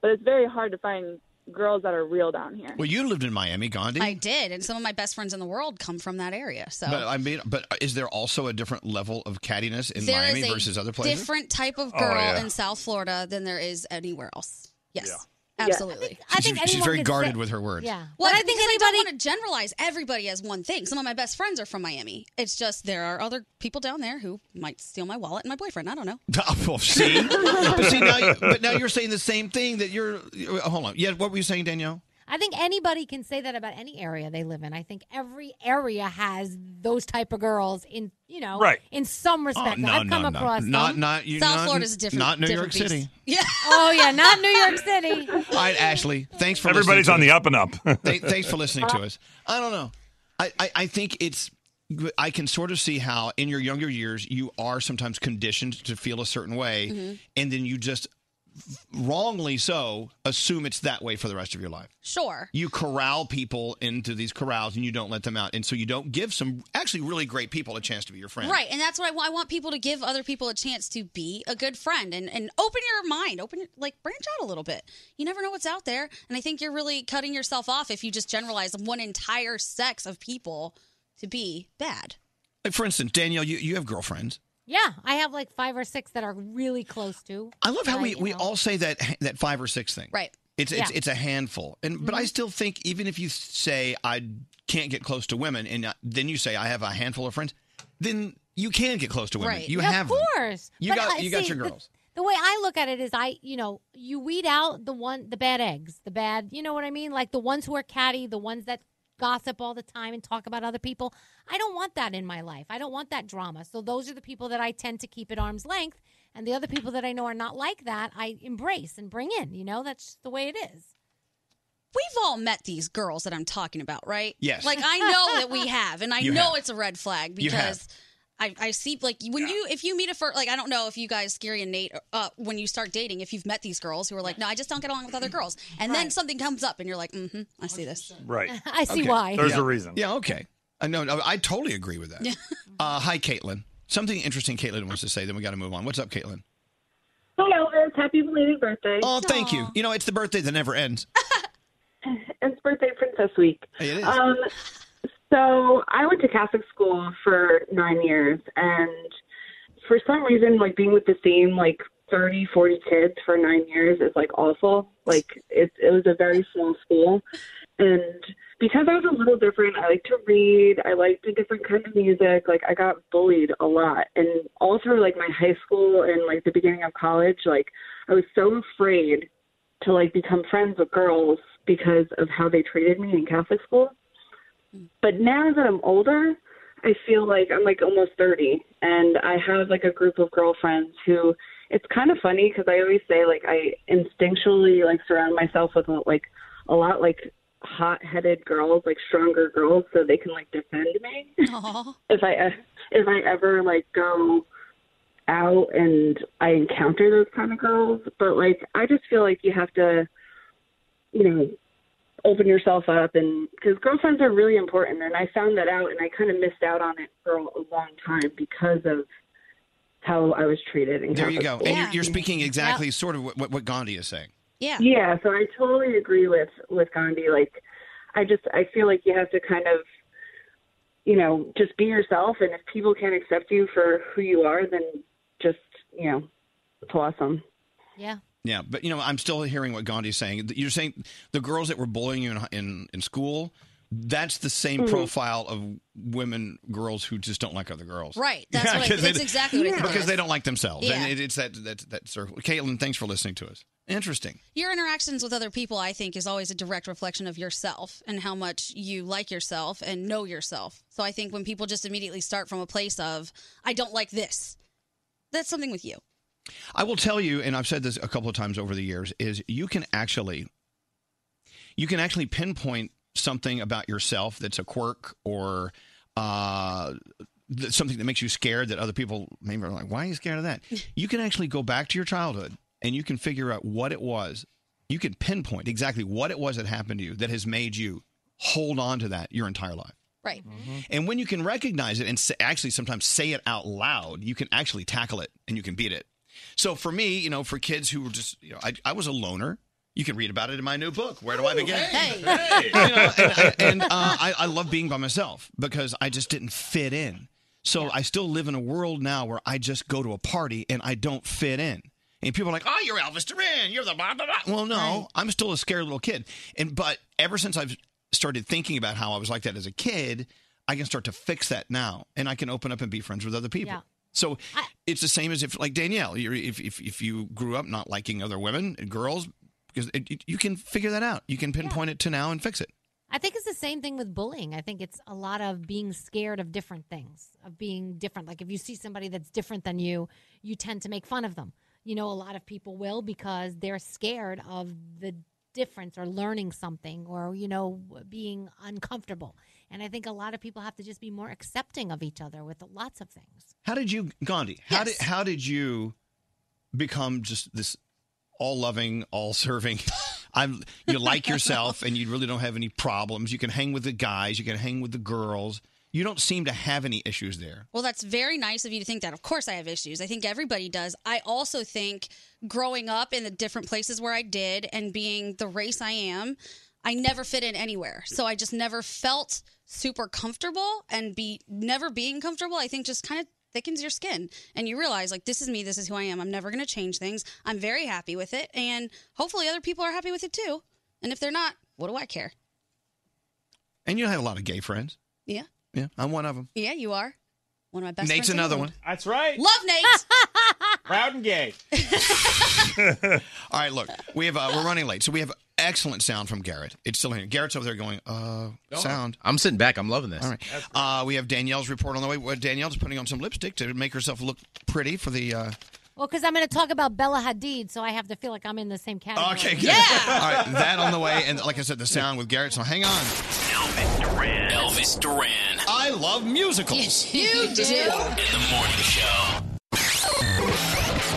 but it's very hard to find girls that are real down here. Well, you lived in Miami, Gandhi. I did, and some of my best friends in the world come from that area. So But I mean, but is there also a different level of cattiness in There is Miami a versus other places? Different type of Oh, girl yeah. in South Florida than there is anywhere else. Yes. Absolutely. I think She's- she's anyone very could say- guarded with her words. Yeah. Yeah. Well, I think anybody I don't want to generalize everybody as one thing. Some of my best friends are from Miami. It's just there are other people down there who might steal my wallet and my boyfriend. I don't know. well, Oh, see, but see now, but now you're saying the same thing that you're. uh, Hold on. Yeah, what were you saying, Danielle? I think anybody can say that about any area they live in. I think every area has those type of girls in you know Right. Oh, in some respect. no, I've come no, no. across Not- them. not you- South not- Florida's a different- not New different York City. beast. Yeah. oh yeah, not New York City. All right, Ashley. Thanks for Everybody's listening on to the us. up and up. Th- thanks for listening to us. I don't know. I, I, I think it's. I can sort of see how in your younger years you are sometimes conditioned to feel a certain way, Mhm. and then you just wrongly so assume it's that way for the rest of your life. Sure. You corral people into these corrals and you don't let them out, and so you don't give some actually really great people a chance to be your friend. Right, and that's what I want. I want people to give other people a chance to be a good friend and, and open your mind, open your- like branch out a little bit. You never know what's out there, and I think you're really cutting yourself off if you just generalize one entire sex of people to be bad. Like for instance, Danielle, you, you have girlfriends. Yeah, I have like five or six that are really close to. I love how that we, you we know. all say that that five or six thing. Right. It's it's Yeah. it's a handful, and but I Mhm. still think even if you say I can't get close to women, and uh, then you say I have a handful of friends, then you can get close to women. Right. You Yeah, have of them. course. You But, got uh, you got see, your the- girls. The way I look at it is, I you know you weed out the one the bad eggs, the bad you know what I mean, like the ones who are catty, the ones that gossip all the time and talk about other people. I don't want that in my life. I don't want that drama. So those are the people that I tend to keep at arm's length, and the other people that I know are not like that, I embrace and bring in. You know, that's just the way it is. We've all met these girls that I'm talking about, right? Yes. Like I know that we have, and I You know have. it's a red flag You have. because I, I see like when you if you meet a first like I don't know if you guys Scary and Nate uh, when you start dating if you've met these girls who are like no I just don't get along with other Mm-hmm. girls and then something comes up and you're like mm-hmm I see this Right. I see Okay. why. There's Yeah. a reason. Yeah. Okay. I know. no, I totally agree with that. uh, hi, Caitlin. Something interesting Caitlin wants to say. Then we got to move on. What's up, Caitlin? Hi, Elvis. Happy belated birthday. Oh, thank you. You know, it's the birthday that never ends. It's birthday princess week. It is. Um, so I went to Catholic school for nine years, and for some reason, like being with the same like thirty, forty kids for nine years is like awful. Like it, it was a very small school, and because I was a little different, I like to read. I liked a different kind of music. Like I got bullied a lot, and all through like my high school and like the beginning of college, like I was so afraid to like become friends with girls because of how they treated me in Catholic school. But now that I'm older, I feel like I'm like almost 30 and I have like a group of girlfriends who it's kind of funny because I always say like I instinctually like surround myself with like a lot like hot-headed girls, like stronger girls so they can like defend me Oh. if I if I ever like go out and I encounter those kind of girls, but like I just feel like you have to, you know, open yourself up and because girlfriends are really important, and I found that out, and I kind of missed out on it for a long time because of how I was treated. In There you go. Catholic And school. you're, you're speaking exactly sort of what, what Gandhi is saying. Yeah. Yeah, so I totally agree with with Gandhi. Like I just I feel like you have to kind of you know, just be yourself and if people can't accept you for who you are, then just, you know, toss them. Yeah. Yeah, but you know, I'm still hearing what Gandhi's saying. You're saying the girls that were bullying you in in, in school, that's the same Mhm. profile of women, girls who just don't like other girls. Right, that's what I- 'cause that's exactly what I think it Because is. they don't like themselves. Yeah. And it, it's that, that, that circle. Caitlin, thanks for listening to us. Interesting. your interactions with other people I think is always a direct reflection of yourself and how much you like yourself and know yourself so I think when people just immediately start from a place of I don't like this that's something with you I will tell you, and I've said this a couple of times over the years, is you can actually you can actually pinpoint something about yourself that's a quirk or uh, th- something that makes you scared that other people maybe are like, why are you scared of that? You can actually go back to your childhood and you can figure out what it was. You can pinpoint exactly what it was that happened to you that has made you hold on to that your entire life. right And when you can recognize it and s actually sometimes say it out loud, you can actually tackle it and you can beat it. So for me, you know, for kids who were just, you know, I, I was a loner. You can read about it in my new book. Where do I begin? hey. You know, and and- and, uh, I, I love being by myself because I just didn't fit in. So I still live in a world now where I just go to a party and I don't fit in. and people are like, "Oh, you're Elvis Duran. You're the blah blah blah." Well, no, I'm still a scared little kid. And but ever since I've started thinking about how I was like that as a kid, I can start to fix that now, and I can open up and be friends with other people. Yeah. So it's the same as if, like Danielle, you're, if, if if you grew up not liking other women, and girls, because it, it- you can figure that out. You can pinpoint it to now and fix it. I think it's the same thing with bullying. I think it's a lot of being scared of different things, of being different. Like if you see somebody that's different than you, you tend to make fun of them. You know, a lot of people will because they're scared of the difference or learning something or, you know, being uncomfortable. And I think a lot of people have to just be more accepting of each other with lots of things. How did you, Gandhi? How did how did you become just this all loving, all serving? I'm you like yourself, and you really don't have any problems. You can hang with the guys, you can hang with the girls. You don't seem to have any issues there. Well, that's very nice of you to think that. Of course, I have issues. I think everybody does. I also think growing up in the different places where I did and being the race I am, I never fit in anywhere. So I just never felt super comfortable and be never being comfortable, I think just kind of thickens your skin and you realize like this is me this is who i am i'm never going to change things i'm very happy with it and hopefully other people are happy with it too and if they're not what do i care And you had a lot of gay friends. yeah Yeah, I'm one of them. yeah you are one of my best Nate's friends in the another world. one. That's right. love nate Proud and gay. All right, look, we have uh, we're running late, so we have excellent sound from Garrett. It's still here. Garrett's over there going, uh, sound. I'm sitting back. I'm loving this. All right. Uh, we have Danielle's report on the way. Well, Danielle's putting on some lipstick to make herself look pretty for the. Uh... Well, because I'm going to talk about Bella Hadid, so I have to feel like I'm in the same category. Okay, good. All right, that on the way, and like I said, the sound with Garrett. So hang on. Elvis Duran. I love musicals. You do. In the morning show.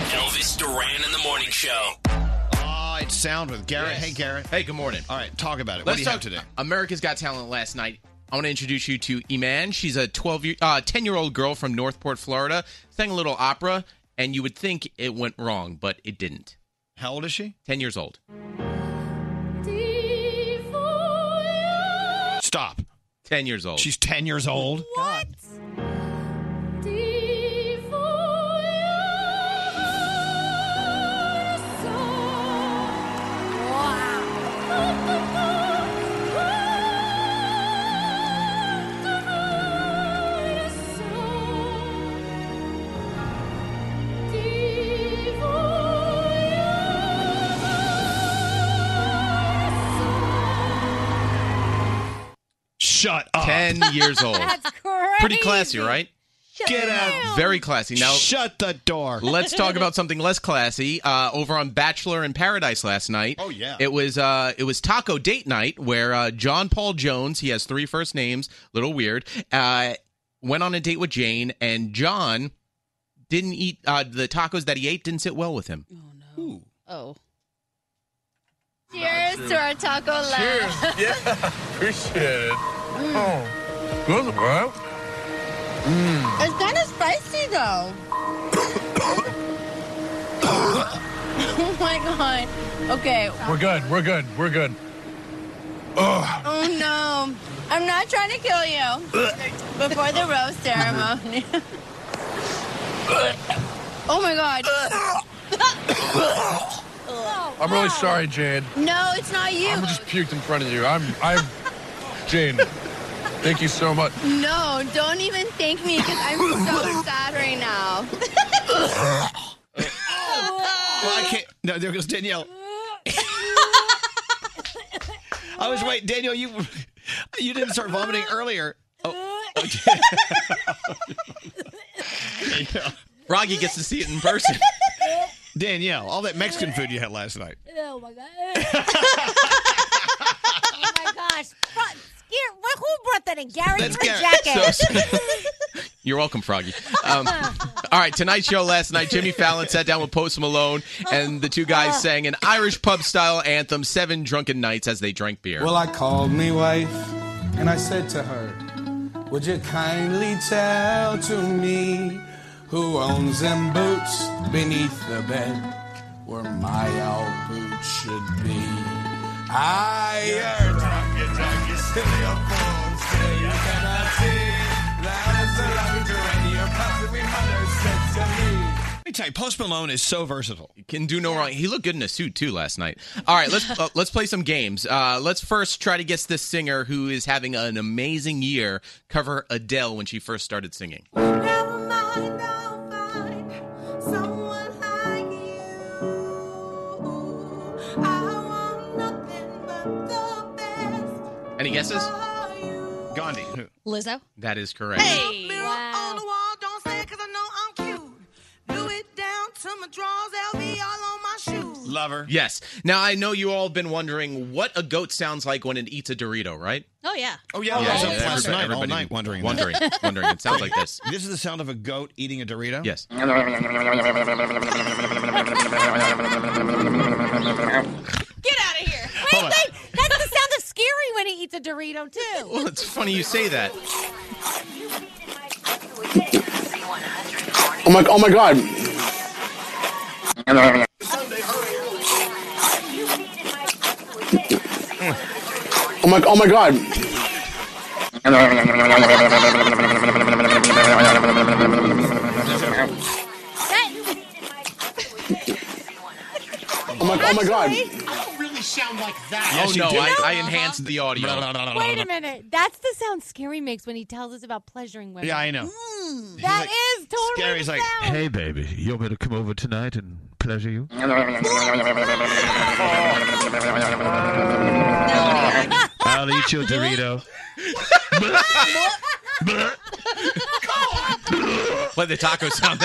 Elvis Duran in the morning show. Oh, it's sound with Garrett. Hey, Garrett. Hey, good morning. All right, talk about it. what do you have today? America's Got Talent last night. I want to introduce you to Iman. She's a 12 year, uh, 10 year old girl from Northport, Florida, sang a little opera, and you would think it went wrong, but it didn't. How old is she? 10 years old. Stop. 10 years old. She's 10 years old. What? Shut up. 10 years old. That's crazy. Pretty classy, right? Get out. Very classy. Now shut the door. Let's talk about something less classy. Uh, over on Bachelor in Paradise last night. Oh, yeah. It was uh, it was taco date night where uh, John Paul Jones. He has three first names. Little weird. Uh, went on a date with Jane and John. Didn't eat uh, the tacos that he ate. Didn't sit well with him. Oh. Cheers to our taco lunch. Yeah, appreciate it. Mm. Oh, good, bro. Mm. It's kind of spicy though. oh my god. Okay. We're good. We're good. We're good. Ugh. Oh no. I'm not trying to kill you before the roast ceremony. oh my god. I'm really sorry, Jade. No, it's not you. I'm just puked in front of you. I'm. I'm. Jane, thank you so much. No, don't even thank me because I'm so sad right now. Oh, Well, I can't. No, there goes Danielle. I was waiting. Danielle, you you didn't start vomiting earlier. Oh. Danielle. Rocky gets to see it in person. Danielle, all that Mexican food you had last night. Oh my god! oh my gosh! Brought, scared, what, who brought that in? Gary, That's you're a Gary. jackass. So- You're welcome, Froggy. Um, all right, tonight's show last night, Jimmy Fallon sat down with Post Malone, and the two guys sang an Irish pub style anthem, Seven Drunken Nights, as they drank beer. Well, I called me wife and I said to her, Would you kindly tell to me who owns them boots beneath the bed where my old boots should be? I urge you, you silly old fool, still you cannot see. That is the love and your mother said to me. Let me tell you, Post Malone is so versatile. Can do no wrong. He looked good in a suit too last night. All right, let's uh, let's play some games. Uh, let's first try to guess this singer who is having an amazing year. Cover Adele when she first started singing. Any guesses? Gandhi. Lizzo. That is correct. Hey. On the wall, don't say it 'cause I know I'm cute. Do it down to my drawers, LV all on my shoes. Lover. Yes. Now I know you all have been wondering what a goat sounds like when it eats a Dorito, right? Oh yeah. Oh yeah, I was Yeah, up yeah, last everybody- night, all everybody- night wondering, wondering, that. wondering. It sounds like this. This is the sound of a goat eating a Dorito. Yes. Wait, Hold on. wait. That's the sound of Scary when he eats a Dorito, too. Well, it's funny you say that. Oh my! Oh my God! Oh my! Oh my God! Oh my! Oh my God! I don't really sound like that. oh no, I, I enhanced the audio. Um, Wait a minute. That's the sound Scary makes when he tells us about pleasuring women. Yeah, I know. Mm, that is totally. Scary's like, Hey, baby, you want me to come over tonight and pleasure you? I'll eat your Dorito. Play the taco sound.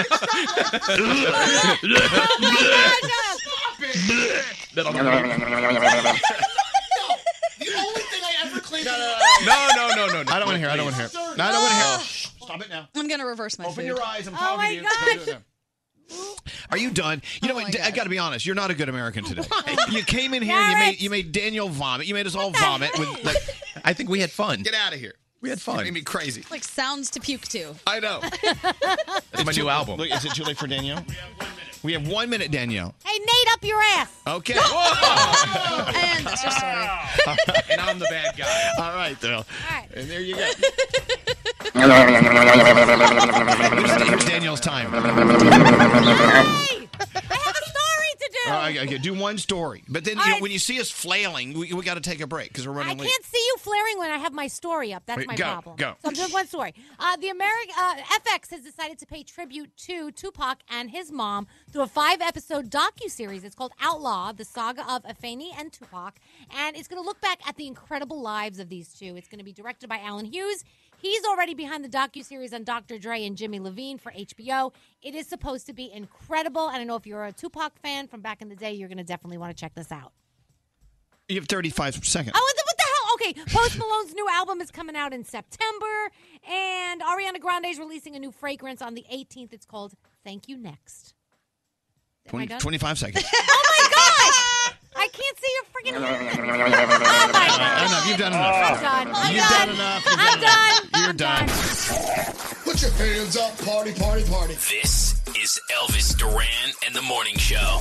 The only thing I ever claimed. No, no, no, no, no, no. I don't want to hear. I don't want to hear. No, I don't want to hear. Stop it now. I'm gonna reverse my. Open food. your eyes. I'm oh my talking to you. Don't do it now. Are you done? You know what? I got to be honest. You're not a good American today. You came in here. and You made you made Daniel vomit. You made us all vomit. With like, I think we had fun. Get out of here. We had fun. It made me crazy. Like sounds to puke to. I know. That's my new album. Look, is it too late for Danielle? We have one minute, Danielle. Hey, Nate, up your ass. Okay. and that's your story. and I'm the bad guy. All right, though. All right. And there you go. Daniel's time. All right, okay, do one story, but then you know, when you see us flailing, we, we got to take a break because we're running I late. can't see you flaring when I have my story up. That's Wait, my go, problem. go. So I'm doing one story. Uh, the American uh, FX has decided to pay tribute to Tupac and his mom through a five-episode docu-series. It's called Outlaw: The Saga of Afeni and Tupac, and it's going to look back at the incredible lives of these two. It's going to be directed by Alan Hughes. He's already behind the docu-series on Dr. Dre and Jimmy Levine for HBO. It is supposed to be incredible, and I know if you're a Tupac fan from back in the day, you're going to definitely want to check this out. You have 35 seconds. Oh, what the, what the hell? Okay, Post Malone's new album is coming out in September, and Ariana Grande is releasing a new fragrance on the 18th. It's called Thank You Next. Am I 20, done? 25 seconds. I can't see your freaking. Enough. You've done enough. I'm done. I'm You've done. done enough. You've I'm done. You're done. Put your hands up, party, party, party. This is Elvis Duran and the Morning Show.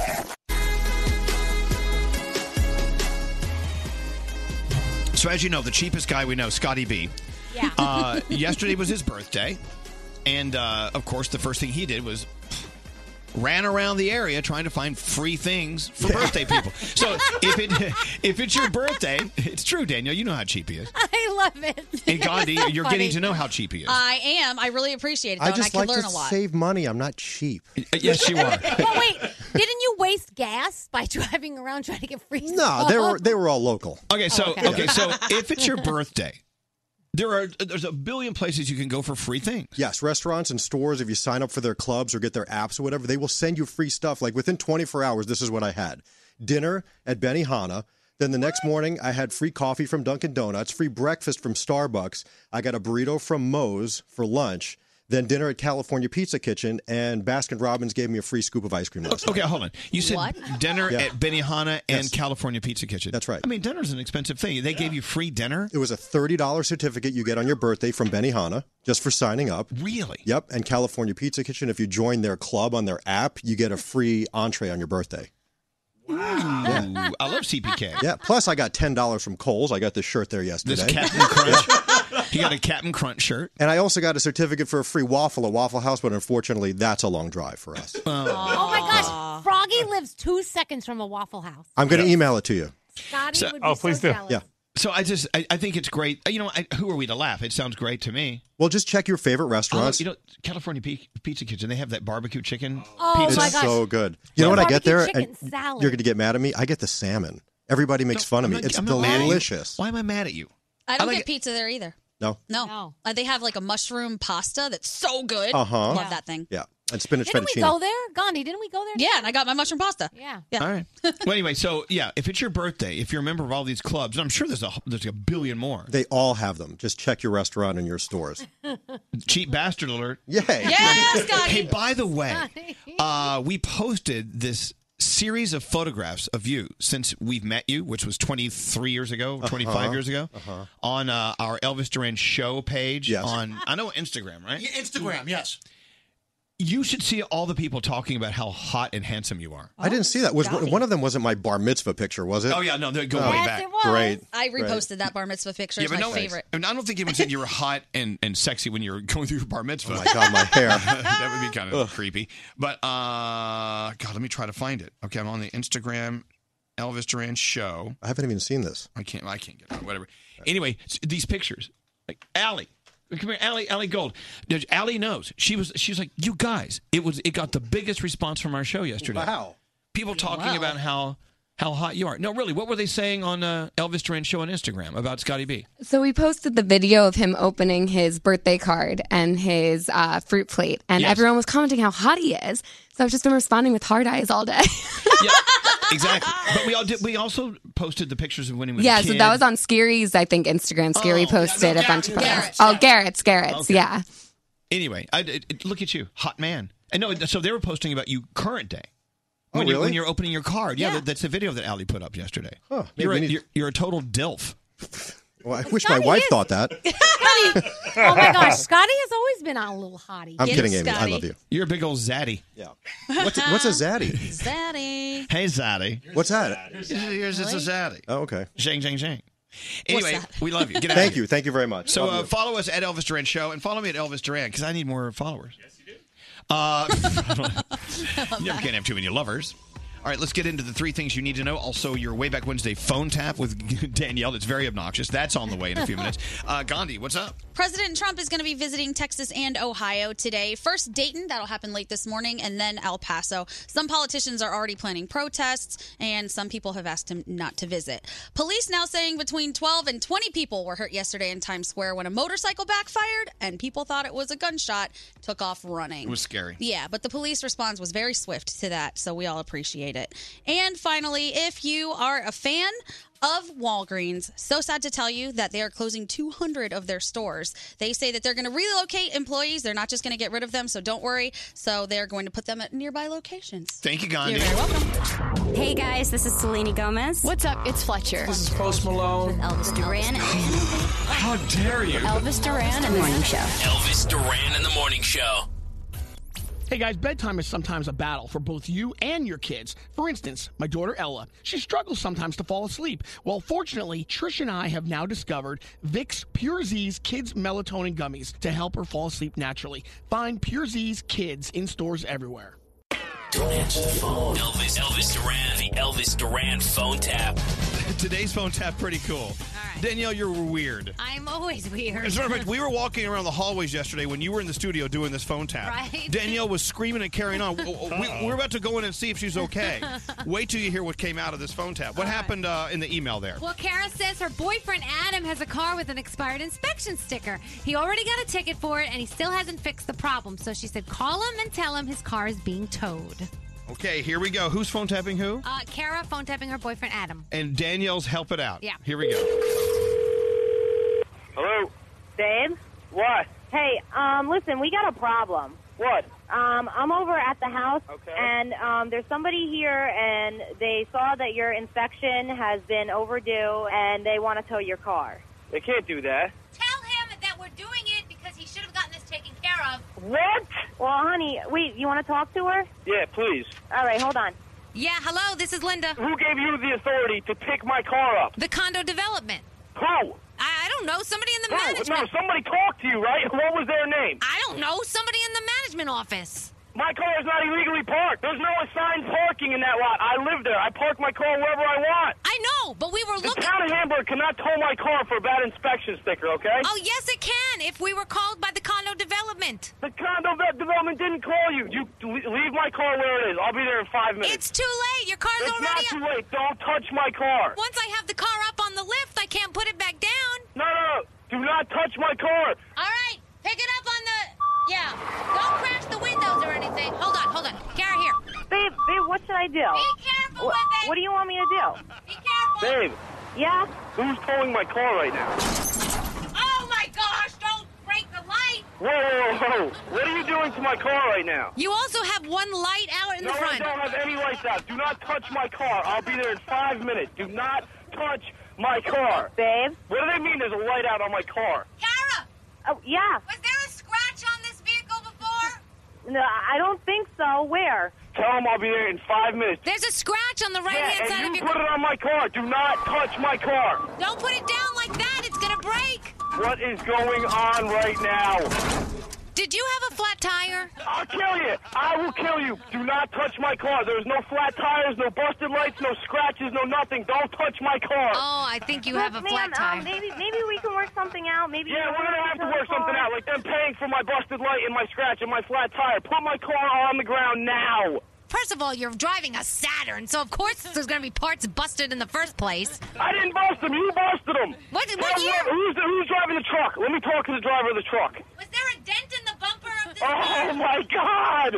So, as you know, the cheapest guy we know, Scotty B. Yeah. Uh, yesterday was his birthday. And, uh, of course, the first thing he did was ran around the area trying to find free things for birthday people. So, if it if it's your birthday, it's true, Daniel. You know how cheap he is. I love it. And Gandhi, That's so you're funny. Uh, getting to know how cheap he is. I am. I really appreciate it. Though, I just and I like can learn to a lot. save money. I'm not cheap. Uh, yes, you are. Well, wait. Didn't you waste gas by driving around trying to get free No, they were stuff? they were all local. Okay, Oh, so okay. okay. so if it's your birthday, there are there's a billion places you can go for free things. Yes, restaurants and stores. If you sign up for their clubs or get their apps or whatever, they will send you free stuff. Like within 24 hours, this is what I had: dinner at Benihana. Then the next morning, I had free coffee from Dunkin' Donuts, free breakfast from Starbucks. I got a burrito from Moe's for lunch. Then dinner at California Pizza Kitchen, and Baskin Robbins gave me a free scoop of ice cream. Last Okay, hold on. You said dinner Yeah. at Benihana and California Pizza Kitchen. That's right. I mean, dinner's an expensive thing. They gave you free dinner. It was a $30 certificate you get on your birthday from Benihana just for signing up. Really? Yep. And California Pizza Kitchen, if you join their club on their app, you get a free entree on your birthday. Wow. I love CPK. Yeah. Plus, I got $10 from Kohl's. I got this shirt there yesterday. Captain Crunch. He got a Captain Crunch shirt. And I also got a certificate for a free waffle at Waffle House, but unfortunately, that's a long drive for us. Oh my gosh, Froggy lives two seconds from a Waffle House. I'm going to email it to you. Scotty So- oh, would be so jealous. Yeah. So I just I, I think it's great. You know, I, who are we to laugh? It sounds great to me. Well, just check your favorite Although, restaurants. you know, California P- Pizza Kitchen, they have that barbecue chicken. Oh, pizza. it's so good. You know what I get there? Barbecue chicken And salad. You're going to get mad at me. I get the salmon. Everybody makes fun of me. not- it's I'm not mad at you. delicious. Why am I mad at you? I don't I like get it. pizza there either. No. No. Uh, they have like a mushroom pasta that's so good. Uh huh. Love that thing. Yeah. And spinach Didn't fettuccine. we go there? Gandhi, didn't we go there? Yeah, and I got my mushroom pasta. Yeah. Yeah. All right. Well, anyway, so yeah, if it's your birthday, if you're a member of all these clubs, and I'm sure there's a there's a billion more. They all have them. Just check your restaurant and your stores. Cheap bastard alert! Yay! Yeah, Scotty. Hey, by the way, uh, we posted this series of photographs of you since we've met you, which was 23 years ago, 25 Uh-huh. years ago, Uh-huh. on uh, our Elvis Duran show page on I know Instagram, right? Yeah, Instagram, yes. You should see all the people talking about how hot and handsome you Oh, are. I didn't see that. Was one of them wasn't my bar mitzvah picture, was it? Oh, yeah, no, they go way Yes, back. it was. Great. I great. reposted that bar mitzvah picture. it's my no, favorite. I, mean, I don't think anyone said you were hot and, and sexy when you were going through your bar mitzvah. Oh my God, my hair. that would be kind of creepy. But uh, God, let me try to find it. Okay, I'm on the Instagram Elvis Duran show. I haven't even seen this. I can't. I can't get out. Whatever. Anyway, s- these pictures. Like Allie, come here, Allie. Allie Gold. Does- Allie knows. She was. She was like, you guys. It was. It got the biggest response from our show yesterday. Wow. People talking Wow. about how how hot you are. No, really. What were they saying on uh, Elvis Duran show on Instagram about Scotty B? So we posted the video of him opening his birthday card and his uh, fruit plate, and Yes. everyone was commenting how hot he is. So I've just been responding with hard eyes all day. exactly. But we all did. We also posted the pictures of when he was. a yeah, so kid. Oh, that was on Scary's, I think, Instagram. Scary posted a bunch of photos. oh, Garrett's, Garrett's, Okay. yeah. Anyway, I, I- I- look at you, hot man. And no, so they were posting about you current day. Oh, When, you, really? when you're opening your card, yeah, that- that's the video that Ali put up yesterday. Huh, maybe You're, a, we need- you're, you're a total dilf. Well, I wish my wife thought that. Scotty. Oh my gosh, Scotty has always been a little hottie. I'm kidding, Amy. I love you. You're a big old zaddy. Yeah. What's a, what's a zaddy? Zaddy. Hey, zaddy. What's that? Here's just a zaddy. Oh, okay. Zhang, zhang, zhang. Anyway, we love you. Get out of Thank here. you. Thank you very much. So Love uh, you. follow us at Elvis Duran Show and follow me at Elvis Duran because I need more followers. Yes, you do. Uh, you never can't have too many lovers. All right, let's get into the three things you need to know. Also, your Way Back Wednesday phone tap with Danielle. That's very obnoxious. That's on the way in a few minutes. Uh, Gandhi, what's up? President Trump is going to be visiting Texas and Ohio today. First, Dayton, that'll happen late this morning, and then El Paso. Some politicians are already planning protests, and some people have asked him not to visit. Police now saying between 12 and 20 people were hurt yesterday in Times Square when a motorcycle backfired, and people thought it was a gunshot, took off running. It was scary. Yeah, but the police response was very swift to that, so we all appreciate it. And finally, if you are a fan of Walgreens, so sad to tell you that they are closing 200 of their stores. They say that they're going to relocate employees. They're not just going to get rid of them, so don't worry. So they're going to put them at nearby locations. Thank you, Gandhi. Hey guys, this is Selene Gomez. What's up? It's Fletcher. This is Post Malone. Elvis Duran. How dare you? Elvis Duran and the Morning Show. Elvis Duran in the Morning Show. Hey guys, bedtime is sometimes a battle for both you and your kids. For instance, my daughter Ella, she struggles sometimes to fall asleep. Well, fortunately, Trish and I have now discovered Vicks Pure Z's Kids Melatonin Gummies to help her fall asleep naturally. Find Pure Z's Kids in stores everywhere. Don't answer the phone. Elvis, Elvis Duran, the Elvis Duran phone tap. Today's phone tap pretty cool. Danielle, you're weird. I'm always weird. As a matter of fact, we were walking around the hallways yesterday when you were in the studio doing this phone tap. Right. Danielle was screaming and carrying on. W- w- Uh-oh. we, we're about to go in and see if she's okay. Wait till you hear what came out of this phone tap. What happened uh, in the email there? Well, Kara says her boyfriend Adam has a car with an expired inspection sticker. He already got a ticket for it, and he still hasn't fixed the problem. So she said, call him and tell him his car is being towed. Okay, here we go. Who's phone tapping who? Uh, Kara phone tapping her boyfriend Adam. And Danielle's help it out. Yeah. Here we go. Hello. Babe? What? Hey, um, listen, we got a problem. What? Um, I'm over at the house, Okay. and um, there's somebody here, and they saw that your inspection has been overdue, and they want to tow your car. They can't do that. Tell him that we're doing it because he should have gotten this taken care of. What? Well, honey, wait, you want to talk to her? Yeah, please. All right, hold on. Yeah, hello, this is Linda. Who gave you the authority to pick my car up? The condo development. Who? I, I don't know. know. Somebody in the No, management. no, somebody talked to you, right? What was their name? I don't know. Somebody in the management office. My car is not illegally parked. There's no assigned parking in that lot. I live there. I park my car wherever I want. I know, but we were The looking. town of Hamburg cannot tow my car for a bad inspection sticker, okay? Oh yes, it can. If we were called by the condo development. The condo vet development didn't call you. You le- leave my car where it is. I'll be there in five minutes. It's too late. Your car's It's already. not too late. Don't touch my car. Once I have the car up on the lift, I can't put it back down. No, no, no. Do not touch my car. All right, pick it up on the. Yeah, don't crash the windows or anything. Hold on, hold on. Kara, here. Babe, babe, what should I do? Be careful what, What do you want me to do? Be careful. Babe. Yeah? Who's towing my car right now? Oh my gosh, don't break the light. Whoa, whoa, whoa, whoa. What are you doing to my car right now? You also have one light out in no, the front. I don't have any lights out. Do not touch my car. I'll be there in five minutes. Do not touch my car. Babe? What do they mean there's a light out on my car? Kara! Oh, yeah. Was there a scratch on this vehicle before? No, I don't think so. Where? Tell them I'll be there in five minutes. There's a scratch on the right hand yeah, side and of you your put it on my car. Do not touch my car. Don't put it down like that, it's gonna break. What is going on right now? Did you have a flat tire? I'll kill you. I will kill you. Do not touch my car. There's no flat tires, no busted lights, no scratches, no nothing. Don't touch my car. Oh, I think you Look, have a flat ma'am, tire. Um, maybe, maybe we can work something out. Maybe Yeah, you we're gonna have to work something out, like them paying for my busted light and my scratch and my flat tire. Put my car on the ground now. First of all, you're driving a Saturn, so of course there's gonna be parts busted in the first place. I didn't bust them. You busted them. What- what Now, year? Who's, who's driving the truck? Let me talk to the driver of the truck. Was there a dent in the bumper of this Oh car? my God!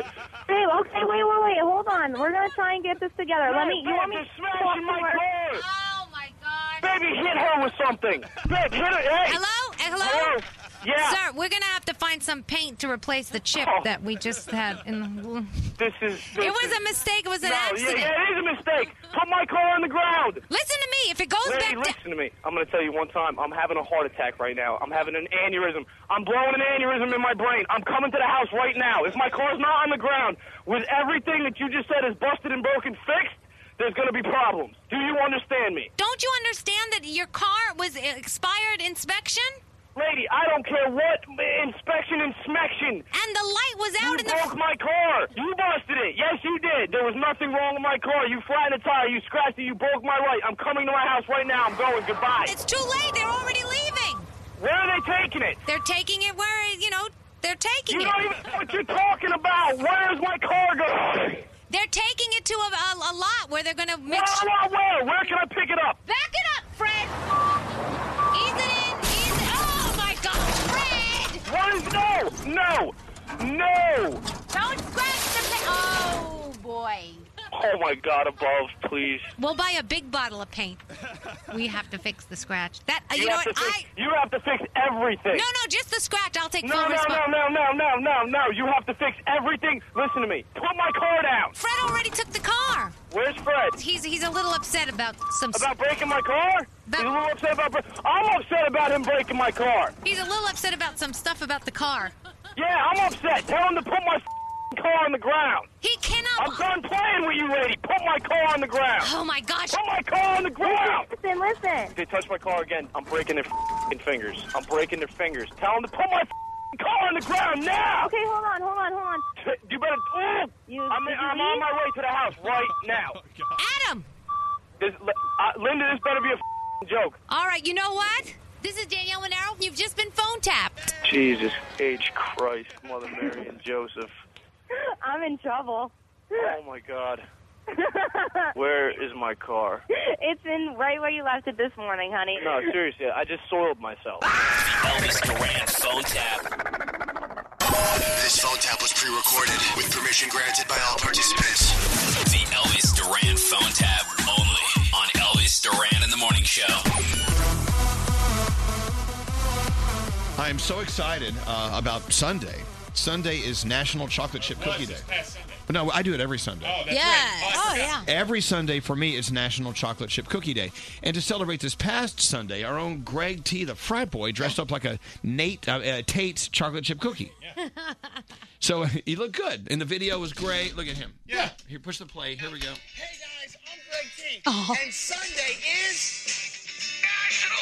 Babe, okay, wait, wait, wait. Hold on. We're gonna try and get this together. Let me. You Babe, want me they're to talk smashing to my her? car. Oh my god. Baby, hit her with something. Babe, hit her. Hey. Hello? Eh, Hello? Hello? Yeah. Oh. Sir, we're gonna have to find some paint to replace the chip that we just had in the This is. this It was is- a mistake, it was an No, yeah, accident. Yeah, it is a mistake. Put my car on the ground. Listen to me, if it goes Lady, back down listen to me. I'm going to tell you one time. I'm having a heart attack right now. I'm having an aneurysm. I'm blowing an aneurysm in my brain. I'm coming to the house right now. If my car's not on the ground with everything that you just said is busted and broken fixed, there's going to be problems. Do you understand me? Don't you understand that your car was uh, expired inspection? Lady, I don't care what inspection, inspection. And the light was out you in the. broke my car. You busted it. Yes, you did. There was nothing wrong with my car. You flattened the tire. You scratched it. You broke my light. I'm coming to my house right now. I'm going. Goodbye. It's too late. They're already leaving. Where are they taking it? They're taking it where you know they're taking You it. don't even know what you're talking about. Where's my car going? They're taking it to a, a, a lot where they're gonna Where, mix. where, where? Where can I pick it up? Back it up, Fred. Ease it in. Ease it. Oh my gosh, Fred! What is no? No. Uh, No. Don't scratch the. Pa- oh boy. Oh my God, above, please. We'll buy a big bottle of paint. We have to fix the scratch. That uh, you, know have what? to fix, I you have to fix everything. no no just the scratch. I'll take No, full no, no, responsibility. no, no, no, no, no. You have to fix everything. Listen to me. Put my car down. Fred already took the car. Where's Fred? He's he's a little upset about some. About breaking my car? He's a little upset about. bre- I'm upset about him breaking my car. He's a little upset about some stuff about the car. Yeah, I'm upset. Tell him to put my car on the ground. He cannot. I'm done playing with you, lady. Put my car on the ground. Oh my gosh. Put my car on the ground. Listen, listen. If they touch my car again, I'm breaking their f***ing fingers. I'm breaking their fingers. Tell them to put my f***ing car on the ground now. Okay, hold on, hold on, hold on. You better. Ooh, You- I'm, did you I'm on leave? my way to the house right now. Adam. This, uh, Linda, this better be a f***ing joke. All right, you know what? This is Danielle Monero. You've just been phone tapped. Jesus H. Christ, Mother Mary and Joseph. I'm in trouble. Oh my God. Where is my car? it's in right where you left it this morning, honey. No, seriously, I just soiled myself. Elvis Duran phone tap. This phone tap was pre-recorded with permission granted by all participants. The Elvis Duran phone tap only on Elvis Duran in the Morning Show. I am so excited uh, about Sunday. Sunday is National Chocolate Chip Cookie Day. But no, I do it every Sunday. Oh, yeah. Every Sunday for me is National Chocolate Chip Cookie Day. And to celebrate this past Sunday, our own Greg T, the frat boy, dressed up like a Nate uh, uh, Tate's chocolate chip cookie. Oh, So he looked good. And the video was great. Look at him. Yeah. Here, push the play. Here we go. Hey Oh. Oh. guys, I'm Greg T. And Sunday is National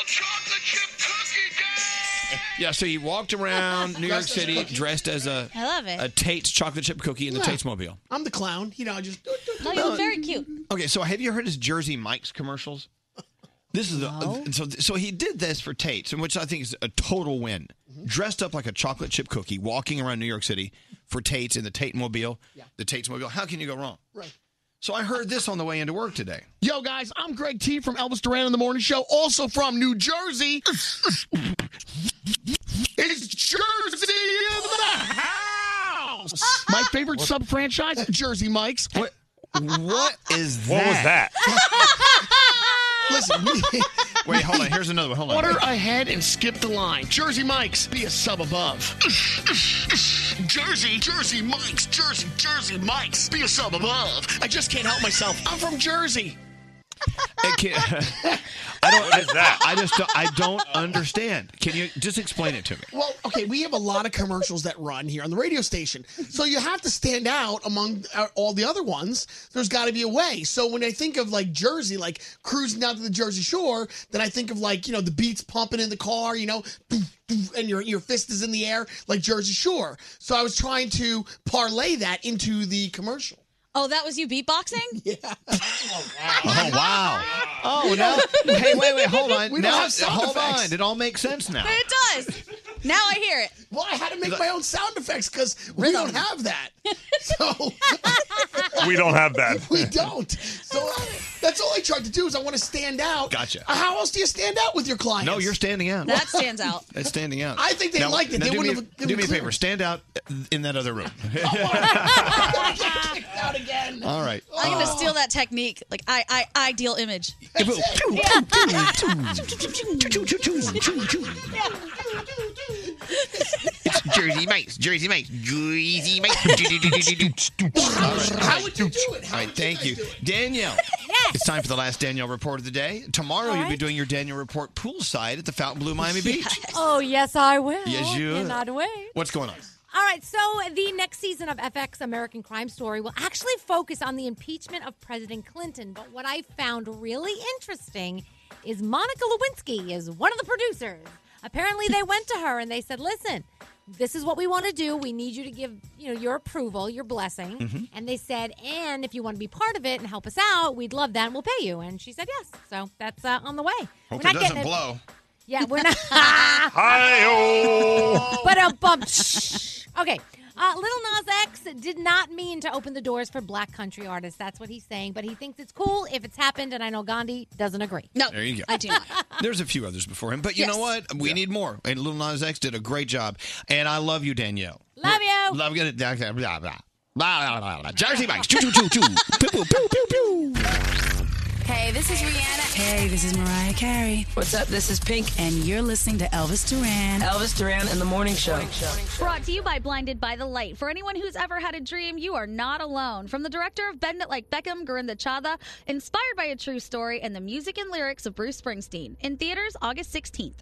Yeah, so you walked around New York Dressed as a City cookie. dressed as a I love it. a Tate's chocolate chip cookie in the Yeah. Tate's mobile. I'm the clown. You know, I just. No, you look very cute. Okay, so have you heard his Jersey Mike's commercials? This is a, uh, so so he did this for Tate's, which I think is a total win. Mm-hmm. Dressed up like a chocolate chip cookie, walking around New York City for Tate's in the Tate Mobile. The Tate's Mobile. How can you go wrong? Right. So I heard this on the way into work today. Yo, guys, I'm Greg T from Elvis Duran in the Morning Show, also from New Jersey. it's Jersey in the house. My favorite sub franchise, Jersey Mike's. What, what is What was that? Listen, Wait, hold on. Here's another one. Hold on. Order ahead and skip the line. Jersey Mike's, be a sub above. Jersey, Jersey Mike's, Jersey, Jersey Mike's, be a sub above. I just can't help myself. I'm from Jersey. Hey, can- I don't. What is that? I just. Don't, I don't understand. Can you just explain it to me? Well, okay, we have a lot of commercials that run here on the radio station. So you have to stand out among uh, all the other ones. There's got to be a way. So when I think of like Jersey, like cruising down to the Jersey Shore, then I think of like, you know, the beats pumping in the car, you know, boof, boof, and your your fist is in the air like Jersey Shore. So I was trying to parlay that into the commercial. Oh, that was you beatboxing? yeah. Oh wow. Oh We no. don't- Hey, wait, wait, hold on. We don't now, have sound hold effects. on. It all makes sense now. It does. Now I hear it. Well, I had to make my own sound effects because we don't have that. So We don't have that. we don't. So uh, that's all I tried to do is I want to stand out. Gotcha. Uh, How else do you stand out with your clients? No, you're standing out. That stands out. That's standing out. I think they Now- liked it. now They do me, wouldn't a- have- they do me a wouldn't favor. Stand out in that other room. out again. all right. I'm gonna Uh, steal that technique. Like I, I, ideal image. It's Jersey Mike's, Jersey Mike's, Jersey Mike's. How would you do it? All right, thank you. Danielle. Yes. It's time for the last Danielle report of the day. Tomorrow you'll be doing your Danielle report poolside at the Fountain Blue Miami Beach. Oh yes, I will. Yes, you- cannot wait. What's going on? All right, so the next season of FX American Crime Story will actually focus on the impeachment of President Clinton. But what I found really interesting is Monica Lewinsky is one of the producers. Apparently, they went to her and they said, "Listen, this is what we want to do. We need you to give, you know, your approval, your blessing." Mm-hmm. Mhm. And they said, "And if you want to be part of it and help us out, we'd love that, and we'll pay you." And she said, "Yes." So that's uh, on the way. Hope We're not it doesn't getting blow. Yeah, we're not. Hi-oh. But a bump. Okay. Uh, Little Nas X did not mean to open the doors for black country artists. That's what he's saying. But he thinks it's cool if it's happened, and I know Gandhi doesn't agree. No. There you go. I do not. There's a few others before him, but you know what? We need more. And Lil Nas X did a great job. And I love you, Danielle. Love you. Love good. Blah, blah, blah, blah, blah, blah, blah. Jersey Mike's. Choo, choo, choo, choo. Pew, pew, pew, pew, pew. Hey, this is Rihanna. Hey, this is Mariah Carey. What's up? This is Pink, and you're listening to Elvis Duran. Elvis Duran in the morning show. Brought to you by Blinded by the Light. For anyone who's ever had a dream, you are not alone. From the director of Bend It Like Beckham, Gorinda Chadha, inspired by a true story and the music and lyrics of Bruce Springsteen. In theaters, August 16th.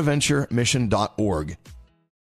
stbonaventuremission.org.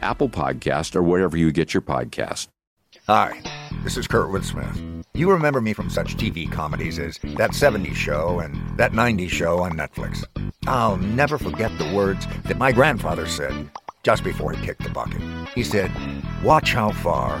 Apple Podcast, or wherever you get your podcast. Hi, this is Kurt Woodsmith. You remember me from such TV comedies as That 70s Show and That 90s Show on Netflix. I'll never forget the words that my grandfather said just before he kicked the bucket. He said, Watch how far